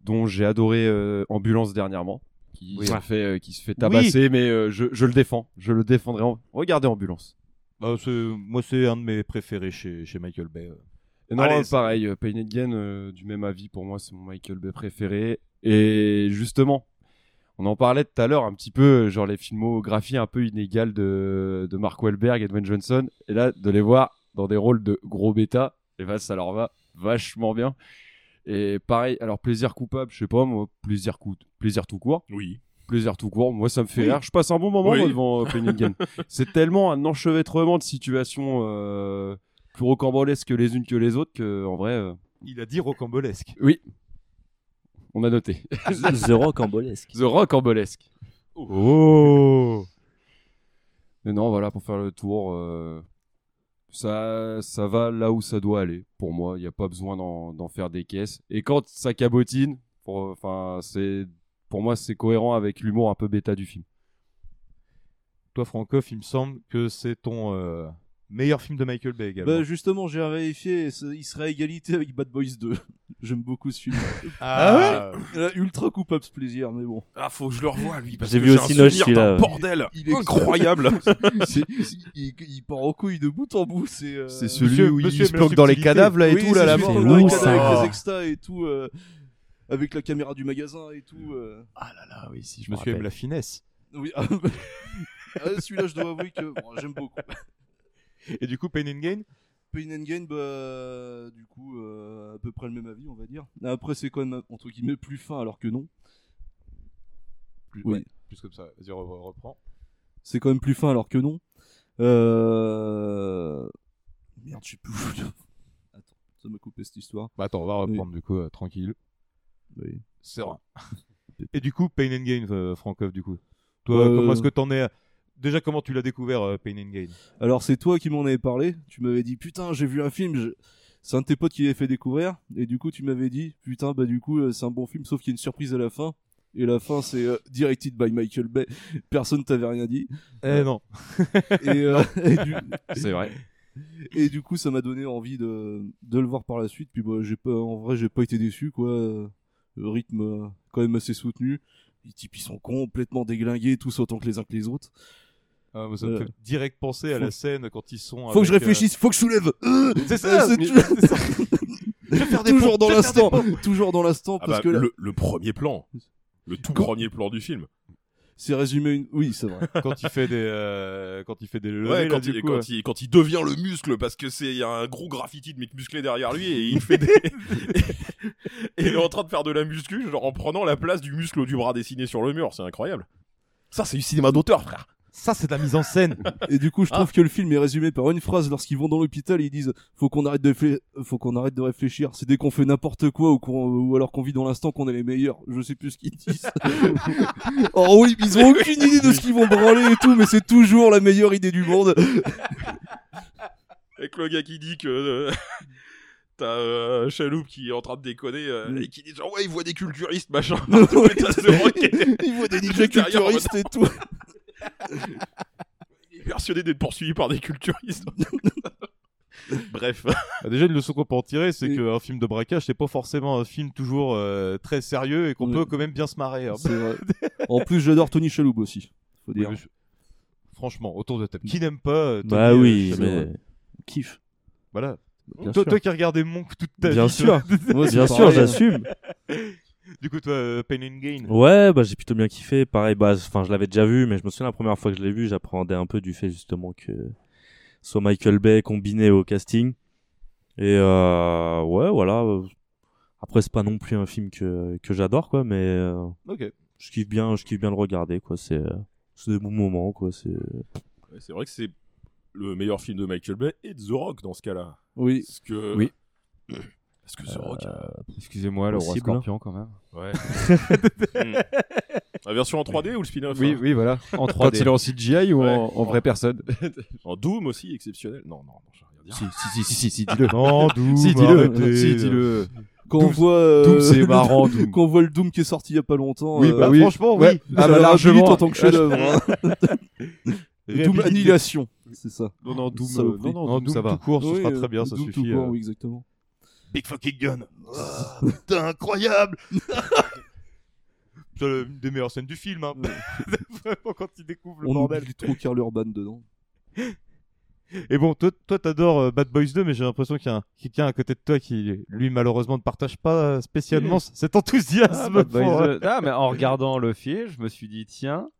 Speaker 12: dont j'ai adoré euh, Ambulance dernièrement, qui,
Speaker 8: Oui.
Speaker 12: se
Speaker 8: Ah.
Speaker 12: fait, euh, qui se fait tabasser, mais euh, je, je le défends. Je le défendrai. en- Regardez Ambulance.
Speaker 8: Bah, c'est- moi c'est un de mes préférés chez, chez Michael Bay. euh.
Speaker 12: Et Non,
Speaker 8: Allez,
Speaker 12: euh, pareil, euh, Pain and Gain, euh, du même avis, pour moi, c'est mon Michael Bay préféré. Et justement, on en parlait tout à l'heure un petit peu, euh, genre les filmographies un peu inégales de, de Mark Wahlberg et Dwayne Johnson. Et là, de les voir dans des rôles de gros bêta, et bah, ça leur va vachement bien. Et pareil, alors plaisir coupable, je sais pas, moi, plaisir, coup, plaisir tout court.
Speaker 11: Oui.
Speaker 12: Plaisir tout court, moi ça me fait
Speaker 11: Oui.
Speaker 12: rire. Je passe un bon moment
Speaker 11: Oui.
Speaker 12: moi, devant euh, Pain and Gain. C'est tellement un enchevêtrement de situations euh, plus rocambolesques les unes que les autres que, en vrai, euh,
Speaker 8: Il a dit rocambolesque.
Speaker 12: oui, on a noté.
Speaker 10: The rocambolesque.
Speaker 12: The rocambolesque.
Speaker 8: Oh.
Speaker 12: Mais non, voilà, pour faire le tour, euh, ça, ça va là où ça doit aller. Pour moi, il n'y a pas besoin d'en d'en faire des caisses. Et quand ça cabotine, pour- enfin, c'est pour moi, c'est cohérent avec l'humour un peu bêta du film.
Speaker 8: Toi, Francoff, il me semble que c'est ton euh, meilleur film de Michael Bay également.
Speaker 4: Bah justement, j'ai vérifié, c'est- il serait à égalité avec Bad Boys 2. J'aime beaucoup ce film.
Speaker 11: Ah
Speaker 4: ouais Euh, Ultra coupable ce plaisir, mais bon.
Speaker 11: Ah, faut que je le revoie, lui, parce
Speaker 10: J'ai
Speaker 11: que
Speaker 10: vu
Speaker 11: j'ai
Speaker 10: aussi
Speaker 11: un
Speaker 10: Noche,
Speaker 11: souvenir
Speaker 10: celui-là.
Speaker 11: d'un bordel
Speaker 4: Il est-
Speaker 11: incroyable.
Speaker 4: C'est- c'est- il, il part en couille de bout en bout. C'est euh,
Speaker 8: C'est celui où il se planque dans les
Speaker 4: Subtilité.
Speaker 8: cadavres, là, et
Speaker 4: Oui,
Speaker 8: tout, là,
Speaker 4: c'est
Speaker 8: la
Speaker 4: celui
Speaker 8: mort.
Speaker 4: qui se planque dans les
Speaker 8: Ouh, ça.
Speaker 4: cadavres avec les extas et tout, euh, avec la caméra du magasin et tout. euh.
Speaker 8: Ah là là, oui, si
Speaker 4: je
Speaker 8: me
Speaker 4: me
Speaker 8: souviens de
Speaker 4: rappelle.
Speaker 8: la finesse.
Speaker 4: Oui, ah, bah, ah, celui-là, je dois avouer que bon, j'aime beaucoup.
Speaker 8: Et du coup, Pain and Gain
Speaker 4: Pain and Gain, bah, du coup, euh, à peu près le même avis, on va dire. Après, c'est quand même, entre guillemets, plus fin alors que non.
Speaker 8: plus,
Speaker 4: Oui.
Speaker 8: ouais, plus comme ça. Vas-y, re- reprends.
Speaker 4: C'est quand même plus fin alors que non. Euh... Merde, je sais plus où je voulais en- Attends, ça m'a coupé cette histoire.
Speaker 8: Bah attends, on va reprendre du coup, euh, tranquille.
Speaker 4: Oui.
Speaker 8: Serein. Et du coup, Pain and Gain, euh, Francoff, du coup. Toi,
Speaker 4: Euh,
Speaker 8: comment est-ce que t'en es à- Déjà, comment tu l'as découvert, euh, Pain and Gain
Speaker 4: Alors, c'est toi qui m'en avais parlé. Tu m'avais dit, putain, j'ai vu un film. je- C'est un de tes potes qui l'avait fait découvrir. Et du coup, tu m'avais dit, putain, bah, du coup, euh, c'est un bon film, sauf qu'il y a une surprise à la fin. Et la fin, c'est euh, directed by Michael Bay. Personne t'avait rien dit.
Speaker 8: Eh non.
Speaker 4: Et, euh, et du-
Speaker 8: C'est vrai.
Speaker 4: Et du coup, ça m'a donné envie de, de le voir par la suite. Puis, bah, j'ai pas, en vrai, j'ai pas été déçu, quoi. Euh, Le rythme, euh, quand même assez soutenu. Les types, ils sont complètement déglingués, tous autant que les uns que les autres.
Speaker 8: Ah, moi, ça me
Speaker 4: Euh,
Speaker 8: fait direct penser à
Speaker 4: faut-
Speaker 8: la scène quand ils sont.
Speaker 4: Faut que je
Speaker 8: avec, euh,
Speaker 4: réfléchisse, faut que je soulève. Euh,
Speaker 8: C'est ça,
Speaker 4: euh,
Speaker 8: mais-
Speaker 4: tu-
Speaker 8: c'est ça. Je vais faire des
Speaker 4: Toujours
Speaker 8: pompes,
Speaker 4: dans
Speaker 8: je vais faire des
Speaker 4: l'instant,
Speaker 8: pompes.
Speaker 4: toujours dans l'instant,
Speaker 11: Ah
Speaker 4: parce
Speaker 11: bah,
Speaker 4: que là-
Speaker 11: le, le premier plan, le tout premier plan du film.
Speaker 4: c'est résumé. Une... Oui, c'est vrai.
Speaker 8: quand il fait des euh, quand il fait des levées
Speaker 11: Ouais,
Speaker 8: là,
Speaker 11: quand,
Speaker 8: du
Speaker 11: il,
Speaker 8: coup, euh.
Speaker 11: quand
Speaker 8: ouais.
Speaker 11: il- quand il devient le muscle, parce que c'est il y a un gros graffiti de mec musclé derrière lui et il fait des. et il est en train de faire de la muscu, genre en prenant la place du muscle du bras dessiné sur le mur, c'est incroyable. Ça, c'est du cinéma d'auteur, frère.
Speaker 8: Ça, c'est de la mise en scène. Ah.
Speaker 4: Et du coup, je trouve que le film est résumé par une phrase lorsqu'ils vont dans l'hôpital, ils disent "Faut qu'on arrête de fla- faut qu'on arrête de réfléchir. C'est dès qu'on fait n'importe quoi ou, qu'on- ou alors qu'on vit dans l'instant qu'on est les meilleurs. Je sais plus ce qu'ils disent. oh oui, ils ont aucune idée de ce qu'ils vont branler et tout, mais c'est toujours la meilleure idée du monde.
Speaker 11: Avec le gars qui dit que euh, t'as euh, Chaloup qui est en train de déconner
Speaker 4: Mm.
Speaker 11: euh, et qui dit genre ouais il voit des culturistes machin. il
Speaker 4: Il voit des ninjas culturistes et tout.
Speaker 11: Il est persuadé d'être poursuivi par des culturistes. Bref.
Speaker 8: Bah, déjà une leçon qu'on peut en tirer c'est qu'un film de braquage c'est pas forcément un film toujours euh, très sérieux et qu'on peut quand même bien se marrer hein.
Speaker 4: C'est vrai. En plus, j'adore Tony Chaloub aussi. Faut dire.
Speaker 8: franchement autour de la table qui n'aime pas euh, Tony,
Speaker 10: Bah
Speaker 8: euh,
Speaker 10: oui,
Speaker 8: Chalamet,
Speaker 10: mais.
Speaker 8: ouais.
Speaker 4: Kiff.
Speaker 8: voilà
Speaker 10: Bien
Speaker 8: toi,
Speaker 10: sûr.
Speaker 8: toi qui as regardé Monk toute ta
Speaker 10: Bien
Speaker 8: vie
Speaker 10: sûr.
Speaker 8: toi.
Speaker 10: Moi, c'est Bien sûr, pareil. j'assume.
Speaker 8: du coup toi euh, Pain and Gain
Speaker 10: Ouais, bah j'ai plutôt bien kiffé. Pareil, bah, enfin, je l'avais déjà vu, mais je me souviens la première fois que je l'ai vu, j'appréhendais un peu du fait justement que soit Michael Bay combiné au casting. Et euh, ouais, voilà. Après, c'est pas non plus un film que, que j'adore, quoi, mais euh,
Speaker 8: Ok.
Speaker 10: je kiffe bien, je kiffe bien le regarder, quoi. C'est euh, c'est des bons moments, quoi. C'est
Speaker 11: Ouais, C'est vrai que c'est le meilleur film de Michael Bay et de The Rock dans ce cas-là.
Speaker 4: Oui.
Speaker 11: Parce que...
Speaker 9: Oui.
Speaker 11: Parce Euh, que The Rock.
Speaker 12: Euh,
Speaker 9: Excusez-moi, le roi
Speaker 10: possible, hein.
Speaker 9: scorpion quand même.
Speaker 11: Ouais. Hmm. La version en 3D ou le spin-off
Speaker 12: Oui,
Speaker 11: hein
Speaker 12: oui, voilà. Quand il est en CGI ou en, en vraie personne.
Speaker 11: En Doom aussi, exceptionnel. Non, non, non, j'ai rien dire.
Speaker 12: Si, si, si, si, si, si, dis-le.
Speaker 8: Non, Doom,
Speaker 12: Si, dis-le.
Speaker 8: arrêtez.
Speaker 12: Si, dis-le.
Speaker 4: Quand on
Speaker 12: Doom,
Speaker 4: voit, euh,
Speaker 12: Doom, c'est
Speaker 4: le-
Speaker 12: marrant, Doom.
Speaker 4: Quand on voit le Doom qui est sorti il y a pas longtemps.
Speaker 12: Oui,
Speaker 4: euh,
Speaker 12: bah oui.
Speaker 4: Franchement, oui.
Speaker 12: Ouais. Ah,
Speaker 4: Ça
Speaker 12: bah,
Speaker 4: la
Speaker 12: largement.
Speaker 4: réhabilite en tant que chef-d'œuvre. hein. Doom
Speaker 12: Réhabilité.
Speaker 4: Annihilation, c'est ça.
Speaker 12: Non, non, Doom,
Speaker 4: Ça vous
Speaker 12: euh,
Speaker 4: plaît
Speaker 12: non, non, Doom, ça va.
Speaker 8: tout court, ce sera très bien,
Speaker 4: euh,
Speaker 8: ça
Speaker 4: Doom
Speaker 8: suffit,
Speaker 4: Tout court,
Speaker 8: euh.
Speaker 4: oui, exactement.
Speaker 8: Big fucking gun. T'es incroyable. C'est une des meilleures scènes du film. Hein. Vraiment, quand il découvre le
Speaker 4: On
Speaker 8: bordel.
Speaker 4: oublie trop Karl Urban dedans.
Speaker 8: Et bon, toi, toi, t'adores euh, Bad Boys 2, mais j'ai l'impression qu'il y a un- quelqu'un à côté de toi qui, lui, malheureusement, ne partage pas euh, spécialement c- cet
Speaker 9: Ah,
Speaker 8: enthousiasme.
Speaker 9: Bad
Speaker 8: pour,
Speaker 9: Boys
Speaker 8: euh,
Speaker 9: 2. Ah, mais en regardant le film, je me suis dit, tiens,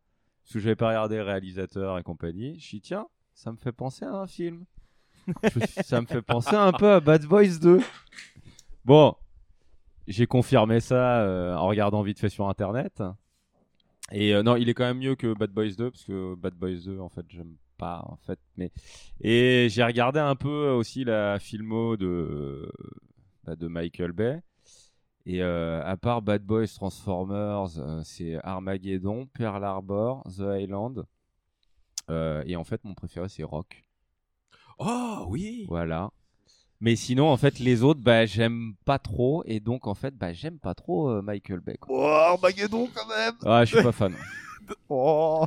Speaker 9: parce que j'avais pas regardé réalisateur et compagnie, je me suis dit, tiens, ça me fait penser à un film. Je me suis- ça me fait penser un peu à Bad Boys 2. Bon, j'ai confirmé ça euh, en regardant vite fait sur internet. Et euh, non, il est quand même mieux que Bad Boys 2 parce que Bad Boys 2 en fait, j'aime pas en fait, mais et j'ai regardé un peu euh, aussi la filmo de euh, bah, de Michael Bay. Et euh, à part Bad Boys, Transformers, euh, c'est Armageddon, Pearl Harbor, The Island. Euh, et en fait, mon préféré, c'est Rock.
Speaker 11: Oh oui
Speaker 9: Voilà. Mais sinon, en fait, les autres, bah, j'aime pas trop. Et donc, en fait, bah, j'aime pas trop euh, Michael Bay. quoi.
Speaker 8: Oh, Armageddon quand même
Speaker 9: Ah, je suis pas fan.
Speaker 8: Oh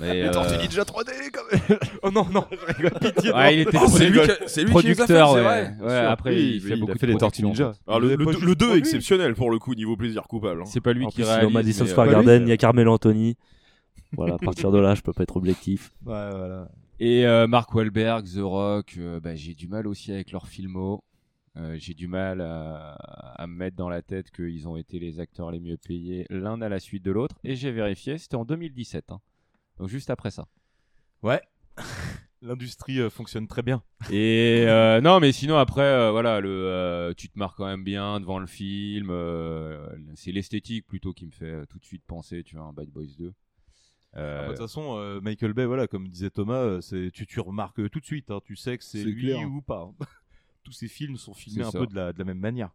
Speaker 9: Mais,
Speaker 8: Les Tortues
Speaker 9: euh,
Speaker 8: Ninja 3D quand même Oh non, non, je rigole, pitié,
Speaker 9: Ouais,
Speaker 8: non.
Speaker 9: il était
Speaker 11: Ah,
Speaker 8: Oh,
Speaker 9: produ-
Speaker 8: lui qui a-
Speaker 9: producteur,
Speaker 8: c'est
Speaker 9: ouais.
Speaker 8: vrai.
Speaker 9: Ouais,
Speaker 8: Sûr.
Speaker 9: après,
Speaker 8: Oui,
Speaker 9: il
Speaker 8: oui,
Speaker 9: fait beaucoup
Speaker 8: a
Speaker 9: de
Speaker 8: fait les Tortues
Speaker 9: production,
Speaker 8: Ninja.
Speaker 9: en fait.
Speaker 11: Alors, Ah, le, le,
Speaker 9: Produit.
Speaker 11: le 2 est exceptionnel pour le coup, niveau plaisir coupable. hein.
Speaker 9: C'est pas lui
Speaker 10: En
Speaker 9: qui
Speaker 10: plus, il est au
Speaker 9: réalise,
Speaker 10: Madison
Speaker 9: mais,
Speaker 10: Square
Speaker 9: euh,
Speaker 10: Garden, il y a Carmelo Anthony. Voilà, à partir de là, je peux pas être objectif.
Speaker 9: Et euh, Mark Wahlberg, The Rock, euh, bah, j'ai du mal aussi avec leur filmo. Euh, j'ai du mal à, à me mettre dans la tête qu'ils ont été les acteurs les mieux payés l'un à la suite de l'autre. Et j'ai vérifié, c'était en 2017. hein. Donc juste après ça.
Speaker 8: Ouais. L'industrie euh, fonctionne très bien.
Speaker 9: Et euh, non, mais sinon après, euh, voilà, le, euh, tu te marres quand même bien devant le film. euh, c'est l'esthétique plutôt qui me fait euh, tout de suite penser, tu vois, un Bad Boys 2.
Speaker 8: Ah bah, De
Speaker 9: Euh,
Speaker 8: toute façon, euh, Michael Bay, voilà, comme disait Thomas, euh, c'est tu, tu remarques euh, tout de suite, hein, tu sais que c'est
Speaker 9: C'est
Speaker 8: lui
Speaker 9: clair.
Speaker 8: ou pas. hein. Tous ces films sont filmés
Speaker 9: C'est
Speaker 8: un
Speaker 9: ça.
Speaker 8: peu de la, de la même manière,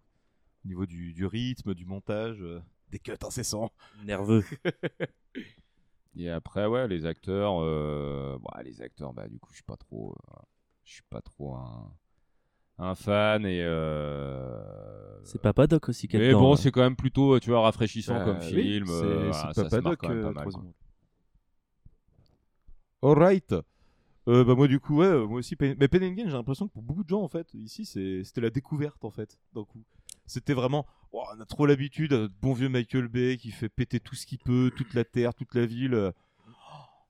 Speaker 8: au niveau du, du rythme, du montage, euh, des cuts incessants.
Speaker 10: Nerveux.
Speaker 9: Et après, ouais, les acteurs, euh, bah, les acteurs, bah, du coup, je suis pas trop, euh, je suis pas trop un, un fan et. euh,
Speaker 10: C'est hein. Papa Doc aussi qui est
Speaker 9: Mais
Speaker 10: dedans,
Speaker 9: bon,
Speaker 10: ouais.
Speaker 9: c'est quand même plutôt, euh, tu vois, rafraîchissant
Speaker 8: Euh,
Speaker 9: comme
Speaker 8: oui,
Speaker 9: film.
Speaker 8: c'est-
Speaker 9: euh,
Speaker 8: c'est
Speaker 9: voilà, ça se
Speaker 8: Papa
Speaker 9: marre
Speaker 8: Doc,
Speaker 9: quand même
Speaker 8: euh,
Speaker 9: pas mal,
Speaker 8: troisième
Speaker 9: quoi.
Speaker 8: Alright. Euh, bah moi du coup ouais, euh, moi aussi Pain- mais Pain and Gain, j'ai l'impression que pour beaucoup de gens en fait ici c'est c'était la découverte en fait d'un coup c'était vraiment oh, on a trop l'habitude euh, bon vieux Michael Bay qui fait péter tout ce qu'il peut toute la terre toute la ville euh,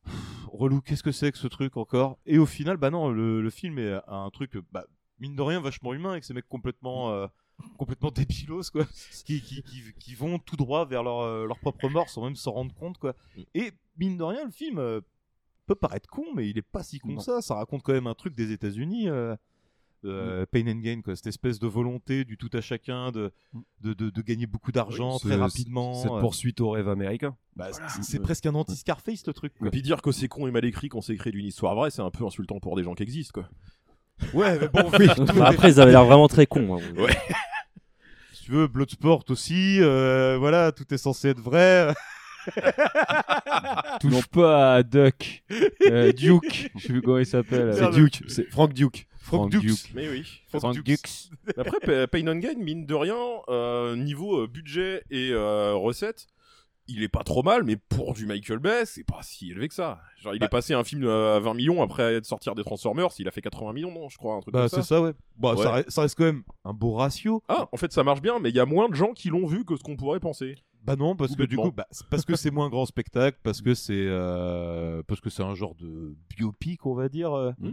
Speaker 8: pff, relou qu'est-ce que c'est que ce truc encore et au final bah non le, le film est un truc euh, bah, mine de rien vachement humain avec ces mecs complètement euh, complètement débilos quoi qui, qui, qui, qui vont tout droit vers leur, euh, leur propre mort sans même s'en rendre compte quoi et mine de rien le film euh, peut paraître con, mais il est pas si con
Speaker 12: Non.
Speaker 8: que ça. Ça raconte quand même un truc des États-Unis. euh, euh, Pain and Gain, quoi. cette espèce de volonté du tout à chacun de, de, de- de gagner beaucoup d'argent
Speaker 12: Oui, ce-
Speaker 8: très rapidement.
Speaker 12: cette
Speaker 8: euh.
Speaker 12: poursuite au rêve américain.
Speaker 8: Bah,
Speaker 11: Ah,
Speaker 8: c'est- C'est presque un anti-Scarface le truc.
Speaker 11: Et puis dire que c'est con et mal écrit quand c'est écrit d'une histoire vraie, c'est un peu insultant pour des gens qui existent, quoi. Bah,
Speaker 8: Ouais, mais Eh ben, bon, oui.
Speaker 10: Après, ils avaient l'air vraiment très cons. hein.
Speaker 8: Ouais. Si tu veux, Bloodsport aussi, euh, voilà, tout est censé être vrai.
Speaker 9: Touche pas à Duck, euh, Duke, je sais plus comment il s'appelle.
Speaker 8: C'est Duke,
Speaker 12: c'est Frank Duke.
Speaker 9: Frank, Duke.
Speaker 11: Mais oui.
Speaker 9: Frank Dukes.
Speaker 11: Mais Après, Pa- Pain and Gain, mine de rien, euh, niveau euh, budget et euh, recette, il est pas trop mal, mais pour du Michael Bay, c'est pas si élevé que ça. Genre, il est passé un film euh, à 20 millions après être sortir des Transformers, il a fait 80 millions, non, je crois, un truc
Speaker 8: Bah,
Speaker 11: comme ça.
Speaker 8: c'est ça, ouais. Bah,
Speaker 11: Ouais.
Speaker 8: Ça, re- ça reste quand même un beau ratio.
Speaker 11: Ah, en fait, ça marche bien, mais il y a moins de gens qui l'ont vu que ce qu'on pourrait penser.
Speaker 8: Bah non, parce que du
Speaker 11: Complètement.
Speaker 8: coup, bah, c'est parce que c'est moins grand spectacle, parce que c'est euh, parce que c'est un genre de biopic, on va dire. euh.
Speaker 11: Hmm.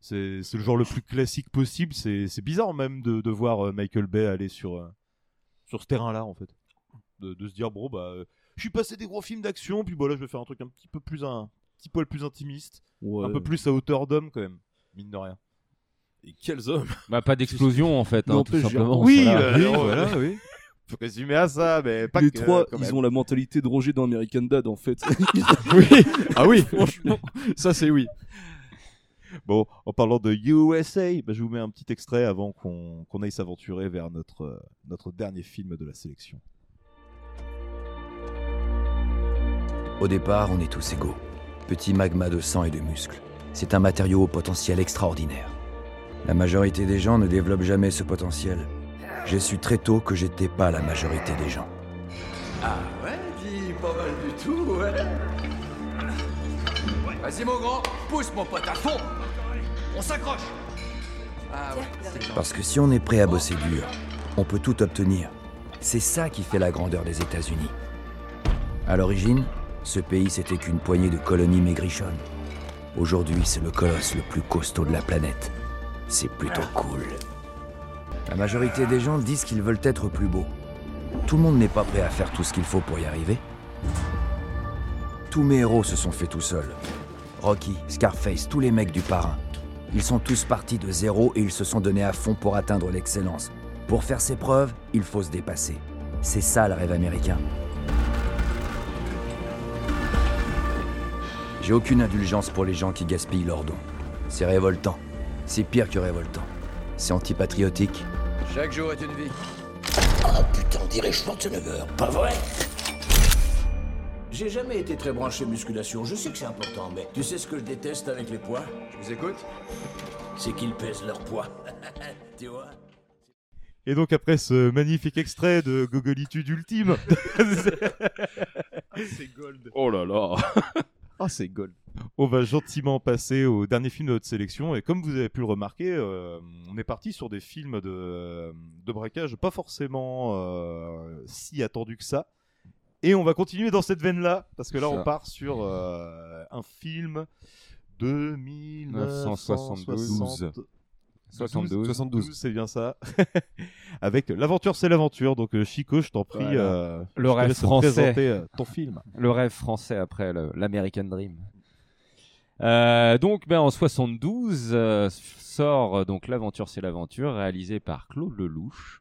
Speaker 8: C'est c'est le genre le plus classique possible. C'est c'est bizarre même de, de voir euh, Michael Bay aller sur euh, sur ce terrain-là, en fait. De, de se dire, bro, bah, euh, je suis passé des gros films d'action, puis bah là, je vais faire un truc un petit peu plus un petit poil plus intimiste,
Speaker 10: Ouais.
Speaker 8: un peu plus à hauteur d'homme quand même, mine de rien.
Speaker 11: Et quels hommes
Speaker 9: Bah, pas d'explosion en fait, hein, tout
Speaker 8: N'empêche, j'ai-
Speaker 9: simplement.
Speaker 8: Oui,
Speaker 9: voilà.
Speaker 8: euh, oui, voilà, oui. Faut résumer à ça, mais pas
Speaker 4: les
Speaker 8: que, euh,
Speaker 4: trois,
Speaker 8: quand
Speaker 4: ils
Speaker 8: même.
Speaker 4: ont la mentalité de Roger dans American Dad en fait.
Speaker 8: oui. Ah oui. Franchement, ça c'est oui. Bon, en parlant de USA, bah, je vous mets un petit extrait avant qu'on qu'on aille s'aventurer vers notre, euh, notre dernier film de la sélection.
Speaker 19: Au départ, on est tous égaux. Petit magma de sang et de muscles. C'est un matériau au potentiel extraordinaire. La majorité des gens ne développent jamais ce potentiel. J'ai su très tôt que j'étais pas la majorité des gens.
Speaker 15: Ah ouais, dis pas mal du tout, ouais. Ouais, Vas-y mon grand, pousse mon pote à fond. On s'accroche. Ah ouais, c'est gentil.
Speaker 19: Parce que si on est prêt à bosser dur, on peut tout obtenir. C'est ça qui fait la grandeur des États-Unis. À l'origine, ce pays c'était qu'une poignée de colonies maigrichonnes. Aujourd'hui, c'est le colosse le plus costaud de la planète. C'est plutôt cool. La majorité des gens disent qu'ils veulent être plus beaux. Tout le monde n'est pas prêt à faire tout ce qu'il faut pour y arriver. Tous mes héros se sont faits tout seuls. Rocky, Scarface, tous les mecs du parrain. Ils sont tous partis de zéro et ils se sont donnés à fond pour atteindre l'excellence. Pour faire ses preuves, il faut se dépasser. C'est ça le rêve américain. J'ai aucune indulgence pour les gens qui gaspillent leurs dons. C'est révoltant. C'est pire que révoltant. C'est antipatriotique.
Speaker 15: Chaque jour est une vie. Ah putain, dirais Schwarzenegger, pas vrai J'ai jamais été très branché musculation, je sais que c'est important, mais tu sais ce que je déteste avec les poids Je vous écoute C'est qu'ils pèsent leur poids.
Speaker 20: tu vois.
Speaker 8: Et donc après ce magnifique extrait de Gogolitude ultime.
Speaker 11: c'est gold.
Speaker 8: Oh là là. Ah c'est gold. On va gentiment passer au dernier film de notre sélection et comme vous avez pu le remarquer, euh, on est parti sur des films de, de braquage pas forcément euh, si attendus que ça. Et on va continuer dans cette veine-là parce que là on
Speaker 12: Ça.
Speaker 8: part sur euh, un film de 1972.
Speaker 9: 72.
Speaker 8: 72, c'est bien ça. Avec l'aventure, c'est l'aventure. Donc euh, Chico, je t'en prie,
Speaker 9: Voilà.
Speaker 8: euh, je
Speaker 9: le
Speaker 8: te
Speaker 9: rêve
Speaker 8: laisse
Speaker 9: français.
Speaker 8: présenter, euh, ton film.
Speaker 9: Le rêve français après le- l'American Dream. Euh, donc, ben, en 72 euh, sort euh, donc l'aventure, c'est l'aventure, réalisé par Claude Lelouch.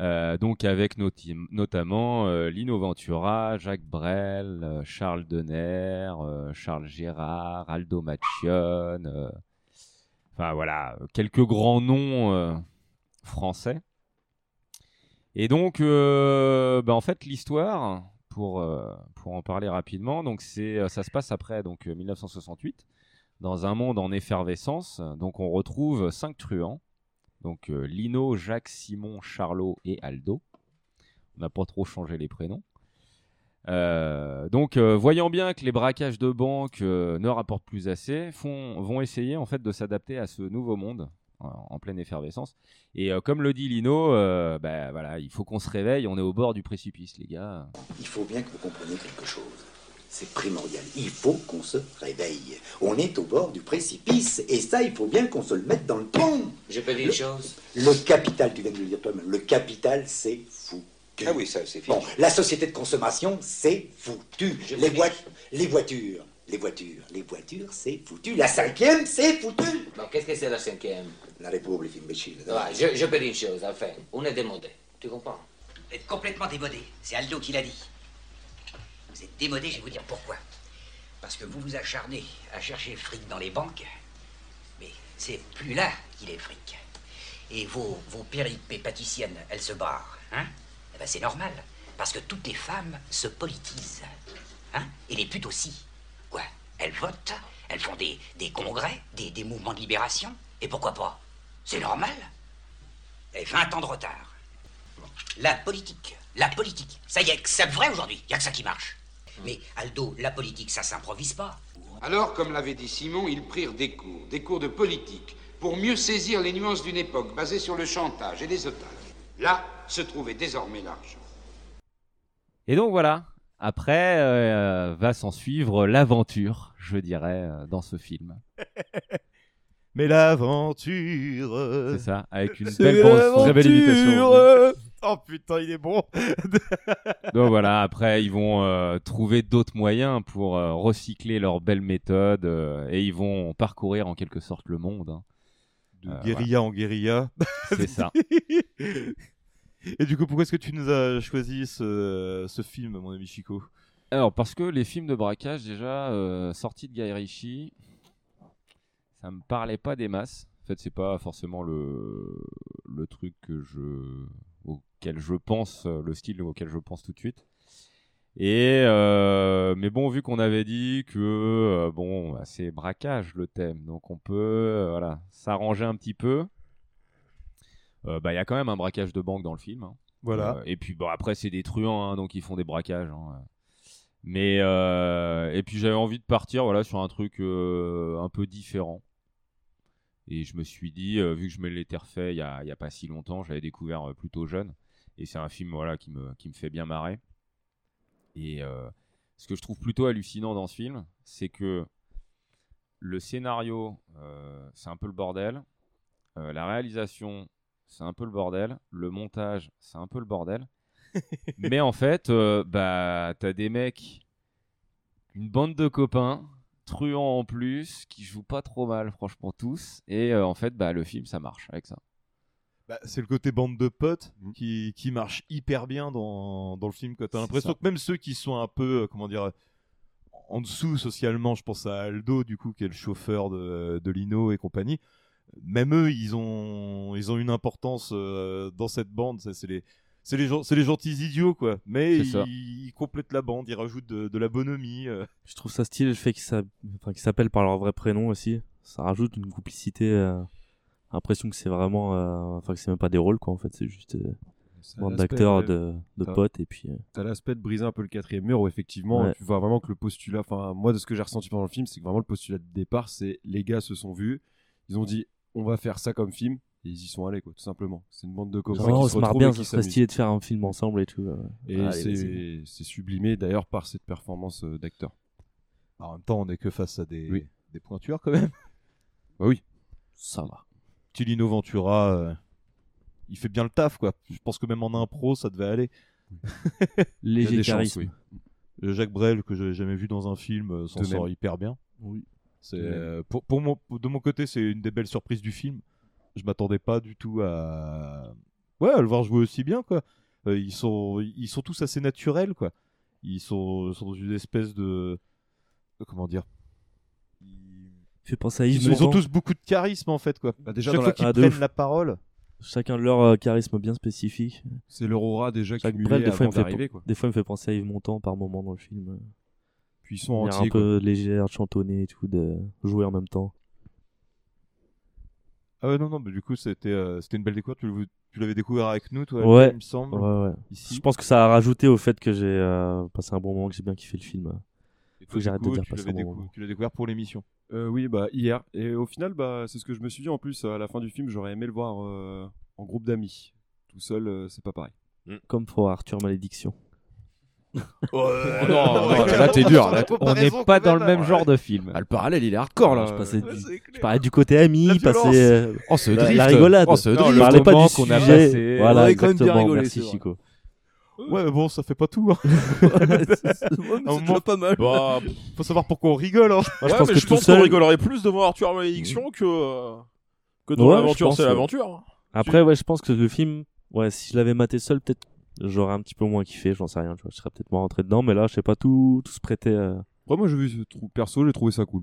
Speaker 9: Euh, donc avec noti- notamment euh, Lino Ventura, Jacques Brel, euh, Charles Denner, euh, Charles Gérard, Aldo Macione, euh, enfin voilà, quelques grands noms euh, français. Et donc, euh, bah, en fait, l'histoire, pour, euh, pour en parler rapidement, donc c'est, euh, ça se passe après donc, euh, 1968, dans un monde en effervescence. Donc, on retrouve cinq truands. Donc, euh, Lino, Jacques, Simon, Charlot et Aldo. On n'a pas trop changé les prénoms. Euh, donc, euh, voyant bien que les braquages de banque euh, ne rapportent plus assez, font, vont essayer en fait de s'adapter à ce nouveau monde en, en pleine effervescence. Et euh, comme le dit Lino, euh, bah, voilà, il faut qu'on se réveille. On est au bord du précipice, les gars.
Speaker 20: Il faut bien que vous compreniez quelque chose. C'est primordial. Il faut qu'on se réveille. On est au bord du précipice et ça, il faut bien qu'on se le mette dans le pont.
Speaker 17: J'ai pas dit une chose.
Speaker 20: Le capital, tu viens de le dire toi-même, le capital, c'est fou.
Speaker 17: Ah oui, ça, c'est fini.
Speaker 20: Bon, la société de consommation, c'est foutu. Les, voi- les voitures, les voitures, les voitures, c'est foutu. La cinquième, c'est foutu.
Speaker 17: Bon, qu'est-ce que c'est la cinquième
Speaker 20: La République imbécile.
Speaker 17: Ouais, je, je peux dire une chose, enfin, on est démodé. Tu comprends
Speaker 21: Vous êtes complètement démodé. C'est Aldo qui l'a dit. Vous êtes démodé, je vais vous dire pourquoi. Parce que vous vous acharnez à chercher le fric dans les banques, mais c'est plus là qu'il est le fric. Et vos, vos péripées pâtissiennes, elles se barrent, hein Eh ben, c'est normal, parce que toutes les femmes se politisent, hein Et les putes aussi. Quoi Elles votent, elles font des, des congrès, des, des mouvements de libération, et pourquoi pas C'est normal. Et 20 ans de retard. La politique, la politique. Ça y est, que c'est vrai aujourd'hui. Y a que ça qui marche. Mais Aldo, la politique, ça s'improvise pas.
Speaker 22: Alors, comme l'avait dit Simon, ils prirent des cours, des cours de politique, pour mieux saisir les nuances d'une époque basée sur le chantage et les otages. Là se trouvait désormais l'argent.
Speaker 9: Et donc voilà. Après, euh, va s'en suivre l'aventure, je dirais, euh, dans ce film.
Speaker 8: Mais l'aventure.
Speaker 9: C'est ça, avec une
Speaker 8: C'est
Speaker 9: belle grosse- très belle imitation.
Speaker 8: l'aventure. Oh putain, il est bon.
Speaker 9: Donc voilà, après, ils vont euh, trouver d'autres moyens pour euh, recycler leurs belles méthodes euh, et ils vont parcourir en quelque sorte le monde. hein.
Speaker 8: De
Speaker 9: Euh,
Speaker 8: guérilla
Speaker 9: voilà.
Speaker 8: en guérilla.
Speaker 9: C'est ça.
Speaker 8: Et du coup, pourquoi est-ce que tu nous as choisi ce, ce film, mon ami Chico
Speaker 9: Alors, parce que les films de braquage, déjà, euh, sortis de Guy Ritchie, ça me parlait pas des masses. En fait, c'est pas forcément le, le truc que je, auquel je pense, euh, le style auquel je pense tout de suite. Et euh, mais bon, vu qu'on avait dit que euh, bon, bah, c'est braquage le thème, donc on peut euh, voilà s'arranger un petit peu. Euh, bah, il y a quand même un braquage de banque dans le film. hein.
Speaker 8: Voilà.
Speaker 9: Euh, et puis bon, après c'est des truands, hein, donc ils font des braquages. hein. Mais euh, et puis j'avais envie de partir voilà sur un truc euh, un peu différent. Et je me suis dit, euh, vu que je me l'étais refait il y a, il y a pas si longtemps, j'avais découvert euh, plutôt jeune. Et c'est un film voilà qui me qui me fait bien marrer. Et euh, ce que je trouve plutôt hallucinant dans ce film, c'est que le scénario, euh, c'est un peu le bordel. Euh, la réalisation, c'est un peu le bordel. Le montage, c'est un peu le bordel. Mais en fait, euh, bah, t'as des mecs, une bande de copains, truands en plus, qui jouent pas trop mal, franchement, tous. Et euh, en fait, bah, le film, ça marche avec ça.
Speaker 8: Bah, c'est le côté bande de potes
Speaker 10: Mm.
Speaker 8: qui, qui marche hyper bien dans, dans le film. quoi. T'as l'impression
Speaker 9: ça.
Speaker 8: que même ceux qui sont un peu, euh, comment dire, en dessous socialement, je pense à Aldo, du coup, qui est le chauffeur de, de Lino et compagnie, même eux, ils ont, ils ont une importance euh, dans cette bande. C'est c'est les. C'est les, gen- c'est les gentils idiots, quoi. Mais
Speaker 10: C'est ça.
Speaker 8: ils, ils complètent la bande, ils rajoutent de, de la bonhomie. euh.
Speaker 10: Je trouve ça stylé le fait qu'ils s'app- enfin, qu'ils s'appellent par leur vrai prénom aussi. Ça rajoute une complicité euh, l'impression que c'est vraiment. euh, Enfin, que c'est même pas des rôles, quoi, en fait. C'est juste euh,
Speaker 12: Ça a
Speaker 10: bande
Speaker 12: l'aspect,
Speaker 10: d'acteurs,
Speaker 12: ouais.
Speaker 10: de, de
Speaker 12: T'as-
Speaker 10: potes, et puis. euh,
Speaker 12: T'as l'aspect de briser un peu le quatrième mur où effectivement
Speaker 10: Ouais.
Speaker 12: tu vois vraiment que le postulat, enfin moi de ce que j'ai ressenti pendant le film, c'est que vraiment le postulat de départ, c'est les gars se sont vus, ils ont dit on va faire ça comme film et ils y sont allés quoi, tout simplement. C'est une bande de copains
Speaker 10: oh,
Speaker 12: qui
Speaker 10: on
Speaker 12: se,
Speaker 10: se marre
Speaker 12: retrouvent et
Speaker 10: bien, ça
Speaker 12: qui
Speaker 10: serait
Speaker 12: s'amusent.
Speaker 10: stylé de faire un film ensemble et tout. euh.
Speaker 12: Et
Speaker 10: Allez, vas-y.
Speaker 12: c'est c'est sublimé d'ailleurs par cette performance euh, d'acteur.
Speaker 8: En même temps, on est que face à des, des pointures quand même.
Speaker 12: Bah oui.
Speaker 10: Ça va.
Speaker 8: Petit Lino Ventura, euh, il fait bien le taf quoi. Je pense que même en impro, ça devait aller.
Speaker 10: Léger Il y a des chances, charisme. oui.
Speaker 8: Le Jacques Brel que j'avais jamais vu dans un film euh, s'en
Speaker 12: De même.
Speaker 8: sort hyper bien.
Speaker 10: Oui.
Speaker 8: C'est
Speaker 12: De même.
Speaker 8: euh, pour, pour mon- pour- de mon côté, c'est une des belles surprises du film. Je m'attendais pas du tout à ouais à le voir jouer aussi bien quoi. Euh, ils sont ils sont tous assez naturels quoi. Ils sont, ils sont dans une espèce de comment dire.
Speaker 10: Fait penser à Yves
Speaker 8: Ils, ont- ils ont
Speaker 10: Montand.
Speaker 8: tous beaucoup de charisme en fait quoi.
Speaker 12: déjà,
Speaker 8: Chaque
Speaker 12: dans
Speaker 8: fois
Speaker 12: la-
Speaker 8: qu'ils
Speaker 10: Ah, de
Speaker 8: prennent
Speaker 10: ouf.
Speaker 8: la parole,
Speaker 10: Chacun de leur euh, charisme bien spécifique.
Speaker 12: C'est leur aura déjà
Speaker 10: Jacques
Speaker 12: cumulée
Speaker 10: Brel, des fois,
Speaker 12: avant
Speaker 10: il me fait
Speaker 12: d'arriver,
Speaker 10: pe-
Speaker 12: quoi.
Speaker 10: Des fois, il me fait penser à Yves Montand par moment dans le film.
Speaker 12: Puis ils sont
Speaker 10: Il y a
Speaker 12: entiers,
Speaker 10: un peu de légère, de chantonné et tout, de jouer en même temps.
Speaker 8: Ah ouais, non, non, mais du coup, c'était euh, c'était une belle découverte. Tu l'avais- tu l'avais découvert avec nous, toi,
Speaker 10: Ouais.
Speaker 8: il me semble.
Speaker 10: Ouais, ouais.
Speaker 8: Ici.
Speaker 10: Je pense que ça a rajouté au fait que j'ai euh, passé un bon moment, que j'ai bien kiffé le film.
Speaker 8: Et toi,
Speaker 10: Faut que
Speaker 8: du
Speaker 10: j'arrête de
Speaker 8: coup,
Speaker 10: dire
Speaker 8: tu
Speaker 10: passer un
Speaker 8: l'avais
Speaker 10: bon
Speaker 8: décou-
Speaker 10: moment.
Speaker 8: Tu l'as découvert pour l'émission.
Speaker 12: Euh, oui, bah hier. Et au final, bah, c'est ce que je me suis dit. En plus, à la fin du film, j'aurais aimé le voir euh, en groupe d'amis. Tout seul, euh, c'est pas pareil.
Speaker 10: Comme pour Arthur Malédiction.
Speaker 12: euh,
Speaker 1: Oh non,
Speaker 12: ouais,
Speaker 1: non,
Speaker 12: ouais,
Speaker 1: là t'es
Speaker 12: ouais,
Speaker 1: dur.
Speaker 12: ouais,
Speaker 1: Là,
Speaker 12: ouais,
Speaker 1: t- on
Speaker 12: comparaison
Speaker 1: n'est
Speaker 12: quand
Speaker 1: pas dans
Speaker 12: même,
Speaker 1: le même
Speaker 12: ouais. Ah,
Speaker 1: genre de film.
Speaker 12: le parallèle, il est hardcore là.
Speaker 10: Je passais du- je parlais du côté ami, je passais euh,
Speaker 1: Oh, ce
Speaker 10: la,
Speaker 1: drift.
Speaker 10: la rigolade.
Speaker 1: Oh, ce
Speaker 10: Je
Speaker 1: drift.
Speaker 10: parlais
Speaker 1: Le
Speaker 10: pas
Speaker 1: moment
Speaker 10: du
Speaker 1: qu'on a
Speaker 10: sujet.
Speaker 1: passé. On
Speaker 10: Voilà,
Speaker 1: avait quand même bien
Speaker 10: exactement.
Speaker 1: rigolé,
Speaker 10: Merci
Speaker 1: c'est vrai.
Speaker 10: Chico.
Speaker 8: Ouais, mais bon, ça fait pas tout. Hein.
Speaker 4: c'est déjà pas mal.
Speaker 8: Bah, faut savoir pourquoi on rigole. Hein.
Speaker 11: Ouais,
Speaker 8: je
Speaker 11: mais
Speaker 8: pense que
Speaker 11: je
Speaker 8: tout
Speaker 11: pense
Speaker 8: seul- Mm.
Speaker 11: qu'on rigolerait plus devant Arthur Malédiction que, euh, que dans
Speaker 10: Ouais, je
Speaker 11: l'aventure,
Speaker 10: pense,
Speaker 11: c'est
Speaker 10: ouais.
Speaker 11: l'aventure. hein.
Speaker 10: Après, ouais, je pense que le film, ouais, si je l'avais maté seul, peut-être j'aurais un petit peu moins kiffé, j'en sais rien, tu vois, je serais peut-être moins rentré dedans, mais là, je sais pas, tout, tout se prêtait. euh,
Speaker 12: Ouais, moi, j'ai vu ce trou- perso, j'ai trouvé ça cool.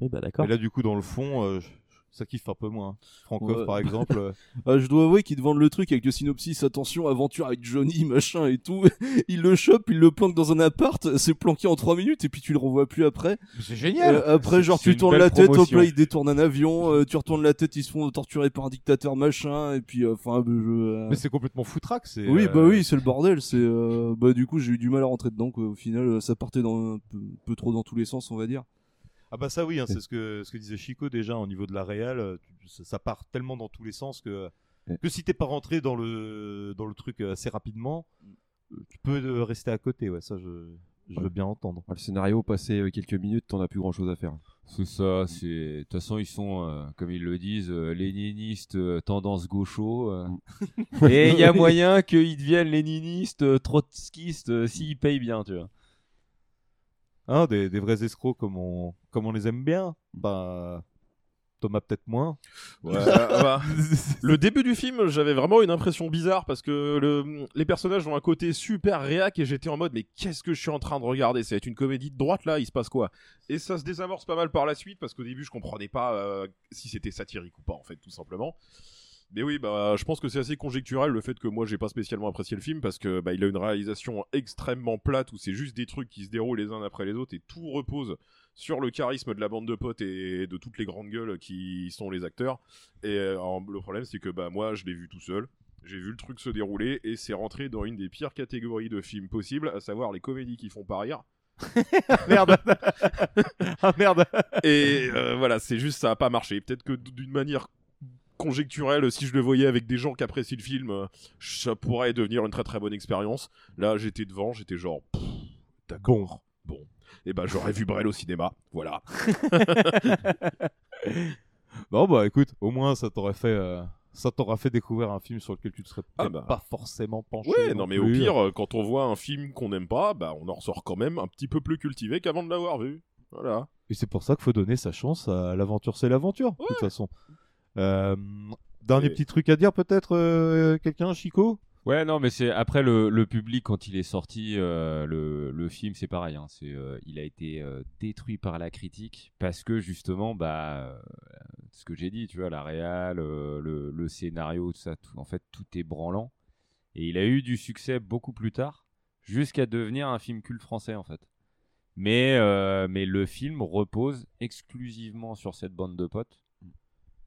Speaker 10: Oui, bah d'accord.
Speaker 8: Et là, du coup, dans le fond, euh, je- ça kiffe un peu moins. Francoff,
Speaker 4: Ouais.
Speaker 8: par exemple. euh,
Speaker 4: Ah, je dois avouer qu'ils te vendent le truc avec le synopsis, attention, aventure avec Johnny, machin et tout. il le chope, il le planque dans un appart, c'est planqué en 3 minutes et puis tu le revois plus après.
Speaker 8: C'est génial.
Speaker 4: Euh, après,
Speaker 8: C'est-
Speaker 4: genre,
Speaker 8: c'est
Speaker 4: tu
Speaker 8: une
Speaker 4: tournes
Speaker 8: belle
Speaker 4: la tête, hop
Speaker 8: promotion.
Speaker 4: là, ils détournent un avion, euh, tu retournes la tête, ils se font torturer par un dictateur, machin, et puis, euh, enfin, euh, je, euh,
Speaker 8: Mais c'est complètement foutraque. c'est,
Speaker 4: Oui,
Speaker 8: euh,
Speaker 4: bah oui, c'est le bordel. C'est euh, bah du coup, j'ai eu du mal à rentrer dedans. Quoi. Au final, euh, ça partait dans un peu, peu trop dans tous les sens, on va dire.
Speaker 8: Ah bah ça oui, hein, c'est ce que, ce que disait Chico déjà au niveau de la réal, euh, tu- ça, ça part tellement dans tous les sens que, que si t'es pas rentré dans le, dans le truc assez rapidement, euh, tu peux euh, rester à côté, ouais, ça je, je veux bien entendre.
Speaker 12: Bah, le scénario, passé euh, quelques minutes, t'en as plus grand chose à faire.
Speaker 9: C'est ça, c'est. De toute façon, ils sont, euh, comme ils le disent, euh, léninistes, euh, tendance gaucho. euh. Et il y a moyen qu'ils deviennent léninistes, euh, trotskistes, euh, s'ils payent bien, tu vois.
Speaker 8: Hein, des, des vrais escrocs comme on, comme on les aime bien, bah Thomas peut-être moins.
Speaker 11: Ouais, euh, bah, le début du film, j'avais vraiment une impression bizarre parce que le- les personnages ont un côté super réac et j'étais en mode mais qu'est-ce que je suis en train de regarder C'est une comédie de droite là, il se passe quoi Et ça se désamorce pas mal par la suite parce qu'au début je comprenais pas euh, si c'était satirique ou pas en fait tout simplement. Mais oui, bah, je pense que c'est assez conjecturel le fait que moi j'ai pas spécialement apprécié le film parce que bah, il a une réalisation extrêmement plate où c'est juste des trucs qui se déroulent les uns après les autres et tout repose sur le charisme de la bande de potes et de toutes les grandes gueules qui sont les acteurs. Et euh, en- le problème c'est que bah moi je l'ai vu tout seul. J'ai vu le truc se dérouler et c'est rentré dans une des pires catégories de films possibles, à savoir les comédies qui font pas rire.
Speaker 8: merde Ah merde
Speaker 11: Et euh, voilà, c'est juste ça a pas marché. Peut-être que d- d'une manière conjecturelle, si je le voyais avec des gens qui apprécient le film, euh, ça pourrait devenir une très très bonne expérience. Là, j'étais devant, j'étais genre pff, d'accord. Bon. Et ben j'aurais vu Brel au cinéma, voilà.
Speaker 8: Non bah écoute, au moins ça t'aurait fait, euh, ça t'aura fait découvrir un film sur lequel tu te serais
Speaker 11: Ah
Speaker 8: peut-être
Speaker 11: bah.
Speaker 8: pas forcément penché.
Speaker 11: Ouais, non mais au
Speaker 8: plus.
Speaker 11: pire, euh, quand on voit un film qu'on n'aime pas, bah on en ressort quand même un petit peu plus cultivé qu'avant de l'avoir vu. Voilà.
Speaker 8: Et c'est pour ça qu'il faut donner sa chance à l'aventure, c'est l'aventure, de toute façon. Euh, dernier
Speaker 9: Et-
Speaker 8: petit truc à dire, peut-être, euh, quelqu'un, Chico
Speaker 9: Ouais, non, mais c'est après le, le public quand il est sorti, euh, le, le film c'est pareil. hein, c'est euh, il a été euh, détruit par la critique parce que justement, bah, euh, ce que j'ai dit, tu vois, la réal, euh, le, le scénario, tout ça, tout, en fait, tout est branlant. Et il a eu du succès beaucoup plus tard, jusqu'à devenir un film culte français en fait. Mais euh, mais le film repose exclusivement sur cette bande de potes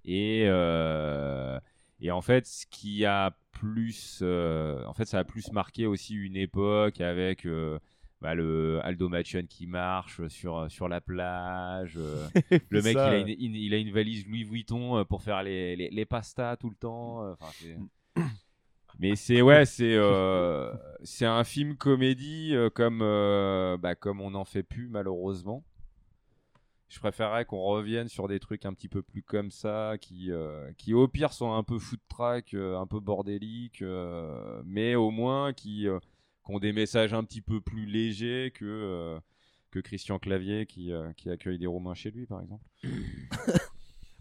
Speaker 9: Et, euh, et en fait, ce qui a plus, euh, en fait, ça a plus marqué aussi une époque avec euh, bah, le Aldo Machion qui marche sur, euh, sur la plage. euh, le mec, il,
Speaker 8: Ça,
Speaker 9: a une, une- il a une valise Louis Vuitton euh, pour faire les, les, les pastas tout le temps. euh, enfin, c'est- Mais c'est ouais, c'est euh, c'est un film comédie euh, comme euh, bah, comme on n'en fait plus malheureusement. Je préférerais qu'on revienne sur des trucs un petit peu plus comme ça, qui, euh, qui au pire sont un peu foot track, euh, un peu bordéliques, euh, mais au moins qui, euh, qui ont des messages un petit peu plus légers que, euh, que Christian Clavier qui, euh, qui accueille des Romains chez lui, par exemple.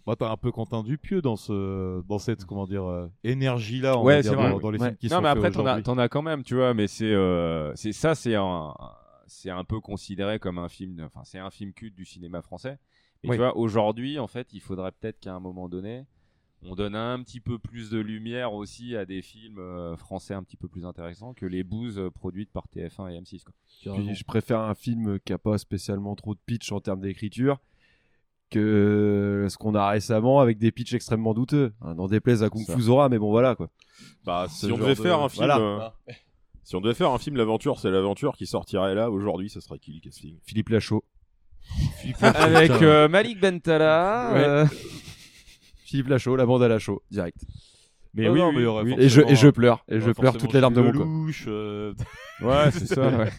Speaker 8: Moi, Bah, t'as un peu Quentin Dupieux dans ce, dans cette, comment dire, euh, énergie-là, on va dire, dans, dans les films qui
Speaker 9: non,
Speaker 8: sont
Speaker 9: mais après,
Speaker 8: faits
Speaker 9: t'en as,
Speaker 8: aujourd'hui.
Speaker 9: t'en as quand même, tu vois, mais c'est euh, c'est- ça, c'est un, c'est un peu considéré comme un film, enfin, c'est un film culte du cinéma français. Et
Speaker 8: Oui.
Speaker 9: tu vois, aujourd'hui, en fait, il faudrait peut-être qu'à un moment donné, on donne un petit peu plus de lumière aussi à des films euh, français un petit peu plus intéressants que les bouses euh, produites par TF1 et M6. Quoi.
Speaker 12: Puis je préfère un film euh, qui a pas spécialement trop de pitch en termes d'écriture que euh, ce qu'on a récemment avec des pitchs extrêmement douteux. Hein, N'en déplaise à Kung
Speaker 11: Ça.
Speaker 12: Fu Zora, mais bon voilà quoi.
Speaker 11: Bah,
Speaker 12: Ce
Speaker 11: si on
Speaker 12: genre
Speaker 11: devait
Speaker 12: de-
Speaker 11: faire un film,
Speaker 12: voilà.
Speaker 11: euh, si on devait faire un film, l'aventure, c'est l'aventure qui sortirait là aujourd'hui, ça serait qui le casting
Speaker 12: Philippe Lachaud.
Speaker 9: Avec euh, Malik Bentala.
Speaker 12: Ouais.
Speaker 9: euh,
Speaker 12: Philippe Lachaud, la bande à Lachaud, direct.
Speaker 9: Mais oui, oui,
Speaker 12: Oh il y
Speaker 9: oui.
Speaker 12: aurait
Speaker 9: Et
Speaker 12: forcément-
Speaker 9: je- et je pleure,
Speaker 12: et
Speaker 9: et
Speaker 12: je
Speaker 9: je
Speaker 12: pleure toutes les larmes de mon corps.
Speaker 8: euh,
Speaker 9: Ouais, c'est ça, ouais.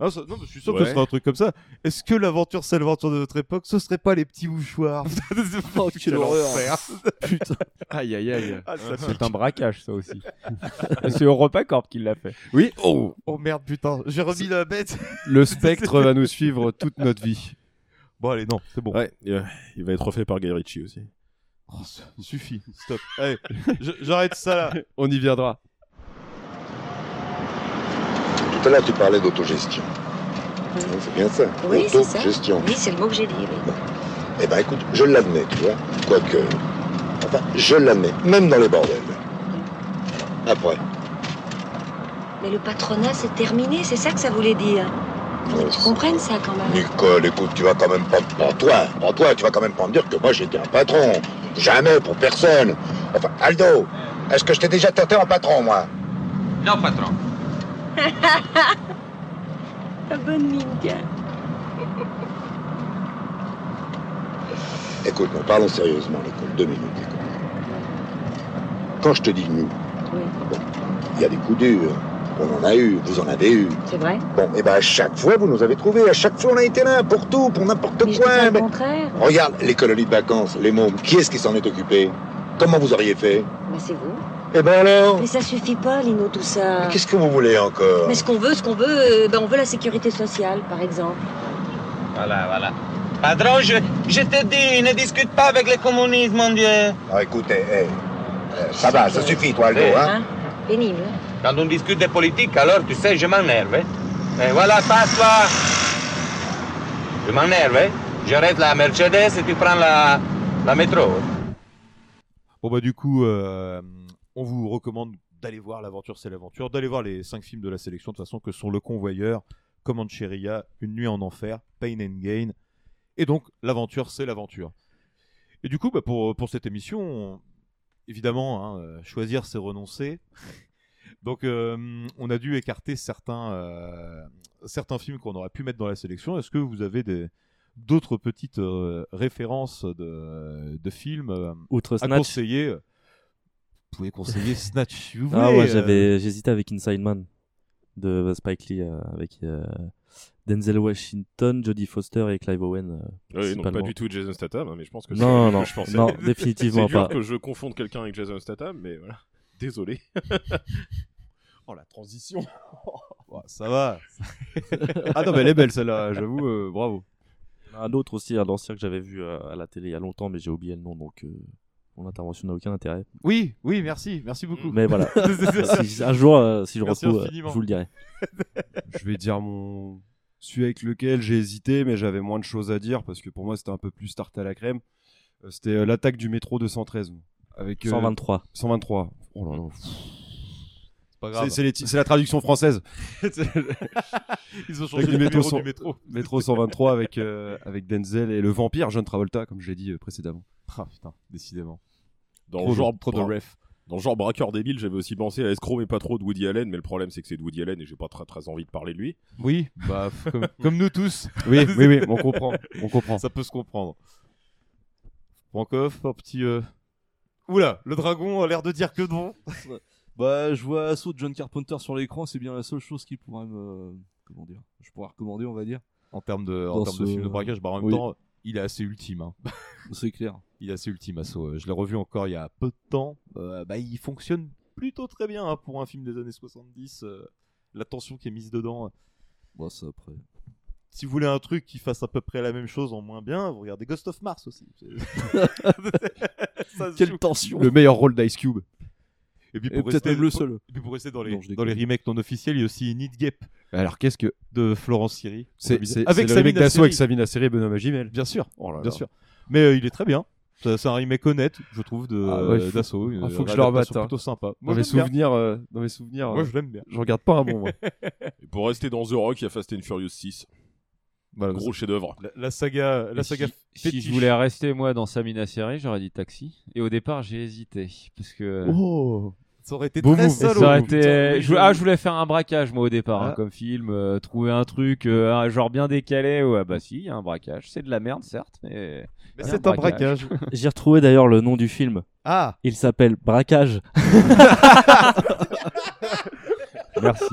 Speaker 8: Ah, ça- non, mais je suis sûr que
Speaker 12: Ouais.
Speaker 8: ce serait un truc comme ça. Est-ce que l'aventure, c'est l'aventure de notre époque Ce serait pas les petits mouchoirs
Speaker 12: Oh,
Speaker 8: Quel enfer.
Speaker 12: Putain. Aïe, aïe, aïe.
Speaker 8: Ah, ça
Speaker 9: c'est
Speaker 8: pique.
Speaker 9: un braquage, ça aussi. c'est EuropaCorp qui l'a fait.
Speaker 12: Oui. Oh.
Speaker 8: Oh merde, putain, j'ai remis la bête.
Speaker 12: Le spectre va nous suivre toute notre vie.
Speaker 8: Bon, allez, non, c'est bon.
Speaker 11: Ouais, euh, il va être refait par Guy Ritchie aussi.
Speaker 8: Oh, Suffit, stop. Allez, je- j'arrête ça là.
Speaker 12: On y viendra.
Speaker 16: Tout à l'heure, tu parlais d'autogestion. Hein, C'est bien ça.
Speaker 3: Oui, c'est ça.
Speaker 16: Autogestion.
Speaker 3: Oui, c'est le mot que j'ai dit. oui.
Speaker 16: Eh ben, écoute, je l'admets, tu vois. Quoique. Enfin, je l'admets, même dans les bordels. Après,
Speaker 3: Mais le patronat, c'est terminé, c'est ça que ça voulait dire. Faut que tu comprennes ça quand même.
Speaker 16: Nicole, écoute, tu vas quand même pas. Prends-toi, prends-toi, tu vas quand même pas me dire que moi j'étais un patron. Jamais, pour personne. Enfin, Aldo, est-ce que je t'ai déjà tenté en patron, moi
Speaker 23: Non, patron.
Speaker 3: La bonne mine, tiens.
Speaker 16: Écoute, nous parlons sérieusement, Nicole. Deux minutes, Nicole. Quand je te dis nous, bon, il y a des coups durs. On en a eu, vous en avez eu.
Speaker 3: C'est vrai
Speaker 16: Bon, et ben à chaque fois, vous nous avez trouvés. À chaque fois, on a été là pour tout, pour n'importe quoi. mais-
Speaker 3: Contraire
Speaker 16: Regarde les colonies de vacances, les mômes. Qui est-ce qui s'en est occupé Comment vous auriez fait
Speaker 3: Bah, c'est vous.
Speaker 16: Eh ben alors
Speaker 3: Mais ça suffit pas, Lino, tout ça.
Speaker 16: Qu'est-ce que vous voulez encore
Speaker 3: Mais ce qu'on veut, ce qu'on veut, euh, ben, on veut la sécurité sociale, par exemple.
Speaker 20: Voilà, voilà. Padron, je, je te dis, ne discute pas avec le communisme, mon Dieu.
Speaker 16: Ah, écoutez, eh, euh, ça va, ça suffit, toi, Aldo,
Speaker 20: Eh,
Speaker 16: hein
Speaker 3: Pénible.
Speaker 20: Quand on discute de politique, alors tu sais, je m'énerve. hein. Et voilà, passe-toi. Je m'énerve. hein. J'arrête la Mercedes et tu prends la, la métro.
Speaker 8: Bon bah du coup, euh, on vous recommande d'aller voir l'aventure, c'est l'aventure, d'aller voir les cinq films de la sélection de toute façon que sont Le Convoyeur, Comancheria, Une nuit en enfer, Pain and Gain, et donc l'aventure, c'est l'aventure. Et du coup, bah, pour, pour cette émission, on- évidemment, hein, euh, choisir, c'est renoncer. Donc euh, on a dû écarter certains, euh, certains films qu'on aurait pu mettre dans la sélection. Est-ce que vous avez des d'autres petites euh, références de, de films euh,
Speaker 10: Outre
Speaker 8: à
Speaker 10: Snatch.
Speaker 8: conseiller euh, Vous pouvez conseiller Snatch si vous voulez.
Speaker 10: Ah, moi,
Speaker 8: euh,
Speaker 10: j'avais, j'hésitais avec Inside Man de Spike Lee euh, avec euh, Denzel Washington, Jodie Foster et Clive Owen. euh,
Speaker 11: Ouais, donc pas
Speaker 10: principalement.
Speaker 11: du tout Jason Statham, hein, mais je pense que c'est
Speaker 10: non,
Speaker 11: ce que
Speaker 10: non,
Speaker 11: je pensais.
Speaker 10: non, définitivement
Speaker 11: C'est dur
Speaker 10: pas.
Speaker 11: que je confonde quelqu'un avec Jason Statham, mais voilà. Désolé. oh la transition.
Speaker 8: Ouais, ça va.
Speaker 12: ah non, mais elle est belle celle-là, j'avoue, euh, bravo.
Speaker 10: Il y en a Un autre aussi, un ancien que j'avais vu euh, à la télé il y a longtemps, mais j'ai oublié le nom, donc euh, mon intervention n'a aucun intérêt.
Speaker 8: Oui, oui, merci, merci beaucoup.
Speaker 10: Mais voilà. Si- un jour, euh, si je
Speaker 8: Merci
Speaker 10: retrouve, euh,
Speaker 8: infiniment.
Speaker 10: je vous le dirai.
Speaker 12: je vais dire mon celui avec lequel j'ai hésité mais j'avais moins de choses à dire parce que pour moi c'était un peu plus tarte à la crème Euh, c'était euh, l'attaque du métro 213 avec
Speaker 10: 123.
Speaker 12: 123 oh là là pff.
Speaker 8: pas grave.
Speaker 12: C'est- C'est les ti- c'est la traduction française.
Speaker 8: Ils ont changé
Speaker 12: Avec
Speaker 8: le
Speaker 12: du
Speaker 8: numéro
Speaker 12: cent-
Speaker 8: du métro.
Speaker 12: métro 123 avec, euh, avec Denzel et le vampire John Travolta, comme je l'ai dit euh, précédemment.
Speaker 8: Ah putain, décidément.
Speaker 11: Dans
Speaker 12: Trop
Speaker 11: le
Speaker 12: de-
Speaker 11: genre
Speaker 12: trop de
Speaker 11: bra-
Speaker 12: ref.
Speaker 11: Dans le genre braqueur débile, j'avais aussi pensé à Escroc mais pas trop de Woody Allen, mais le problème c'est que c'est de Woody Allen et j'ai pas très, très envie de parler de lui.
Speaker 8: Oui, bah, f- comme, comme nous tous.
Speaker 12: Oui, oui, oui, on comprend, on comprend.
Speaker 8: Ça peut se comprendre. Pankoff, un petit. euh, Oula, le dragon a l'air de dire que non.
Speaker 4: Bah, je vois Assaut de John Carpenter sur l'écran, c'est bien la seule chose qui pourrait me. Comment dire Je pourrais recommander, on va dire.
Speaker 8: En termes de, en
Speaker 4: Dans
Speaker 8: termes de
Speaker 4: ce-
Speaker 8: film de braquage, bah, en même
Speaker 4: Oui.
Speaker 8: temps, il est assez ultime. hein.
Speaker 4: C'est clair.
Speaker 8: Il est assez ultime, Asso. Euh, Je l'ai revu encore il y a peu de temps. Euh, bah, il fonctionne plutôt très bien hein, pour un film des années 70. euh, la tension qui est mise dedans.
Speaker 4: Bon, Bah, ça après.
Speaker 8: Si vous voulez un truc qui fasse à peu près la même chose en moins bien, vous regardez Ghost of Mars aussi. Ça se joue.
Speaker 12: Le meilleur rôle d'Ice Cube.
Speaker 8: Et puis
Speaker 12: Et
Speaker 8: pour
Speaker 12: peut-être
Speaker 8: rester
Speaker 12: même le
Speaker 8: pour-
Speaker 12: seul.
Speaker 8: et puis pour rester dans les,
Speaker 12: Non, je
Speaker 8: dans les remakes non officiels, il y a aussi Need Gap.
Speaker 12: Alors qu'est-ce que
Speaker 8: de Florence Siri
Speaker 12: C'est c'est- c'est le remake d'assaut avec Sabine Asseri et Benoît Magimel.
Speaker 8: Bien sûr,
Speaker 12: Oh là
Speaker 8: bien
Speaker 12: là.
Speaker 8: sûr. Mais euh, il est très bien. C'est c'est un remake honnête, je trouve, de
Speaker 12: Ah ouais, il
Speaker 8: euh,
Speaker 12: faut-
Speaker 8: d'assaut.
Speaker 12: ah,
Speaker 8: Une
Speaker 12: faut que je le remette.
Speaker 8: réadaptation
Speaker 12: hein.
Speaker 8: Plutôt sympa.
Speaker 12: Dans mes
Speaker 8: Moi, je l'aime bien.
Speaker 12: souvenirs, euh, dans mes souvenirs.
Speaker 8: Moi,
Speaker 12: euh,
Speaker 8: je l'aime bien.
Speaker 12: Je regarde pas un bon. moi.
Speaker 11: Et pour rester dans The Rock, il y a Fast and Furious 6. Gros chef-d'œuvre.
Speaker 8: Bah, La, la saga, la
Speaker 9: Et
Speaker 8: saga
Speaker 9: Bah, si, si
Speaker 8: fétiche.
Speaker 9: je voulais rester moi dans Samina Série, j'aurais dit taxi. Et au départ, j'ai hésité parce que.
Speaker 8: Oh Ça aurait été
Speaker 9: Beau
Speaker 8: très
Speaker 9: move.
Speaker 8: salaud.
Speaker 9: Ça aurait
Speaker 8: Putain,
Speaker 9: été-
Speaker 8: oui,
Speaker 9: je...
Speaker 8: je-
Speaker 9: voulais- Ah, je voulais faire un braquage moi au départ hein,
Speaker 8: Ah.
Speaker 9: comme film, euh, trouver un truc euh, un genre bien décalé. Ouais, bah si, il y a un braquage. C'est de la merde certes, mais. il y a
Speaker 10: J'ai retrouvé d'ailleurs le nom du film.
Speaker 8: Ah.
Speaker 10: Il s'appelle Braquage.
Speaker 9: Merci.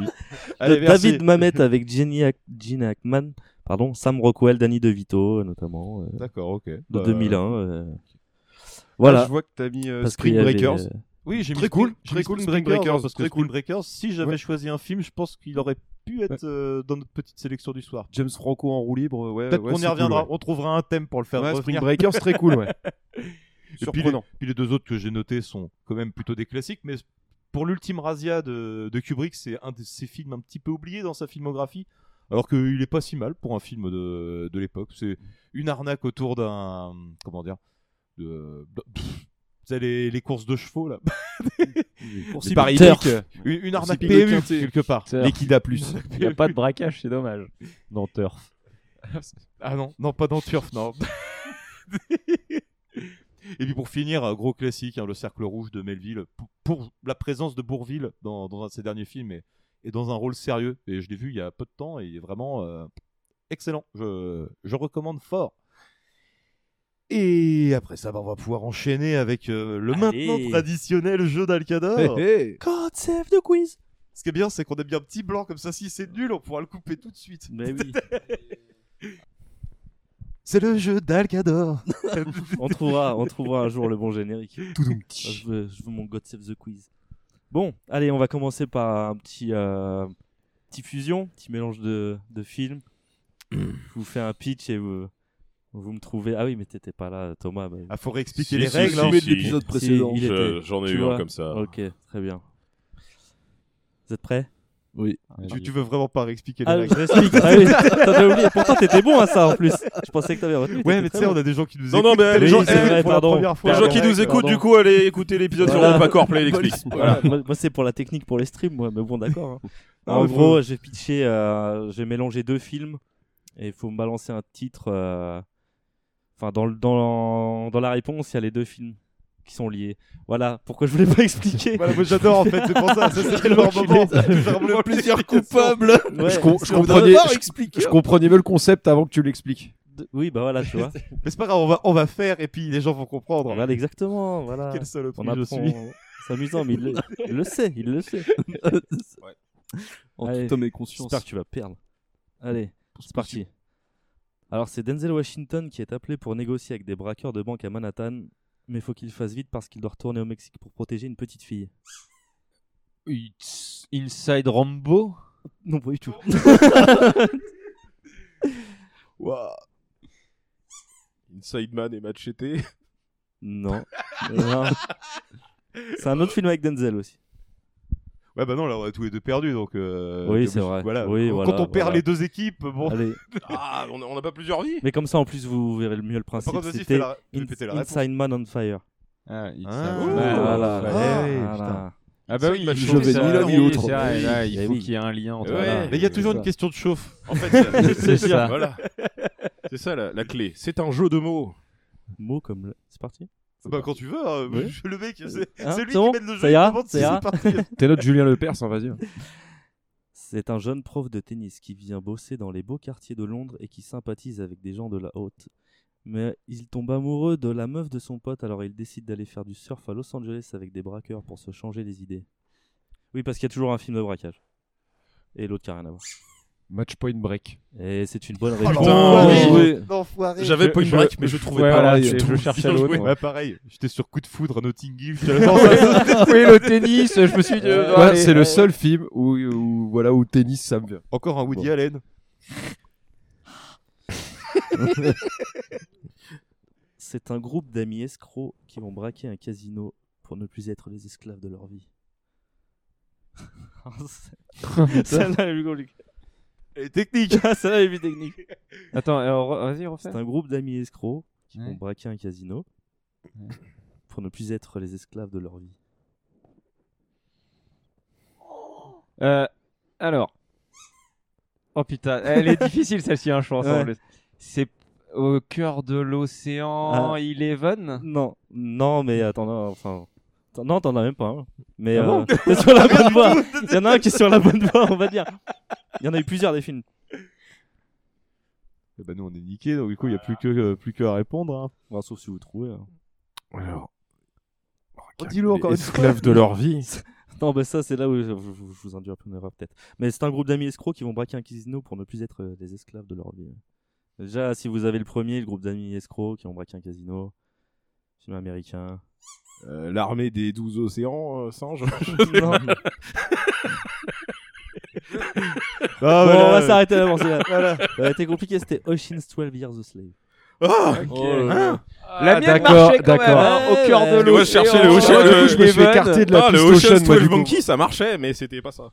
Speaker 8: Allez, merci.
Speaker 10: David Mamet avec Jenny Hack- Gene Hackman, pardon, Sam Rockwell, Danny DeVito euh, notamment. euh,
Speaker 8: D'accord, ok.
Speaker 10: De
Speaker 8: Bah,
Speaker 10: 2001. euh. Voilà.
Speaker 12: Ah, je vois que t'as mis euh,
Speaker 10: Parce
Speaker 12: Spring
Speaker 10: qu'il y avait,
Speaker 12: Breakers.
Speaker 10: euh,
Speaker 8: Oui, j'ai
Speaker 12: Très
Speaker 8: mis
Speaker 12: cool,
Speaker 8: Spring- j'ai
Speaker 12: très
Speaker 8: mis
Speaker 12: cool,
Speaker 8: Spring
Speaker 12: Spring
Speaker 8: Breakers,
Speaker 12: Breakers,
Speaker 8: parce que
Speaker 12: très
Speaker 8: Spring
Speaker 12: cool.
Speaker 8: Breakers, si j'avais
Speaker 12: Ouais.
Speaker 8: choisi un film, je pense qu'il aurait pu être euh, dans notre petite sélection du soir.
Speaker 12: James Franco en roue libre, ouais.
Speaker 8: Peut-être
Speaker 12: ouais,
Speaker 8: qu'on
Speaker 12: c'est
Speaker 8: y
Speaker 12: cool,
Speaker 8: reviendra,
Speaker 12: ouais.
Speaker 8: on trouvera un thème pour le faire
Speaker 12: Ouais,
Speaker 8: revenir.
Speaker 12: Spring Breakers, très cool, ouais.
Speaker 8: Et puis les,
Speaker 12: Surprenant.
Speaker 8: puis les deux autres que j'ai notés sont quand même plutôt des classiques, mais pour l'ultime Razia de, de Kubrick, c'est un de ses films un petit peu oubliés dans sa filmographie, alors qu'il est pas si mal pour un film de, de l'époque. C'est une arnaque autour d'un... comment dire de, de- pff, vous savez, les, les courses de chevaux, là.
Speaker 12: courses
Speaker 8: Les
Speaker 12: hippiques.
Speaker 8: paris
Speaker 12: Turf.
Speaker 8: hippiques. Une, une
Speaker 12: Courses
Speaker 8: arnaque
Speaker 12: hippiques.
Speaker 8: PMU,
Speaker 12: Turf.
Speaker 8: quelque part.
Speaker 12: Turf. L'Equida Plus.
Speaker 8: Une arnaque
Speaker 9: Il n'y a
Speaker 8: PMU.
Speaker 9: pas de braquage, c'est dommage. Non, turf.
Speaker 8: Ah non, non, pas dans Turf, non. Et puis pour finir, un gros classique, hein, le cercle rouge de Melville, pour, pour la présence de Bourville dans, dans un de ses derniers films et, et dans un rôle sérieux. Et je l'ai vu il y a peu de temps et il est vraiment euh, excellent. Je, je recommande fort. Et après ça, bah, on va pouvoir enchaîner avec euh, le maintenant traditionnel jeu d'Alcador.
Speaker 14: Hé, hé.
Speaker 8: God save the quiz. Ce qui est bien, c'est qu'on aime bien petit blanc comme ça. Si c'est nul, on pourra le couper tout de suite.
Speaker 10: Mais oui.
Speaker 8: c'est le jeu d'Alcador.
Speaker 10: on, trouvera, on trouvera un jour le bon générique. Ah, je, veux, je veux mon God Save the Quiz. Bon, allez, on va commencer par un petit, euh, petit fusion, petit mélange de, de films. je vous fais un pitch et vous, vous me trouvez. Ah oui, mais t'étais pas là, Thomas. bah-
Speaker 8: Ah, faut réexpliquer Si, les si, règles, si, hein. si, si.
Speaker 10: Si,
Speaker 8: précédent.
Speaker 10: il
Speaker 8: Je-
Speaker 10: était.
Speaker 11: j'en ai
Speaker 10: Tu
Speaker 11: eu un
Speaker 10: vois
Speaker 11: comme ça.
Speaker 10: Ok, très bien. Vous êtes prêts
Speaker 4: Oui.
Speaker 8: Tu, tu veux vraiment pas réexpliquer les
Speaker 10: Ah,
Speaker 8: règles
Speaker 10: je réexplique. Ah oui, t'avais oublié. Pourtant, t'étais bon à ça, en plus. Je pensais que t'avais retenu,
Speaker 8: Ouais,
Speaker 10: t'étais
Speaker 8: mais tu
Speaker 10: très
Speaker 8: sais,
Speaker 10: bon.
Speaker 8: on a des gens qui nous
Speaker 10: Non,
Speaker 8: écoutent.
Speaker 10: non, mais,
Speaker 8: les
Speaker 10: eh,
Speaker 8: gens,
Speaker 10: c'est vrai,
Speaker 8: pour la
Speaker 10: pardon.
Speaker 8: première fois.
Speaker 10: Les gens qui
Speaker 8: Pardon.
Speaker 10: nous écoutent,
Speaker 8: Pardon.
Speaker 10: du coup,
Speaker 11: allez écouter l'épisode sur
Speaker 10: Voilà.
Speaker 11: Europacorp, là, il explique.
Speaker 10: Voilà.
Speaker 11: Voilà.
Speaker 10: moi, moi, c'est pour la technique, pour les streams, moi, mais bon, d'accord. hein.
Speaker 8: Non,
Speaker 10: en
Speaker 8: mais
Speaker 10: gros,
Speaker 8: Ah, faut-
Speaker 10: j'ai pitché, euh, j'ai mélangé deux films et il faut me balancer un titre. euh, Enfin, dans, le- dans, dans la réponse, il y a les deux films qui sont liés. Voilà pourquoi je voulais pas expliquer.
Speaker 8: Voilà, moi, j'adore, en fait, c'est pour ça, ça, c'est
Speaker 10: Quel
Speaker 8: le meilleur
Speaker 10: enculé.
Speaker 8: moment. Genre le plaisir coupable.
Speaker 10: Ouais.
Speaker 12: Je, com- je comprenais, je, je comprenais mieux le concept avant que tu l'expliques.
Speaker 10: Oui, bah voilà, tu vois.
Speaker 8: Mais c'est pas grave, on va, on va faire et puis les gens vont comprendre.
Speaker 10: Regarde, exactement, voilà.
Speaker 8: Quel saloperie
Speaker 10: On
Speaker 8: je
Speaker 10: apprend-
Speaker 8: suis.
Speaker 10: C'est amusant, mais il le, il le sait, il le sait.
Speaker 4: En
Speaker 10: Allez,
Speaker 4: tout homme et conscience.
Speaker 10: J'espère que tu vas perdre. Allez, c'est parti. Alors, c'est Denzel Washington qui est appelé pour négocier avec des braqueurs de banque à Manhattan, mais faut qu'il fasse vite parce qu'il doit retourner au Mexique pour protéger une petite fille.
Speaker 9: It's Inside Rambo
Speaker 10: Non, pas du tout.
Speaker 11: Inside Man et Machete.
Speaker 10: Non. Non. C'est un autre film avec Denzel aussi.
Speaker 8: Ouais, bah non, là, on a tous les deux perdu donc. euh,
Speaker 10: Oui,
Speaker 8: t'es
Speaker 10: c'est
Speaker 8: obligé-
Speaker 10: vrai.
Speaker 8: Voilà.
Speaker 10: Oui,
Speaker 8: Quand
Speaker 10: voilà,
Speaker 8: on perd
Speaker 10: voilà.
Speaker 8: les deux équipes, bon.
Speaker 10: Allez.
Speaker 11: Ah, on a- on n'a pas plusieurs vies
Speaker 10: Mais comme ça, en plus, vous verrez le mieux le principe.
Speaker 8: contre, vas-y,
Speaker 10: C'était
Speaker 8: fais la- fais
Speaker 10: In-
Speaker 8: péter la réponse.
Speaker 10: Inside Man on Fire.
Speaker 9: Ah, Inside
Speaker 8: Ah,
Speaker 10: Man.
Speaker 8: voilà.
Speaker 10: Voilà. Eh
Speaker 8: Ah,
Speaker 10: Voilà.
Speaker 9: Ah bah
Speaker 8: Ça,
Speaker 9: oui,
Speaker 8: il
Speaker 9: il
Speaker 8: m'a
Speaker 9: faut
Speaker 8: chauffé
Speaker 9: que
Speaker 8: ça.
Speaker 9: ça-
Speaker 8: Ni l'un ni
Speaker 9: oui,
Speaker 8: l'autre.
Speaker 9: c'est vrai,
Speaker 8: Oui.
Speaker 9: là, il
Speaker 8: Eh
Speaker 9: faut
Speaker 8: oui.
Speaker 9: qu'il y ait un lien entre.
Speaker 8: Ouais.
Speaker 9: voilà.
Speaker 8: Mais il y a toujours une question de chauffe.
Speaker 11: En fait, c'est- c'est
Speaker 9: C'est
Speaker 11: ça.
Speaker 9: ça.
Speaker 11: Voilà. C'est ça la, la clé. C'est un jeu de mots.
Speaker 10: Mot comme. le- C'est parti
Speaker 8: Bah quand tu veux, hein,
Speaker 10: Oui.
Speaker 8: le mec, c'est
Speaker 10: Hein,
Speaker 8: c'est lui
Speaker 10: c'est bon
Speaker 8: qui mène le jeu.
Speaker 10: Ça
Speaker 8: il
Speaker 10: ira
Speaker 8: demande si
Speaker 10: Ça
Speaker 8: c'est
Speaker 10: ira
Speaker 8: parti.
Speaker 9: T'es notre Julien Lepers, hein, on va dire.
Speaker 10: C'est un jeune prof de tennis qui vient bosser dans les beaux quartiers de Londres et qui sympathise avec des gens de la haute. Mais il tombe amoureux de la meuf de son pote, alors il décide d'aller faire du surf à Los Angeles avec des braqueurs pour se changer les idées. Oui, parce qu'il y a toujours un film de braquage. Et l'autre qui a rien à voir.
Speaker 9: Match point break.
Speaker 10: Et c'est une bonne
Speaker 8: Oh,
Speaker 10: réponse.
Speaker 8: l'enfoiré.
Speaker 10: Oui.
Speaker 8: L'enfoiré.
Speaker 11: J'avais Point Break, mais je trouvais pas là du tout.
Speaker 8: Je
Speaker 11: Bien
Speaker 8: cherchais
Speaker 11: joué.
Speaker 8: l'autre.
Speaker 11: Ouais.
Speaker 8: Ouais, pareil. J'étais sur coup de foudre à Notting Hill. Oui,
Speaker 9: Oui, le tennis, je me suis dit, euh,
Speaker 12: Ouais,
Speaker 9: allez,
Speaker 12: c'est le
Speaker 9: allez.
Speaker 12: seul film où, où- voilà, où tennis, ça me vient.
Speaker 8: Encore un Woody
Speaker 12: Bon.
Speaker 8: Allen.
Speaker 10: C'est un groupe d'amis escrocs qui vont braquer un casino pour ne plus être les esclaves de leur vie. Celle-là, elle est plus compliquée.
Speaker 8: Et technique.
Speaker 10: Celle-là, elle est plus technique.
Speaker 9: Attends, euh, re- vas-y, refais.
Speaker 10: C'est un groupe d'amis escrocs qui
Speaker 9: Ouais.
Speaker 10: vont braquer un casino pour ne plus être les esclaves de leur vie.
Speaker 9: Euh, alors. Oh putain, elle est difficile celle-ci, hein, je pense.
Speaker 10: Ouais.
Speaker 9: en plus. C'est au cœur de l'océan
Speaker 10: Ah.
Speaker 9: Eleven
Speaker 10: Non, non, mais attends, non, enfin. t'en- Non, t'en as même pas. un. Mais
Speaker 9: Ah
Speaker 10: euh,
Speaker 9: bon
Speaker 10: t'es sur la
Speaker 9: Rien
Speaker 10: bonne
Speaker 9: du
Speaker 10: voie.
Speaker 9: tout.
Speaker 10: Il y en a un qui est sur la bonne voie, on va dire. Il y en a eu plusieurs des films.
Speaker 8: Eh ben nous on est niqués, donc du coup il n'y a plus que, euh, plus que à répondre. Hein.
Speaker 10: Bon, sauf si vous trouvez. hein.
Speaker 11: Alors.
Speaker 8: Oh, dis-le encore une fois.
Speaker 11: Esclaves de leur vie.
Speaker 10: Non, mais ça, c'est là où je, je- je- je vous induis un peu une erreur, peut-être. Mais c'est un groupe d'amis escrocs qui vont braquer un casino pour ne plus être euh, des esclaves de leur vie. Déjà, si vous avez le premier, le groupe d'amis escrocs qui vont braquer un casino, film américain.
Speaker 11: Euh, L'armée des douze océans, euh, singes.
Speaker 10: Non.
Speaker 8: Ah,
Speaker 10: bon,
Speaker 8: voilà.
Speaker 10: on va s'arrêter là pour celui-là.
Speaker 8: Voilà.
Speaker 10: Ça a été compliqué, c'était Ocean's 12 Years a Slave.
Speaker 8: Ah,
Speaker 10: Ok.
Speaker 8: Oh là
Speaker 11: Hein
Speaker 8: là.
Speaker 10: Ah,
Speaker 9: La mienne marchait quand même,
Speaker 11: Ah,
Speaker 9: hein, au cœur de
Speaker 11: Parce que moi, je
Speaker 9: l'océan.
Speaker 11: cherchais le Ocean.
Speaker 9: Ouais, du
Speaker 11: Ah, le-
Speaker 9: coup, je me suis
Speaker 11: Eleven.
Speaker 9: écarté de la
Speaker 11: Ah, le
Speaker 9: piste
Speaker 11: Ocean
Speaker 9: Ocean, moi,
Speaker 11: 12
Speaker 9: du coup.
Speaker 11: Monkey, ça marchait, mais c'était pas ça.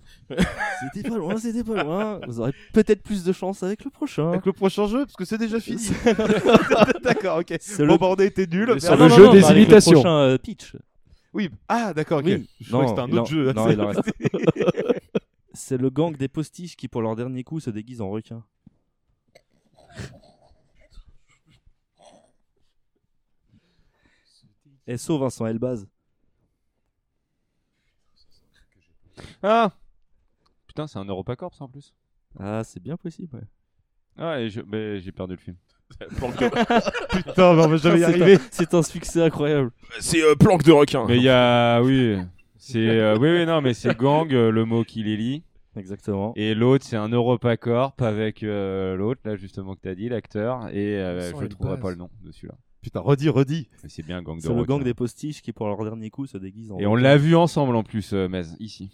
Speaker 10: C'était pas loin, c'était pas loin. Vous aurez peut-être plus de chance avec le prochain.
Speaker 8: Avec le prochain jeu, parce que c'est déjà fini. d'accord, ok.
Speaker 10: C'est
Speaker 8: Bon,
Speaker 10: le-
Speaker 8: bah on a été nuls.
Speaker 10: Mais
Speaker 8: Ah,
Speaker 10: sur
Speaker 8: non,
Speaker 10: le
Speaker 8: non,
Speaker 10: jeu
Speaker 8: non,
Speaker 10: des
Speaker 8: bah, avec le
Speaker 10: imitations.
Speaker 8: prochain,
Speaker 10: euh, Peach.
Speaker 8: Oui. Ah, d'accord, ok.
Speaker 10: Oui.
Speaker 8: Je crois que c'était un
Speaker 10: il
Speaker 8: autre
Speaker 10: en-
Speaker 8: jeu.
Speaker 10: non, il en reste. C'est le gang des postiches qui, pour leur dernier coup, se déguisent en requin. SO Eh, Vincent Elbaz.
Speaker 9: Ah Putain, c'est un Europacorps en plus.
Speaker 10: Ah, c'est bien possible, ouais.
Speaker 9: Ah, et je- mais j'ai perdu le film.
Speaker 8: Putain, mais on va jamais y
Speaker 10: C'est un-
Speaker 8: arriver.
Speaker 10: C'est un succès incroyable.
Speaker 11: C'est euh, planque de requin.
Speaker 9: Mais il y a. Oui. C'est. euh, oui, oui, non, mais c'est gang, euh, le mot qui les lie.
Speaker 10: Exactement.
Speaker 9: Et l'autre, c'est un Europacorp avec euh, l'autre, là, justement, que t'as dit, l'acteur. Et euh,
Speaker 12: Vincent
Speaker 9: je ne trouverai
Speaker 12: Elbaz.
Speaker 9: pas le nom de celui-là.
Speaker 8: Putain, redis, redis.
Speaker 9: Mais c'est bien gang de
Speaker 10: C'est le
Speaker 9: requins.
Speaker 10: gang des postiches qui, pour leur dernier coup, se déguisent en
Speaker 9: Et on
Speaker 10: requin.
Speaker 9: l'a vu ensemble en plus, euh, Mez, ici.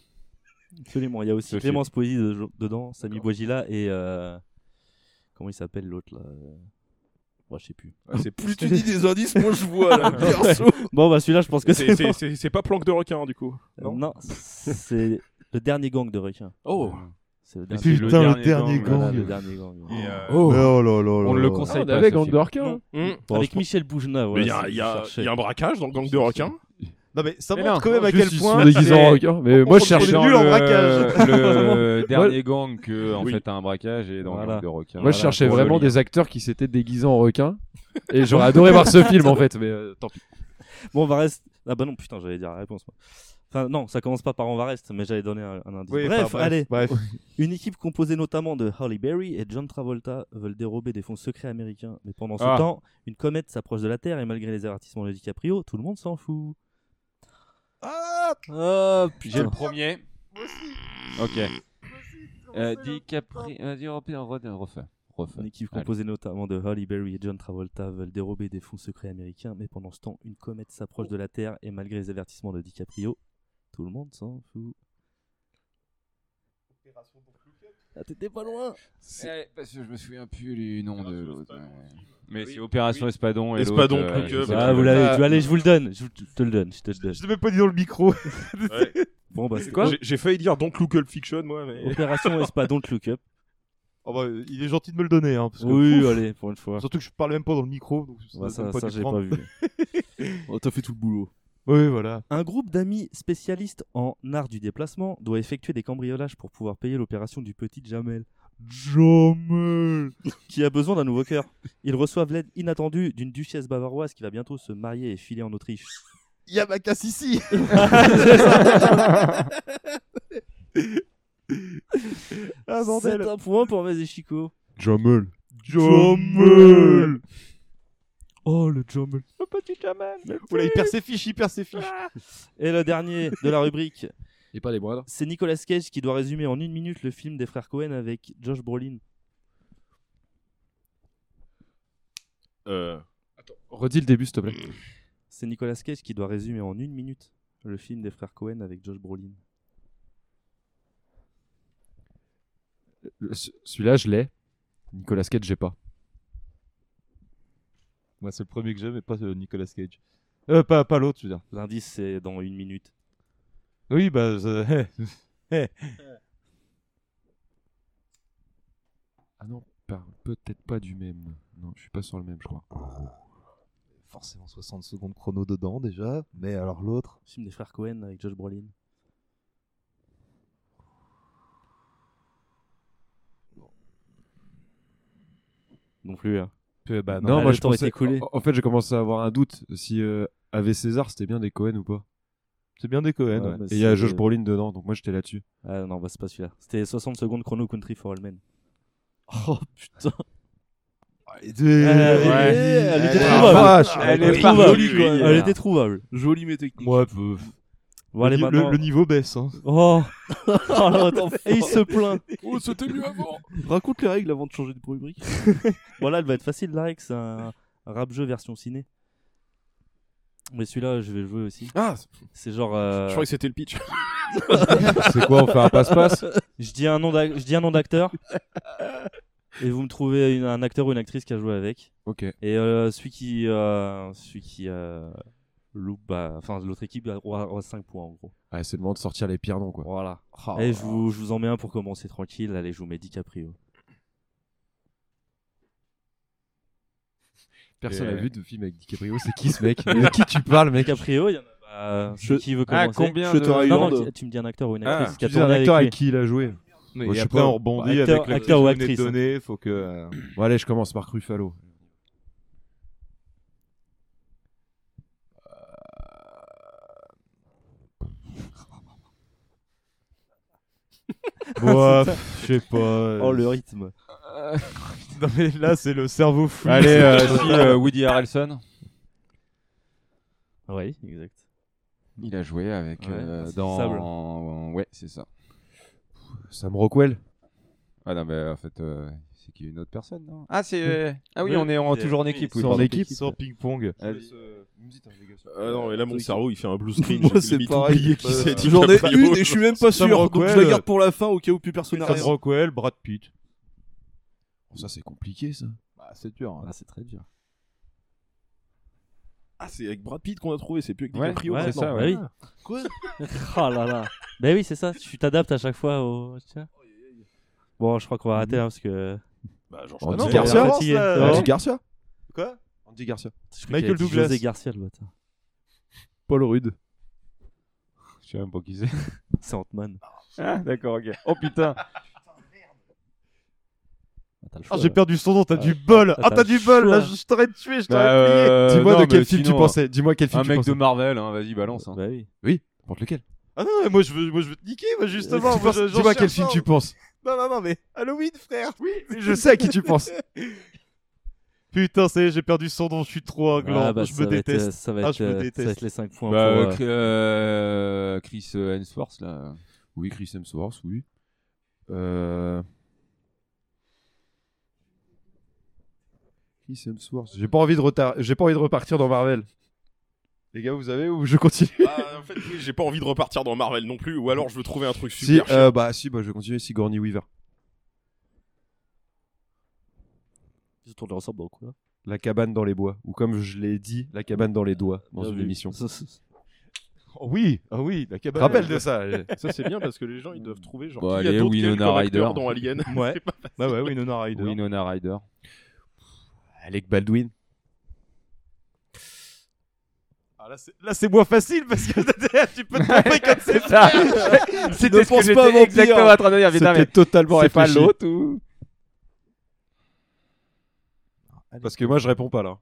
Speaker 10: Absolument. Il y a aussi
Speaker 9: Ce
Speaker 10: Clémence Poésie de- dedans, Samy Bouajila et. euh, comment il s'appelle l'autre là euh, Moi, je sais plus.
Speaker 11: Plus tu dis des indices, moi je vois là, perso.
Speaker 10: Bon, bah celui-là, je pense que
Speaker 11: C'est- c'est-
Speaker 10: c'est.
Speaker 11: C'est c'est pas planque de requin du coup.
Speaker 10: Non, c'est le dernier gang de requins.
Speaker 11: Oh.
Speaker 10: C'est le
Speaker 9: Mais
Speaker 10: dernier.
Speaker 9: c'est
Speaker 8: Putain, le dernier gang.
Speaker 10: Voilà, le dernier gang.
Speaker 11: Et, euh,
Speaker 9: Oh.
Speaker 8: Mais oh là là là
Speaker 9: On ne le
Speaker 8: là.
Speaker 9: conseille
Speaker 12: Ah, on
Speaker 9: pas.
Speaker 12: avait
Speaker 9: ce
Speaker 12: Gang
Speaker 9: film.
Speaker 12: de requins, hein.
Speaker 11: Hmm.
Speaker 10: Mmh. Avec Michel Boujna,
Speaker 11: Mais
Speaker 10: voilà.
Speaker 11: il y, a-
Speaker 10: c'est-
Speaker 11: y a-
Speaker 10: cherchais.
Speaker 11: y a un braquage dans le gang de requins.
Speaker 8: Non, mais ça
Speaker 9: Mais
Speaker 8: montre
Speaker 9: non,
Speaker 8: quand même à
Speaker 12: Juste,
Speaker 8: quel
Speaker 12: ils
Speaker 8: point.
Speaker 12: sont déguisés en
Speaker 9: c'est-
Speaker 12: requins. Mais moi, je
Speaker 8: on est
Speaker 12: cherchais. euh,
Speaker 8: nul
Speaker 9: dans
Speaker 8: en
Speaker 9: le-
Speaker 8: braquage.
Speaker 9: Le dernier
Speaker 12: Moi-
Speaker 9: gang que en
Speaker 11: Oui.
Speaker 9: fait a un braquage et dans
Speaker 10: Voilà.
Speaker 9: le gang de requins.
Speaker 12: Moi, je
Speaker 9: Voilà,
Speaker 12: cherchais
Speaker 9: pour
Speaker 12: vraiment
Speaker 9: le lien.
Speaker 12: des acteurs qui s'étaient déguisés en requins. Et j'aurais adoré voir ce film en fait, mais euh, tant pis.
Speaker 10: Bon, on va rester. Ah bah non, putain, j'allais dire la réponse. moi. Enfin, non, ça commence pas par on va rester, mais j'allais donner un, un indice.
Speaker 8: Oui,
Speaker 10: bref,
Speaker 8: enfin, bref,
Speaker 10: allez.
Speaker 8: Bref.
Speaker 10: Une équipe composée notamment de Halle Berry et John Travolta veulent dérober des fonds secrets américains. Mais pendant ce
Speaker 9: Ah.
Speaker 10: temps, une comète s'approche de la Terre et malgré les avertissements de DiCaprio, tout le monde s'en fout.
Speaker 8: Ah,
Speaker 10: Oh
Speaker 9: J'ai le
Speaker 10: putain.
Speaker 9: premier. Ok. Euh, DiCaprio. Vas-y, refais, refais, refais. refais.
Speaker 10: Une équipe composée notamment de Halle Berry et John Travolta veulent dérober des fonds secrets américains. Mais pendant ce temps, une comète s'approche de la Terre et malgré les avertissements de DiCaprio, tout le monde s'en fout. Ah, t'étais pas loin
Speaker 9: Eh, parce que je me souviens plus du nom de l'autre. ouais. Mais c'est Opération Espadon et
Speaker 11: Espadon,
Speaker 9: l'autre, euh,
Speaker 11: plus que-
Speaker 9: je sais
Speaker 10: Ah,
Speaker 9: plus.
Speaker 10: vous l'avez tu Allez, je vous le donne. Je vous- je te le donne. Je te le donne.
Speaker 8: euh, Je l'ai même pas dit dans le micro.
Speaker 10: Bon, bah, c'est
Speaker 11: J'ai- J'ai failli dire Don't Look Up Fiction, moi, mais.
Speaker 10: Opération Espadon de Look Up.
Speaker 8: Oh, bah, il est gentil de me le donner. Hein, parce que,
Speaker 10: Oui,
Speaker 8: pouf,
Speaker 10: allez, pour une fois.
Speaker 8: Surtout que je parle même pas dans le micro. Donc
Speaker 10: Bah, ça,
Speaker 8: donne
Speaker 10: ça,
Speaker 8: du
Speaker 10: j'ai
Speaker 8: prendre.
Speaker 10: pas vu.
Speaker 4: Oh, t'as fait tout le boulot.
Speaker 8: Oui, voilà.
Speaker 10: Un groupe d'amis spécialistes en art du déplacement doit effectuer des cambriolages pour pouvoir payer l'opération du petit Jamel. Jamel Qui a besoin d'un nouveau cœur. Ils reçoivent l'aide inattendue d'une duchesse bavaroise qui va bientôt se marier et filer en Autriche.
Speaker 8: Il y a ma casse ici
Speaker 10: Ah, bordel. C'est un point pour Maz et Chico.
Speaker 8: Jamel.
Speaker 10: Jamel. Oh le Jamel.
Speaker 8: Le petit Jamel. Oula, il perd ses fiches, il perd ses fiches.
Speaker 11: Ah.
Speaker 10: Et le dernier de la rubrique.
Speaker 8: Et pas les moindres.
Speaker 10: C'est Nicolas Cage qui doit résumer en une minute le film des frères Cohen avec Josh Brolin.
Speaker 11: Euh,
Speaker 10: Redis le début, s'il te plaît.
Speaker 12: Mmh.
Speaker 10: C'est Nicolas Cage qui doit résumer en une minute le film des frères Cohen avec Josh Brolin.
Speaker 12: Le- ce- Celui-là, je l'ai. Nicolas Cage, j'ai pas.
Speaker 8: Moi, c'est le premier que j'ai, mais pas euh, Nicolas Cage. Euh, pas, pas l'autre, je veux dire.
Speaker 10: L'indice, c'est dans une minute.
Speaker 8: Oui, bah. je- eh.
Speaker 12: Ah non, parle peut-être pas du même. Non, je suis pas sur le même, je crois.
Speaker 8: Forcément 60 secondes chrono dedans déjà, mais alors l'autre.
Speaker 10: Le film des frères Cohen avec Josh Brolin. Non plus, hein.
Speaker 8: bah,
Speaker 10: non, le temps est
Speaker 12: pensais-
Speaker 10: écoulé.
Speaker 12: En, en fait, j'ai commencé à avoir un doute si euh, AV César c'était bien des Cohen ou pas.
Speaker 8: C'est bien des Cohen,
Speaker 12: Ouais,
Speaker 8: ouais.
Speaker 12: mais
Speaker 8: Et
Speaker 12: Et il y a
Speaker 10: c'est-
Speaker 12: Josh Brolin dedans, donc moi j'étais là-dessus.
Speaker 10: Ah non, bah, c'est pas celui-là. C'était 60 secondes chrono Country for All Men. Oh putain.
Speaker 8: Elle,
Speaker 10: Ouais.
Speaker 8: elle était
Speaker 10: Ah,
Speaker 8: trouvable.
Speaker 10: vache.
Speaker 8: Elle
Speaker 10: Elle
Speaker 8: est
Speaker 10: était
Speaker 8: pas
Speaker 10: trouvable.
Speaker 8: jolie, quoi.
Speaker 10: Elle était trouvable.
Speaker 4: Jolie mais technique.
Speaker 8: Ouais, peu-
Speaker 10: Bon, allez,
Speaker 8: le, ni-
Speaker 10: maintenant-
Speaker 8: le- le niveau baisse. Hein.
Speaker 10: Oh. Oh, l'enfant. Et il se plaint.
Speaker 4: Oh, c'était
Speaker 8: hein.
Speaker 4: mieux avant. Raconte les règles avant de changer de rubrique.
Speaker 10: voilà, elle va être facile, la règle, c'est un rap jeu version ciné. Mais celui-là, je vais le jouer aussi.
Speaker 11: Ah
Speaker 10: C'est genre. euh,
Speaker 11: Je croyais que c'était le pitch.
Speaker 12: C'est quoi, on fait un passe-passe
Speaker 10: Je dis un nom d'ac- je dis un nom d'acteur. Et vous me trouvez une- un acteur ou une actrice qui a joué avec.
Speaker 12: Ok.
Speaker 10: Et euh, celui qui, euh, celui qui euh, loupe, bah, enfin l'autre équipe aura, 5 points en gros.
Speaker 12: Ah, c'est le moment de sortir les pires noms, quoi.
Speaker 10: Voilà.
Speaker 12: Oh.
Speaker 10: Et je vous, je vous en mets un pour commencer tranquille. Allez, je vous mets DiCaprio.
Speaker 12: Personne
Speaker 10: Et-
Speaker 12: n'a vu de film avec DiCaprio, c'est qui ce mec De qui tu parles, mec
Speaker 10: DiCaprio, il y en a. bah, celui qui veut
Speaker 11: Ah,
Speaker 10: commencer
Speaker 12: Je te
Speaker 10: Non, non, tu, tu me dis un acteur ou une actrice qui a
Speaker 12: Ah, tu dis un
Speaker 10: tourné
Speaker 12: acteur
Speaker 10: avec,
Speaker 12: avec
Speaker 10: lui.
Speaker 12: qui il a joué.
Speaker 8: Mais
Speaker 12: Moi,
Speaker 8: et
Speaker 12: je sais
Speaker 8: après,
Speaker 12: pas.
Speaker 8: on rebondit
Speaker 10: Acteur-
Speaker 8: avec
Speaker 10: acteur
Speaker 8: l'acteur
Speaker 10: ou
Speaker 8: ou
Speaker 10: actrice,
Speaker 8: actrice.
Speaker 10: hein.
Speaker 8: Donné, faut que. euh,
Speaker 12: Bon, allez, je commence par Ruffalo.
Speaker 8: Bon, pff, je sais pas. euh,
Speaker 10: Oh le rythme.
Speaker 8: non mais là, c'est le cerveau fou.
Speaker 12: Allez, euh, si, euh, Woody Harrelson.
Speaker 10: Oui, exact.
Speaker 12: Il a joué avec.
Speaker 10: Ouais,
Speaker 12: euh,
Speaker 10: c'est
Speaker 12: dans...
Speaker 10: Sable.
Speaker 12: Ouais, c'est ça. Sam Rockwell. Ah non, mais en fait, euh, c'est qu'il y a une autre personne, non Ah, c'est. euh, Ah oui, on est en, toujours en équipe. Oui,
Speaker 8: Sans
Speaker 12: pardon.
Speaker 8: équipe, sans ping-pong.
Speaker 12: Euh,
Speaker 11: Ah non, mais là, mon cerveau, il fait un blue screen.
Speaker 4: Moi,
Speaker 11: j'ai
Speaker 4: c'est
Speaker 11: limite
Speaker 4: pareil.
Speaker 11: oublié qui c'est
Speaker 4: J'en ai
Speaker 11: DiCaprio.
Speaker 4: une et je suis même pas sûr.
Speaker 8: Sam
Speaker 4: Donc je la
Speaker 8: Rockwell.
Speaker 4: garde pour la fin au cas où plus personne
Speaker 8: Sam
Speaker 4: n'arrive.
Speaker 8: Rockwell, Brad Pitt.
Speaker 12: Oh, ça, c'est compliqué, ça.
Speaker 8: Bah, c'est dur. hein.
Speaker 10: c'est très dur.
Speaker 11: Ah, c'est avec Brad Pitt qu'on a trouvé, c'est plus avec
Speaker 12: Ouais,
Speaker 11: DiCaprio.
Speaker 12: ouais, c'est
Speaker 11: maintenant.
Speaker 12: ça,
Speaker 10: Bah oui.
Speaker 4: Quoi
Speaker 10: Oh là là. Bah oui, c'est ça. Tu t'adaptes à chaque fois au. tiens. Bon, je crois qu'on va arrêter là parce que.
Speaker 11: Bah, genre,
Speaker 10: On
Speaker 12: Andy
Speaker 10: est
Speaker 12: Garcia,
Speaker 10: fatigué.
Speaker 8: avance, là.
Speaker 10: Ouais.
Speaker 12: Andy Garcia.
Speaker 8: Quoi
Speaker 12: Andy Garcia.
Speaker 10: Je crois
Speaker 8: Michael
Speaker 10: qu'il a dit
Speaker 8: Douglas.
Speaker 10: José Garcia, le bâtard.
Speaker 12: Paul Rudd. Je sais même pas qui c'est.
Speaker 10: C'est Ant-Man.
Speaker 12: Ah, d'accord, ok. Oh putain.
Speaker 10: T'as le
Speaker 8: Ah,
Speaker 10: choix,
Speaker 8: j'ai
Speaker 10: là.
Speaker 8: perdu son nom, t'as
Speaker 10: Ouais.
Speaker 8: du bol
Speaker 10: Ah,
Speaker 8: Ah,
Speaker 10: t'as
Speaker 8: t'as
Speaker 10: le
Speaker 8: du bol Là,
Speaker 10: choix.
Speaker 8: je je t'aurais tué, je
Speaker 12: Bah,
Speaker 8: t'aurais plié
Speaker 12: euh,
Speaker 8: Dis-moi
Speaker 12: non,
Speaker 8: de quel
Speaker 12: mais
Speaker 8: film
Speaker 12: sinon,
Speaker 8: tu pensais Dis-moi quel film
Speaker 12: Un
Speaker 8: tu
Speaker 12: mec
Speaker 8: pensais.
Speaker 12: de Marvel, hein, vas-y, balance. hein.
Speaker 10: Bah oui.
Speaker 12: Oui, n'importe lequel.
Speaker 8: Ah non, mais moi, je veux, moi, je veux te niquer, moi, justement
Speaker 12: Tu
Speaker 8: moi,
Speaker 12: penses-
Speaker 8: je- j'en
Speaker 12: Dis-moi quel film
Speaker 8: cherche un.
Speaker 12: tu penses.
Speaker 8: Non, non, non, mais Halloween, frère Oui,
Speaker 12: mais je sais à qui tu penses.
Speaker 8: Putain, ça y est, j'ai perdu son nom, je suis trop anglant,
Speaker 10: Ah, bah,
Speaker 8: je
Speaker 10: ça
Speaker 8: me
Speaker 10: va être,
Speaker 8: déteste.
Speaker 10: euh, ça va
Speaker 8: ah,
Speaker 10: être,
Speaker 8: je me
Speaker 10: euh,
Speaker 8: déteste.
Speaker 10: ça va être les 5 points.
Speaker 12: Bah, euh,
Speaker 10: pour, euh,
Speaker 12: Cri- euh, Chris Hemsworth, là. Oui, Chris Hemsworth, oui. Euh... Chris Hemsworth. J'ai pas envie de retard... J'ai pas envie de repartir dans Marvel. Les gars, vous avez ou je continue
Speaker 11: Ah, en fait, oui, j'ai pas envie de repartir dans Marvel non plus, ou alors je veux trouver un truc
Speaker 12: Si,
Speaker 11: super. cher.
Speaker 12: euh, bah si, bah je vais continuer Sigourney Weaver.
Speaker 10: Ils se tournent ensemble dans quoi
Speaker 12: La cabane dans les bois, ou comme je l'ai dit, la cabane dans les doigts dans
Speaker 4: Bien
Speaker 12: une
Speaker 4: vu.
Speaker 12: émission.
Speaker 4: Ça, ça, ça.
Speaker 8: Oh oui, ah oui, la cabane.
Speaker 12: Rappelle
Speaker 10: euh,
Speaker 12: de ça.
Speaker 6: eh,
Speaker 12: j'ai-
Speaker 11: Ça, c'est bien parce que les gens, ils doivent trouver genre
Speaker 12: Bon,
Speaker 11: qui
Speaker 12: allez,
Speaker 11: a d'autre que
Speaker 12: Winona
Speaker 11: comme acteur
Speaker 12: Ryder.
Speaker 11: dans Alien.
Speaker 8: Ouais.
Speaker 11: C'est pas facile.
Speaker 8: Bah ouais, Winona Ryder.
Speaker 12: Winona Ryder. Alec Baldwin.
Speaker 8: Ah, là, c'est- là, c'est moins facile parce que tu peux te tromper comme c'est
Speaker 6: ça. C'était ce que j'étais exactement en train de dire. Putain, mais c'est pas l'autre ou
Speaker 12: Parce que moi, je réponds pas là.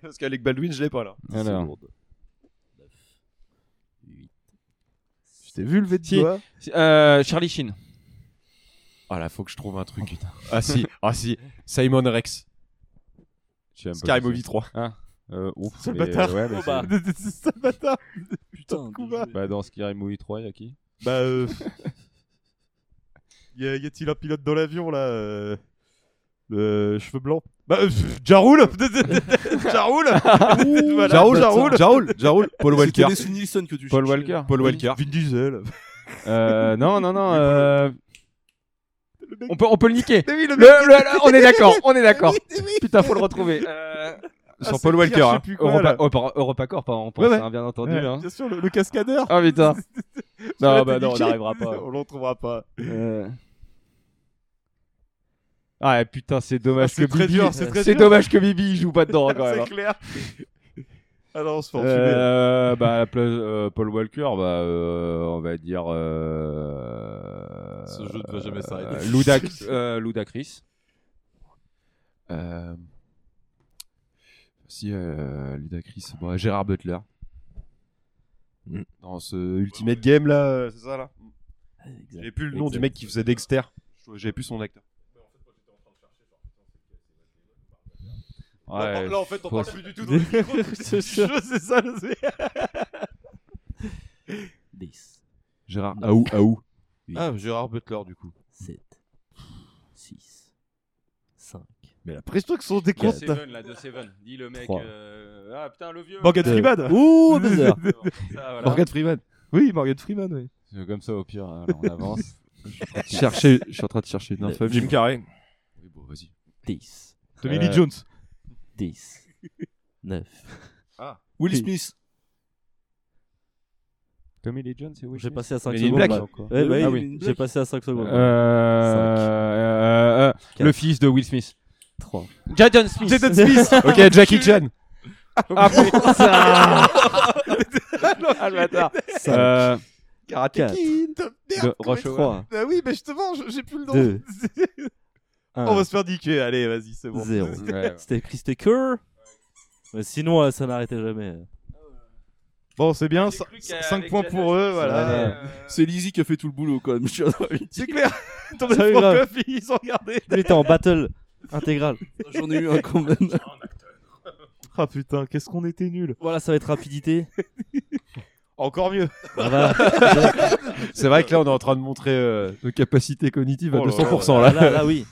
Speaker 12: Parce qu'Alec Baldwin, je l'ai pas là.
Speaker 6: Alors.
Speaker 8: Je t'ai vu lever de
Speaker 6: Si,
Speaker 8: doigt.
Speaker 6: si, euh, Charlie Sheen.
Speaker 12: Ah là, faut que je trouve un
Speaker 8: Oh,
Speaker 12: truc. putain. ah si, ah si, Simon Rex.
Speaker 9: J'ai un peu
Speaker 12: Sky
Speaker 9: pensé.
Speaker 12: Movie 3.
Speaker 9: Ah, euh, ouf.
Speaker 12: C'est le
Speaker 9: mais,
Speaker 12: bâtard.
Speaker 9: euh, ouais, mais
Speaker 12: Oh bah.
Speaker 9: c'est-
Speaker 8: C'est bâtard.
Speaker 4: Putain,
Speaker 9: Bah, dans Sky Movie 3, il y a qui
Speaker 8: Bah, euh... y, a- y a-t-il un pilote dans l'avion là euh, euh, Cheveux blancs Bah, euh, Jaroul Jaroul Voilà. Bah,
Speaker 12: Jaoul, Jaoul, Jaoul, Jaoul, Paul
Speaker 4: C'était
Speaker 12: Walker.
Speaker 4: Leslie Nielsen que tu
Speaker 12: Paul
Speaker 4: cherchais.
Speaker 12: Walker. Paul Walker.
Speaker 8: Vin Diesel.
Speaker 6: Euh, non, non, non. euh, On peut, on peut le niquer.
Speaker 8: Mais oui, le
Speaker 6: Le- le-
Speaker 8: mec-
Speaker 6: le- on est d'accord, on est d'accord.
Speaker 8: Mais oui, mais oui.
Speaker 6: Putain, faut le retrouver. Euh,
Speaker 8: Sans Ah, Paul c'est Walker, pire, je sais hein. plus quoi,
Speaker 6: Europa-
Speaker 8: là.
Speaker 6: oh, par- EuropaCorp, hein, on pense,
Speaker 8: Ouais, ouais.
Speaker 6: hein, bien entendu.
Speaker 8: Ouais,
Speaker 6: hein.
Speaker 8: Bien sûr, le, le cascadeur.
Speaker 6: Ah putain.
Speaker 8: Celui-là,
Speaker 6: non,
Speaker 8: t'es
Speaker 6: bah non, on
Speaker 8: niqué.
Speaker 6: n'arrivera pas.
Speaker 8: On l'en trouvera pas.
Speaker 6: Euh. Ah putain, c'est dommage que
Speaker 8: Ah, c'est très
Speaker 6: Bibi.
Speaker 8: dur, c'est très dur.
Speaker 6: dommage que Bibi il joue pas dedans quand même.
Speaker 8: C'est
Speaker 6: hein.
Speaker 8: clair. Alors, on se fait enfumer.
Speaker 9: Euh, bah, à la place, euh, Paul Walker, bah, euh, on va dire. euh,
Speaker 8: Ce jeu ne va jamais s'arrêter.
Speaker 9: euh, Ludac- euh, Ludacris.
Speaker 12: Euh... Si, euh, Ludacris, bon, Gérard Butler.
Speaker 8: Mm.
Speaker 12: Dans ce Ultimate Game là, euh, c'est ça là J'ai plus le nom du mec qui faisait Dexter. J'ai plus son acteur.
Speaker 9: Ouais,
Speaker 8: Là, en fait, on
Speaker 9: faut-
Speaker 8: parle plus du tout dans le micro. C'est chaud, c'est ça. là, c'est-
Speaker 12: Gérard
Speaker 8: Non.
Speaker 12: Aou Aou.
Speaker 8: Ah, Gérard Butler, du coup.
Speaker 10: 7, 6, 5.
Speaker 8: Mais la pression que sont des comptes.
Speaker 9: Seven, là, de Seven. Dis le mec.
Speaker 8: Trois.
Speaker 9: euh, Ah putain, le vieux.
Speaker 8: Morgan
Speaker 9: Euh,
Speaker 8: Freeman.
Speaker 9: Ouh, bizarre. Ça, voilà.
Speaker 12: Morgan Freeman.
Speaker 8: Oui, Morgan Freeman, oui.
Speaker 9: C'est Comme ça, au pire, hein, alors, on avance.
Speaker 12: Chercher, je suis en train de chercher une info.
Speaker 9: Jim Carrey.
Speaker 12: Oui, bon, vas-y.
Speaker 10: 10.
Speaker 8: Tommy Lee Jones.
Speaker 10: 10, 9.
Speaker 12: Ah.
Speaker 4: Will Smith.
Speaker 9: Tommy Lee Jones, c'est oui.
Speaker 10: J'ai passé à 5
Speaker 9: Mais
Speaker 10: secondes.
Speaker 9: Black.
Speaker 10: là.
Speaker 9: Quoi.
Speaker 10: Ouais, bah,
Speaker 9: Ah
Speaker 10: oui,
Speaker 9: oui.
Speaker 10: J'ai passé à 5 secondes.
Speaker 9: Euh, euh, euh, le fils de Will Smith.
Speaker 10: 3.
Speaker 6: Jadon Smith.
Speaker 10: Jadon Smith.
Speaker 12: ok, Jackie Chan.
Speaker 8: Oh,
Speaker 6: Ah putain
Speaker 8: Ah,
Speaker 6: le bâtard.
Speaker 10: Cinq.
Speaker 9: Euh,
Speaker 6: Karate
Speaker 10: Quatre.
Speaker 8: Kid. Merde,
Speaker 9: De
Speaker 8: comment
Speaker 9: Rush
Speaker 8: il-
Speaker 9: Hour.
Speaker 8: Bah oui, mais justement, je- j'ai plus le nom.
Speaker 10: Deux. Un.
Speaker 8: On va se faire niquer. Allez, vas-y, c'est bon.
Speaker 10: 0.
Speaker 8: Ouais, ouais.
Speaker 10: C'était Chris Tucker. Mais sinon, euh, ça n'arrêtait jamais.
Speaker 8: Bon, c'est bien. 5 points pour eux, voilà.
Speaker 4: C'est Lizzie qui a fait tout le boulot quand même.
Speaker 8: C'est clair. Ton
Speaker 10: Ça,
Speaker 8: Franck
Speaker 10: grave.
Speaker 8: Coff, ils ont regardé.
Speaker 10: Lui était en battle intégral.
Speaker 4: J'en ai eu un quand même.
Speaker 8: Ah putain, qu'est-ce qu'on était nuls.
Speaker 10: Voilà, ça va être rapidité.
Speaker 8: Encore mieux.
Speaker 10: Ah, voilà.
Speaker 12: C'est vrai que là, on est en train de montrer euh, nos capacités cognitives à
Speaker 8: Oh là
Speaker 12: 200%.
Speaker 10: Ah,
Speaker 12: Là,
Speaker 10: là, là, oui.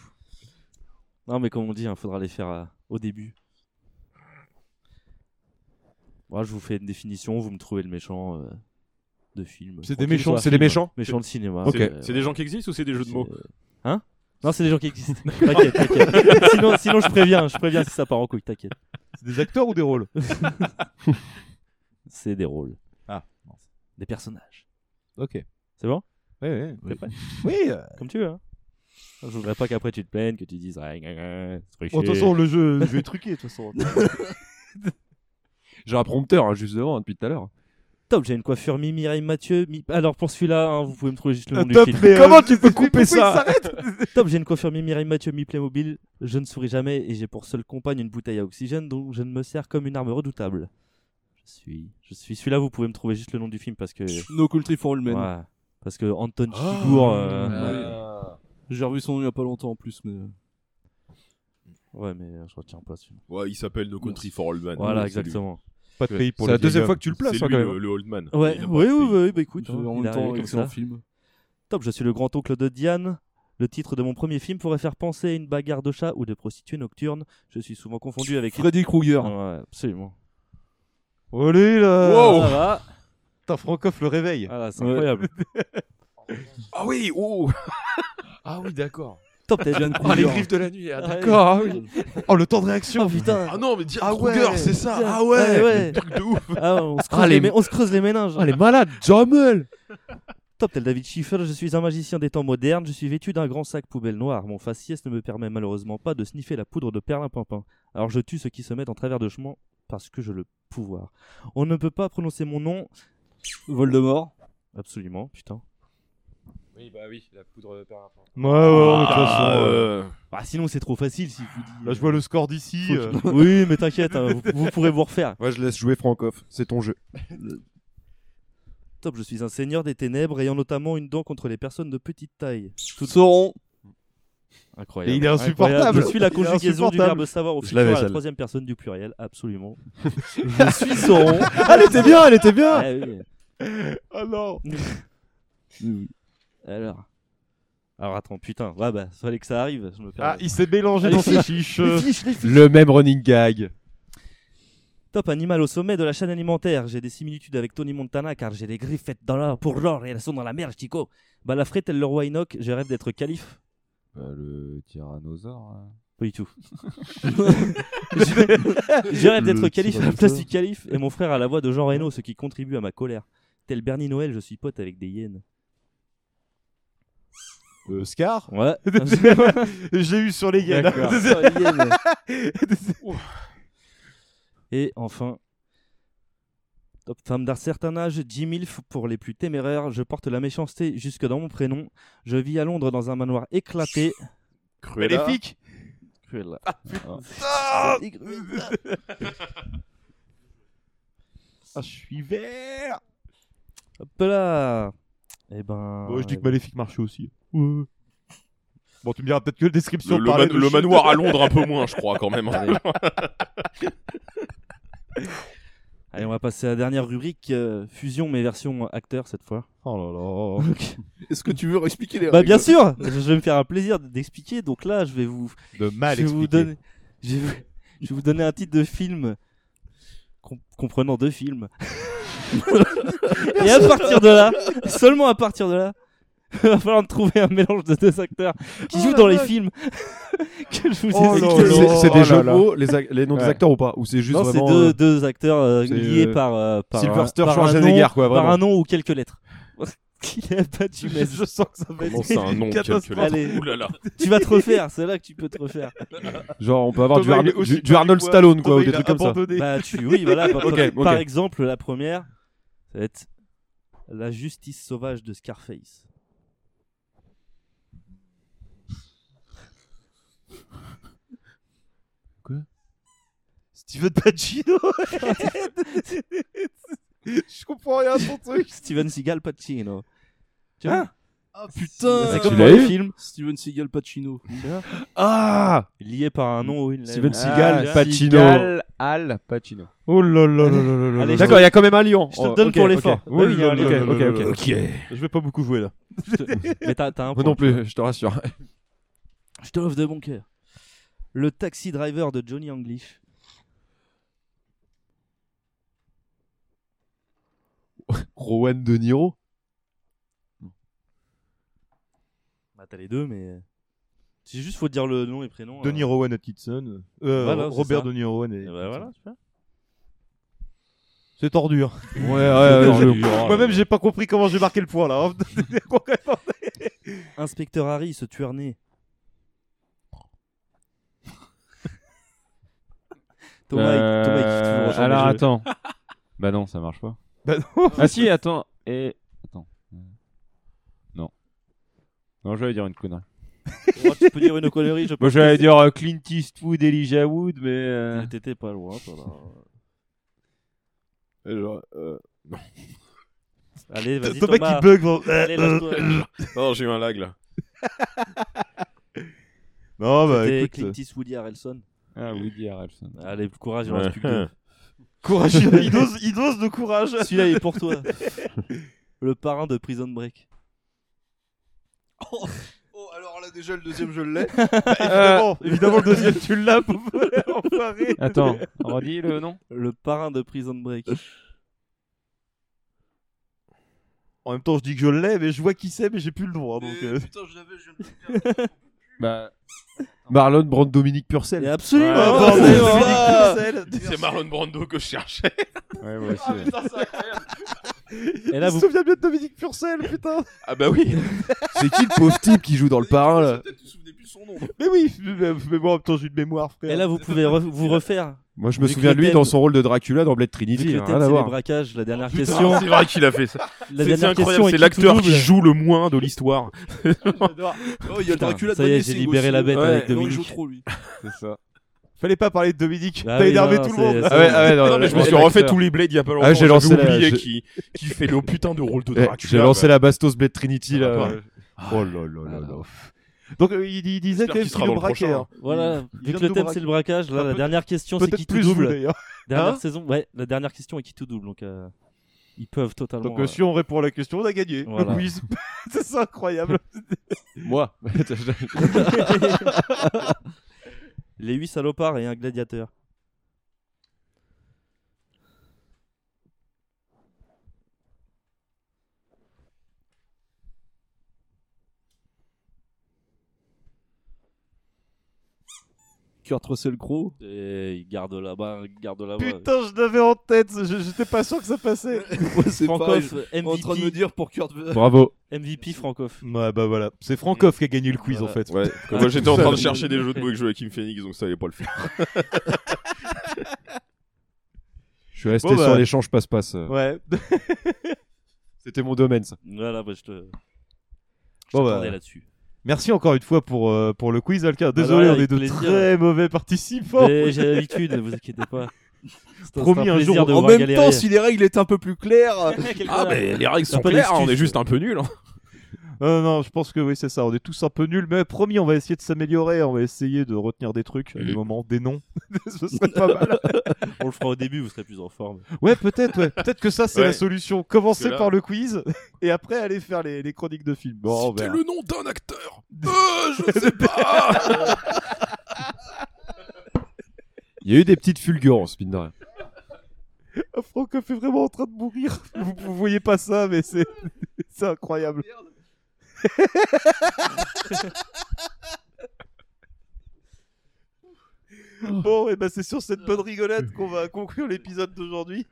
Speaker 10: Non, mais comme on dit, il faudra les faire euh, au début. Moi, je vous fais une définition, vous me trouvez le méchant euh, de film.
Speaker 12: C'est des
Speaker 10: Tranquille,
Speaker 12: méchants,
Speaker 10: quoi.
Speaker 12: c'est des méchants
Speaker 10: Méchants de cinéma.
Speaker 12: Ok.
Speaker 10: euh,
Speaker 11: C'est des gens qui existent ou c'est des jeux de mots
Speaker 10: Hein Non, c'est des gens qui existent. T'inquiète, t'inquiète. sinon, sinon, je préviens, je préviens si ça part en couille, t'inquiète.
Speaker 8: C'est des acteurs ou des rôles
Speaker 10: C'est des rôles.
Speaker 8: Ah,
Speaker 10: Des personnages.
Speaker 8: Ok.
Speaker 10: C'est bon
Speaker 8: Oui, oui.
Speaker 10: T'es prêt
Speaker 8: Oui. euh,
Speaker 10: Comme tu veux. Hein. Je voudrais pas qu'après tu te plaignes, que tu dises. Ah, gna, gna, c'est truqué.
Speaker 8: euh, bon, De toute façon, le jeu, je vais truquer, de toute façon.
Speaker 12: J'ai un prompteur hein, juste devant hein, depuis tout à l'heure.
Speaker 10: Top, j'ai une coiffure Mi Mireille Mathieu. Mi- Alors pour celui-là, hein, vous pouvez me trouver juste le
Speaker 12: Ah,
Speaker 10: nom du
Speaker 12: top,
Speaker 10: film.
Speaker 12: mais, euh, Comment tu peux couper
Speaker 10: pourquoi il
Speaker 12: ça
Speaker 10: s'arrête Top, j'ai une coiffure Mi Mireille Mathieu, mi Playmobil. Je ne souris jamais et j'ai pour seule compagne une bouteille à oxygène dont je ne me sers comme une arme redoutable. Je suis, je suis celui-là. Vous pouvez me trouver juste le nom du film parce que.
Speaker 4: No Country for All Men.
Speaker 10: Ouais, parce que Anton
Speaker 12: Ah,
Speaker 10: Chigour. euh,
Speaker 4: J'ai revu son nom il y a pas longtemps en plus, mais. euh,
Speaker 10: Ouais, mais euh, je retiens pas celui-là.
Speaker 11: Ouais, il s'appelle No Country for Old Man.
Speaker 10: Voilà,
Speaker 11: Ouais, c'est lui.
Speaker 10: exactement.
Speaker 8: Pas de pays pour
Speaker 11: C'est
Speaker 8: les
Speaker 11: la deuxième
Speaker 8: vieilles
Speaker 11: fois que tu le
Speaker 8: hommes.
Speaker 11: places,
Speaker 8: C'est
Speaker 11: hein,
Speaker 8: lui,
Speaker 11: quand
Speaker 8: le-
Speaker 11: même.
Speaker 8: le old man.
Speaker 10: Ouais,
Speaker 8: Il a
Speaker 10: ouais,
Speaker 8: pas
Speaker 10: ouais,
Speaker 8: de pays.
Speaker 10: ouais, bah écoute,
Speaker 8: En
Speaker 10: euh,
Speaker 8: même
Speaker 10: il
Speaker 8: temps,
Speaker 10: arrive comme
Speaker 8: excellent
Speaker 10: ça.
Speaker 4: film.
Speaker 10: Top, je suis le grand-oncle de Diane. Le titre de mon premier film pourrait faire penser à une bagarre de chat ou de prostituée nocturne. Je suis souvent confondu avec.
Speaker 4: Freddy Krueger.
Speaker 10: Ouais, absolument.
Speaker 8: Allez là
Speaker 10: Wow. Ça va.
Speaker 8: Oh Putain, Francoff le réveille.
Speaker 10: Ah là, c'est incroyable.
Speaker 12: Ah oui, oh Ah oui, d'accord.
Speaker 10: Top, t'as
Speaker 12: Diane
Speaker 10: Ah,
Speaker 12: Kruger.
Speaker 10: les
Speaker 12: les
Speaker 10: griffes
Speaker 12: griffes
Speaker 10: de
Speaker 12: la nuit, ah, d'accord, ah oui.
Speaker 8: Oh, le temps de réaction.
Speaker 10: Oh putain.
Speaker 12: Ah non, mais Diane
Speaker 10: Ah ouais.
Speaker 12: Kruger, c'est ça.
Speaker 10: Diane-
Speaker 12: Ah ouais.
Speaker 10: Truc de ouf. on, se
Speaker 12: Ah,
Speaker 10: creuse les...
Speaker 12: les-
Speaker 10: mé- on se creuse les méninges.
Speaker 12: Ah, les malades, Jamal
Speaker 10: Top tel David Schiffer, je suis un magicien des temps modernes, je suis vêtu d'un grand sac poubelle noir. Mon faciès ne me permet malheureusement pas de sniffer la poudre de perlimpinpin. Alors je tue ceux qui se mettent en travers de chemin parce que j'ai le pouvoir. On ne peut pas prononcer mon nom. Voldemort. Absolument, putain.
Speaker 9: Oui, bah oui, la poudre parapente.
Speaker 8: Ouais, ouais, ouais,
Speaker 10: Ah.
Speaker 8: de toute façon,
Speaker 10: euh, bah, sinon, c'est trop facile si vous dites.
Speaker 8: Là, je vois le score d'ici. euh.
Speaker 10: Faut que- oui, mais t'inquiète, hein, vous, vous pourrez vous refaire.
Speaker 12: Moi, je laisse jouer Francoff. C'est ton jeu.
Speaker 10: Top, je suis un seigneur des ténèbres ayant notamment une dent contre les personnes de petite taille. Toutes
Speaker 4: sauront.
Speaker 10: Incroyable.
Speaker 8: Et il est insupportable.
Speaker 10: Incroyable. Je suis la
Speaker 8: Il est
Speaker 10: conjugaison du
Speaker 8: insupportable.
Speaker 10: verbe savoir au
Speaker 8: Je
Speaker 10: futur à
Speaker 8: l'avais,
Speaker 10: la
Speaker 8: celle-là.
Speaker 10: troisième personne du pluriel, absolument. je suis sauron.
Speaker 8: Ah, Elle était bien, elle était bien.
Speaker 10: Ah oui.
Speaker 8: Oh non.
Speaker 10: Alors. Alors attends, putain, ouais bah, fallait que ça arrive. Je me perds.
Speaker 8: Ah, il s'est mélangé
Speaker 10: Ah,
Speaker 8: dans
Speaker 10: les
Speaker 8: ses
Speaker 10: fiches,
Speaker 8: fiches.
Speaker 10: les fiches, les fiches.
Speaker 12: Le même running gag.
Speaker 10: Top animal au sommet de la chaîne alimentaire. J'ai des similitudes avec Tony Montana car j'ai les griffes faites dans l'or pour l'or et elles sont dans la mer, Chico. Bah la frette, elle le roi Enoch, je rêve d'être calife.
Speaker 9: le tyrannosaure. hein.
Speaker 10: Pas du tout. je, je rêve d'être
Speaker 9: Le
Speaker 10: calife à la
Speaker 9: tyrannosaure.
Speaker 10: place du calife et mon frère à la voix de Jean Reno, ce qui contribue à ma colère. Tel Bernie Noël, je suis pote avec des hyènes.
Speaker 8: Euh, Scar
Speaker 10: Ouais.
Speaker 8: J'ai eu sur les hyènes.
Speaker 10: D'accord. Sur les hyènes. Et enfin, top femme d'un certain âge, Jimilf pour les plus téméraires, je porte la méchanceté jusque dans mon prénom. Je vis à Londres dans un manoir éclaté.
Speaker 8: Cruella. Maléfique
Speaker 10: Cruella.
Speaker 8: Ah,
Speaker 11: Ah,
Speaker 8: je suis vert.
Speaker 10: Hop là Eh ben.
Speaker 8: Bon, je dis que
Speaker 10: eh ben.
Speaker 8: Maléfique marchait aussi. Bon, tu me diras peut-être que la description.
Speaker 11: Le- le
Speaker 8: parlait
Speaker 11: man-
Speaker 8: de
Speaker 11: le
Speaker 8: shit.
Speaker 11: manoir à Londres, un peu moins, je crois, quand même. hein,
Speaker 10: Allez, on va passer à la dernière rubrique euh, fusion mais version acteur cette fois.
Speaker 8: Oh là
Speaker 10: là.
Speaker 5: Est-ce que tu veux expliquer les
Speaker 10: Bah
Speaker 5: règles
Speaker 10: bien sûr, je vais me faire un plaisir d'expliquer. Donc là, je vais vous
Speaker 8: De mal
Speaker 10: je vais vous
Speaker 8: expliquer.
Speaker 10: donner, je, vais vous, je vais vous donner un titre de film com- comprenant deux films. Et à partir de là, seulement à partir de là, il va falloir me trouver un mélange de deux acteurs qui
Speaker 12: Oh
Speaker 10: jouent
Speaker 12: la
Speaker 10: dans les
Speaker 12: vache.
Speaker 10: films que je vous
Speaker 12: Oh
Speaker 10: ai
Speaker 12: là
Speaker 10: cités.
Speaker 12: là. C'est- c'est des Oh là jeux de là. mots, les ac- les noms des acteurs ou pas Ou c'est juste
Speaker 10: Non, c'est
Speaker 12: vraiment,
Speaker 10: deux,
Speaker 12: euh,
Speaker 10: deux acteurs euh,
Speaker 12: c'est,
Speaker 10: liés
Speaker 12: euh,
Speaker 10: par, euh, par un-
Speaker 12: Sylvester
Speaker 10: par un
Speaker 12: Schwarzenegger,
Speaker 10: nom-
Speaker 12: quoi,
Speaker 10: Par
Speaker 12: vraiment.
Speaker 10: un nom ou quelques lettres. Il a pas de jumelles.
Speaker 8: Je sens que ça va être
Speaker 12: Comment ça, un nom ou quelques
Speaker 10: catastrophe.
Speaker 12: lettres
Speaker 10: Allez,
Speaker 12: Ouh là là.
Speaker 10: Tu vas te refaire, c'est là que tu peux te refaire.
Speaker 12: Genre, on peut avoir du Thomas, il est Arno- aussi du- du pas Arnold que moi. Stallone, quoi, ou Thomas, des il a trucs comme ça. abandonné.
Speaker 10: Bah, tu, oui, voilà. par,
Speaker 12: Ok, ok.
Speaker 10: par exemple, la première, ça va être La justice sauvage de Scarface.
Speaker 8: Steven Pacino. je comprends rien à son truc.
Speaker 10: Steven Seagal Pacino. Tu
Speaker 4: Hein
Speaker 10: vois
Speaker 4: Ah putain
Speaker 10: C'est comme dans les films.
Speaker 4: Steven Seagal Pacino.
Speaker 10: Ah Lié par un nom Ah, ou une lettre.
Speaker 4: Steven
Speaker 12: Seagal, Pacino.
Speaker 6: Seagal, Al Pacino.
Speaker 12: Oh là là là là là là. D'accord, il y a quand même un lion.
Speaker 10: Je te le
Speaker 12: Oh,
Speaker 10: donne
Speaker 12: ok,
Speaker 10: pour
Speaker 12: ok.
Speaker 10: l'effort.
Speaker 12: Oh
Speaker 10: Ah Oui, il y a un
Speaker 12: là
Speaker 10: lion.
Speaker 12: là là là là là.
Speaker 8: Je vais pas beaucoup jouer là.
Speaker 10: Mais t'as t'as un
Speaker 12: Moi
Speaker 10: point,
Speaker 12: non
Speaker 10: tu vois.
Speaker 12: plus, je te rassure.
Speaker 10: Je te l'offre de bon cœur. Le taxi driver de Johnny English.
Speaker 12: Rowan De Niro
Speaker 10: Bah, t'as les deux, mais. C'est juste, faut dire le nom et prénom.
Speaker 8: Denis
Speaker 10: euh.
Speaker 8: Rowan Atkinson. Euh,
Speaker 10: Voilà, c'est
Speaker 8: Robert
Speaker 10: ça.
Speaker 8: Denis Rowan. Et...
Speaker 10: Eh ben voilà, tu vois.
Speaker 8: C'est tordu. hein.
Speaker 12: Ouais, ouais, ouais,
Speaker 10: Oh
Speaker 12: je-
Speaker 8: Moi-même, j'ai pas compris comment j'ai marqué le point là. hein.
Speaker 10: Inspecteur Harry, ce tueur né. Thomas,
Speaker 9: Euh,
Speaker 10: il- Thomas, il kiffe toujours genre
Speaker 9: Alors
Speaker 10: de jeu.
Speaker 9: attends. bah non, ça marche pas.
Speaker 8: Bah non.
Speaker 9: Ah si, attends. Et attends. Non. Non, j'allais dire une connerie.
Speaker 10: Oh, tu peux dire une connerie, je
Speaker 9: Moi,
Speaker 10: pense que
Speaker 9: j'allais
Speaker 10: c'est-
Speaker 9: dire euh, Clint Eastwood, Elijah Wood, mais. euh,
Speaker 10: T'étais pas loin, toi, là.
Speaker 8: Ah,
Speaker 11: euh,
Speaker 10: Allez, vas-y,
Speaker 8: Thomas qui
Speaker 10: Thomas.
Speaker 8: bug, bon.
Speaker 10: Allez, lâche-toi.
Speaker 11: non, j'ai eu un lag là.
Speaker 8: Non, bah
Speaker 10: C'était
Speaker 8: écoute.
Speaker 10: Clint Eastwood, Woody Harrelson.
Speaker 9: Ah, Woody Harrelson.
Speaker 10: Allez, courage, il en reste plus que
Speaker 9: Ouais.
Speaker 10: deux.
Speaker 8: Courage, il il dose, il dose de courage.
Speaker 10: Celui-là, il est pour toi. Le parrain de Prison Break.
Speaker 5: Oh, alors là, déjà, le deuxième, je l'ai.
Speaker 8: évidemment, évidemment, le deuxième, tu l'as, pauvre enfoiré.
Speaker 9: Attends, redis le nom.
Speaker 10: Le parrain de Prison Break.
Speaker 8: En même temps, je dis que je l'ai, mais je vois qui c'est, mais j'ai plus le droit. Donc, euh,
Speaker 9: Bah.
Speaker 12: Marlon Brando Dominique Purcell.
Speaker 10: Absolument.
Speaker 12: Ah
Speaker 6: Ah,
Speaker 10: Ah,
Speaker 11: C'est Marlon Brando que je cherchais.
Speaker 9: Ouais, moi aussi,
Speaker 11: Ah,
Speaker 9: ouais.
Speaker 11: putain, c'est incroyable.
Speaker 10: Et là,
Speaker 8: il
Speaker 10: vous-
Speaker 8: se souvient bien de Dominique Purcell, putain.
Speaker 11: Ah bah oui.
Speaker 12: C'est qui le pauvre type qui joue dans le parrain là
Speaker 8: Mais oui, mais, mais moi, en même temps, j'ai une mémoire, frère.
Speaker 10: Et là, vous pouvez re- vous refaire
Speaker 6: Moi, je me
Speaker 10: Vu que
Speaker 6: souviens
Speaker 10: le
Speaker 6: de lui
Speaker 10: thème-
Speaker 6: dans son rôle de Dracula dans Blade
Speaker 10: Vu que
Speaker 6: Trinity.
Speaker 10: le
Speaker 6: hein, rien
Speaker 10: thème,
Speaker 6: à
Speaker 10: c'est les
Speaker 6: voir.
Speaker 10: braquages, la dernière
Speaker 11: Oh, Putain,
Speaker 10: question.
Speaker 11: c'est vrai qu'il a fait ça.
Speaker 10: La
Speaker 11: C'est-
Speaker 10: dernière
Speaker 11: c'est incroyable,
Speaker 10: question est
Speaker 11: c'est
Speaker 10: qui
Speaker 11: l'acteur
Speaker 10: tout
Speaker 11: qui
Speaker 10: double
Speaker 11: joue le moins de l'histoire.
Speaker 10: Oh, il y a le Putain, Dracula de ça y est, Van j'ai Helsing libéré aussi. la bête avec
Speaker 8: Non, il
Speaker 10: Dominique.
Speaker 8: joue trop, lui.
Speaker 6: C'est ça.
Speaker 8: Fallait pas parler de Dominique.
Speaker 11: Ah
Speaker 8: T'as
Speaker 11: oui,
Speaker 8: énervé
Speaker 11: non,
Speaker 8: tout le
Speaker 11: c'est-
Speaker 8: monde.
Speaker 11: c'est- Ah ouais, ah ouais, non, Non, mais je me suis l'acteur. refait tous les Blades il y a pas longtemps,
Speaker 6: Ah, j'ai
Speaker 11: j'avais
Speaker 6: lancé la-
Speaker 11: oublié
Speaker 6: j'ai-
Speaker 11: qui- qui fait le putain de rôle de
Speaker 6: Eh,
Speaker 11: Dracula,
Speaker 6: J'ai lancé
Speaker 11: ouais.
Speaker 6: la Bastos Blade Trinity là.
Speaker 11: Ah, ouais.
Speaker 6: Oh là là là là.
Speaker 11: Ah,
Speaker 8: Donc euh, il, il disait quand même qu'il le braquait. hein.
Speaker 10: Voilà,
Speaker 8: Il
Speaker 10: vu
Speaker 8: vient
Speaker 10: que
Speaker 8: de
Speaker 10: le
Speaker 8: nous
Speaker 10: thème
Speaker 8: braquer.
Speaker 10: c'est le braquage, là,
Speaker 8: Enfin,
Speaker 10: la
Speaker 8: peut-
Speaker 10: dernière question c'est
Speaker 8: peut-être
Speaker 10: qui tout
Speaker 8: plus vous,
Speaker 10: double.
Speaker 8: d'ailleurs.
Speaker 10: Dernière
Speaker 8: Hein
Speaker 10: saison, ouais, la dernière question est qui tout double, donc euh, ils peuvent totalement.
Speaker 8: Donc euh, si on répond à la question, on a gagné. Le quiz. C'est ça, incroyable.
Speaker 6: Moi.
Speaker 10: Les 8 salopards et un gladiateur.
Speaker 4: Kurt Russell Crowe.
Speaker 10: Et il garde là-bas, il garde là-bas.
Speaker 8: Putain, je l'avais en tête. je- J'étais pas sûr que ça passait.
Speaker 4: c'est
Speaker 10: Francoff, MVP.
Speaker 4: en train de me dire pour Kurt.
Speaker 10: MVP Francoff.
Speaker 8: Ouais, bah voilà. C'est Francoff qui a gagné le quiz en fait.
Speaker 11: Ouais, parce que moi j'étais en train de chercher des jeux de mots avec Joachim Phoenix, donc ça allait pas le faire.
Speaker 6: Je suis resté
Speaker 10: Bon,
Speaker 6: sur
Speaker 10: bah.
Speaker 6: l'échange passe-passe. euh.
Speaker 10: Ouais.
Speaker 6: C'était mon domaine ça.
Speaker 10: Voilà, bah, je te. Je
Speaker 8: Bon,
Speaker 10: t'attendais
Speaker 8: bah,
Speaker 10: là-dessus.
Speaker 8: Merci encore une fois pour, euh, pour le quiz, Alka.
Speaker 10: Bah, de
Speaker 8: Désolé,
Speaker 10: rien,
Speaker 8: on est
Speaker 10: avec
Speaker 8: de
Speaker 10: plaisir.
Speaker 8: très mauvais participants.
Speaker 10: Mais J'ai l'habitude, ne vous inquiétez pas. C'est un-
Speaker 8: Promis
Speaker 10: c'est
Speaker 8: un
Speaker 10: plaisir
Speaker 8: jour.
Speaker 10: de
Speaker 8: En
Speaker 10: vous
Speaker 8: même
Speaker 10: régaler.
Speaker 8: temps,
Speaker 5: Si les règles étaient un peu plus claires.
Speaker 11: Ah, mais les règles
Speaker 8: T'as
Speaker 11: sont
Speaker 8: pas
Speaker 11: claires, on
Speaker 8: d'excuses.
Speaker 11: est juste un peu nuls. hein.
Speaker 8: Euh, non, je pense que oui, c'est ça. On est tous un peu nuls, mais promis, on va essayer de s'améliorer. On va essayer de retenir des trucs, des moments, des noms. Ce serait pas mal.
Speaker 10: On le fera au début, vous serez plus en forme.
Speaker 8: Ouais, peut-être, ouais. Peut-être que ça, c'est
Speaker 10: Ouais.
Speaker 8: la solution.
Speaker 10: Parce
Speaker 8: Commencer
Speaker 10: que là-
Speaker 8: par le quiz et après aller faire les, les chroniques de films. Bon,
Speaker 11: Citez le nom d'un acteur. Euh,
Speaker 8: je sais pas.
Speaker 6: Il y a eu des petites fulgurances, mine de rien.
Speaker 8: Francoff est vraiment en train de mourir. Vous, vous voyez pas ça, mais c'est c'est incroyable. bon, et ben c'est sur cette
Speaker 11: Ah.
Speaker 8: bonne rigolade qu'on va conclure l'épisode d'aujourd'hui.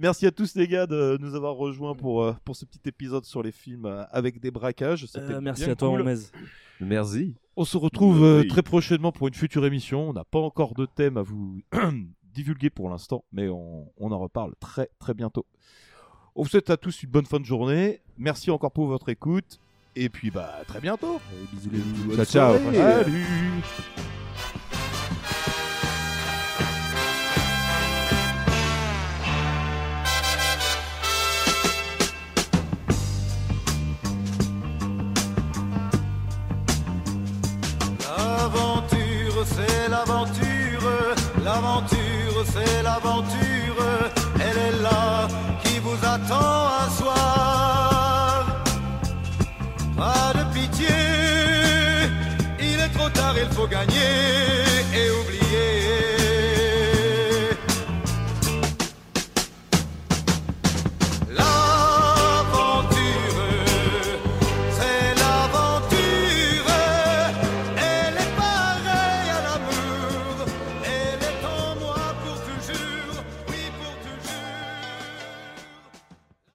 Speaker 8: Merci à tous les gars de nous avoir rejoints pour, euh, pour ce petit épisode sur les films euh, avec des braquages. C'était
Speaker 10: Euh, merci
Speaker 8: bien
Speaker 10: à toi,
Speaker 8: cool.
Speaker 10: Hermès.
Speaker 6: Merci.
Speaker 8: On se retrouve euh, très prochainement pour une future émission. On n'a pas encore de thème à vous divulguer pour l'instant, mais on, on en reparle très très bientôt. On vous souhaite à tous une bonne fin de journée. Merci encore pour votre écoute. Et puis bah à très bientôt. Bisous les
Speaker 6: Ciao, ciao.
Speaker 8: Salut.
Speaker 7: L'aventure, c'est l'aventure, l'aventure, c'est l'aventure.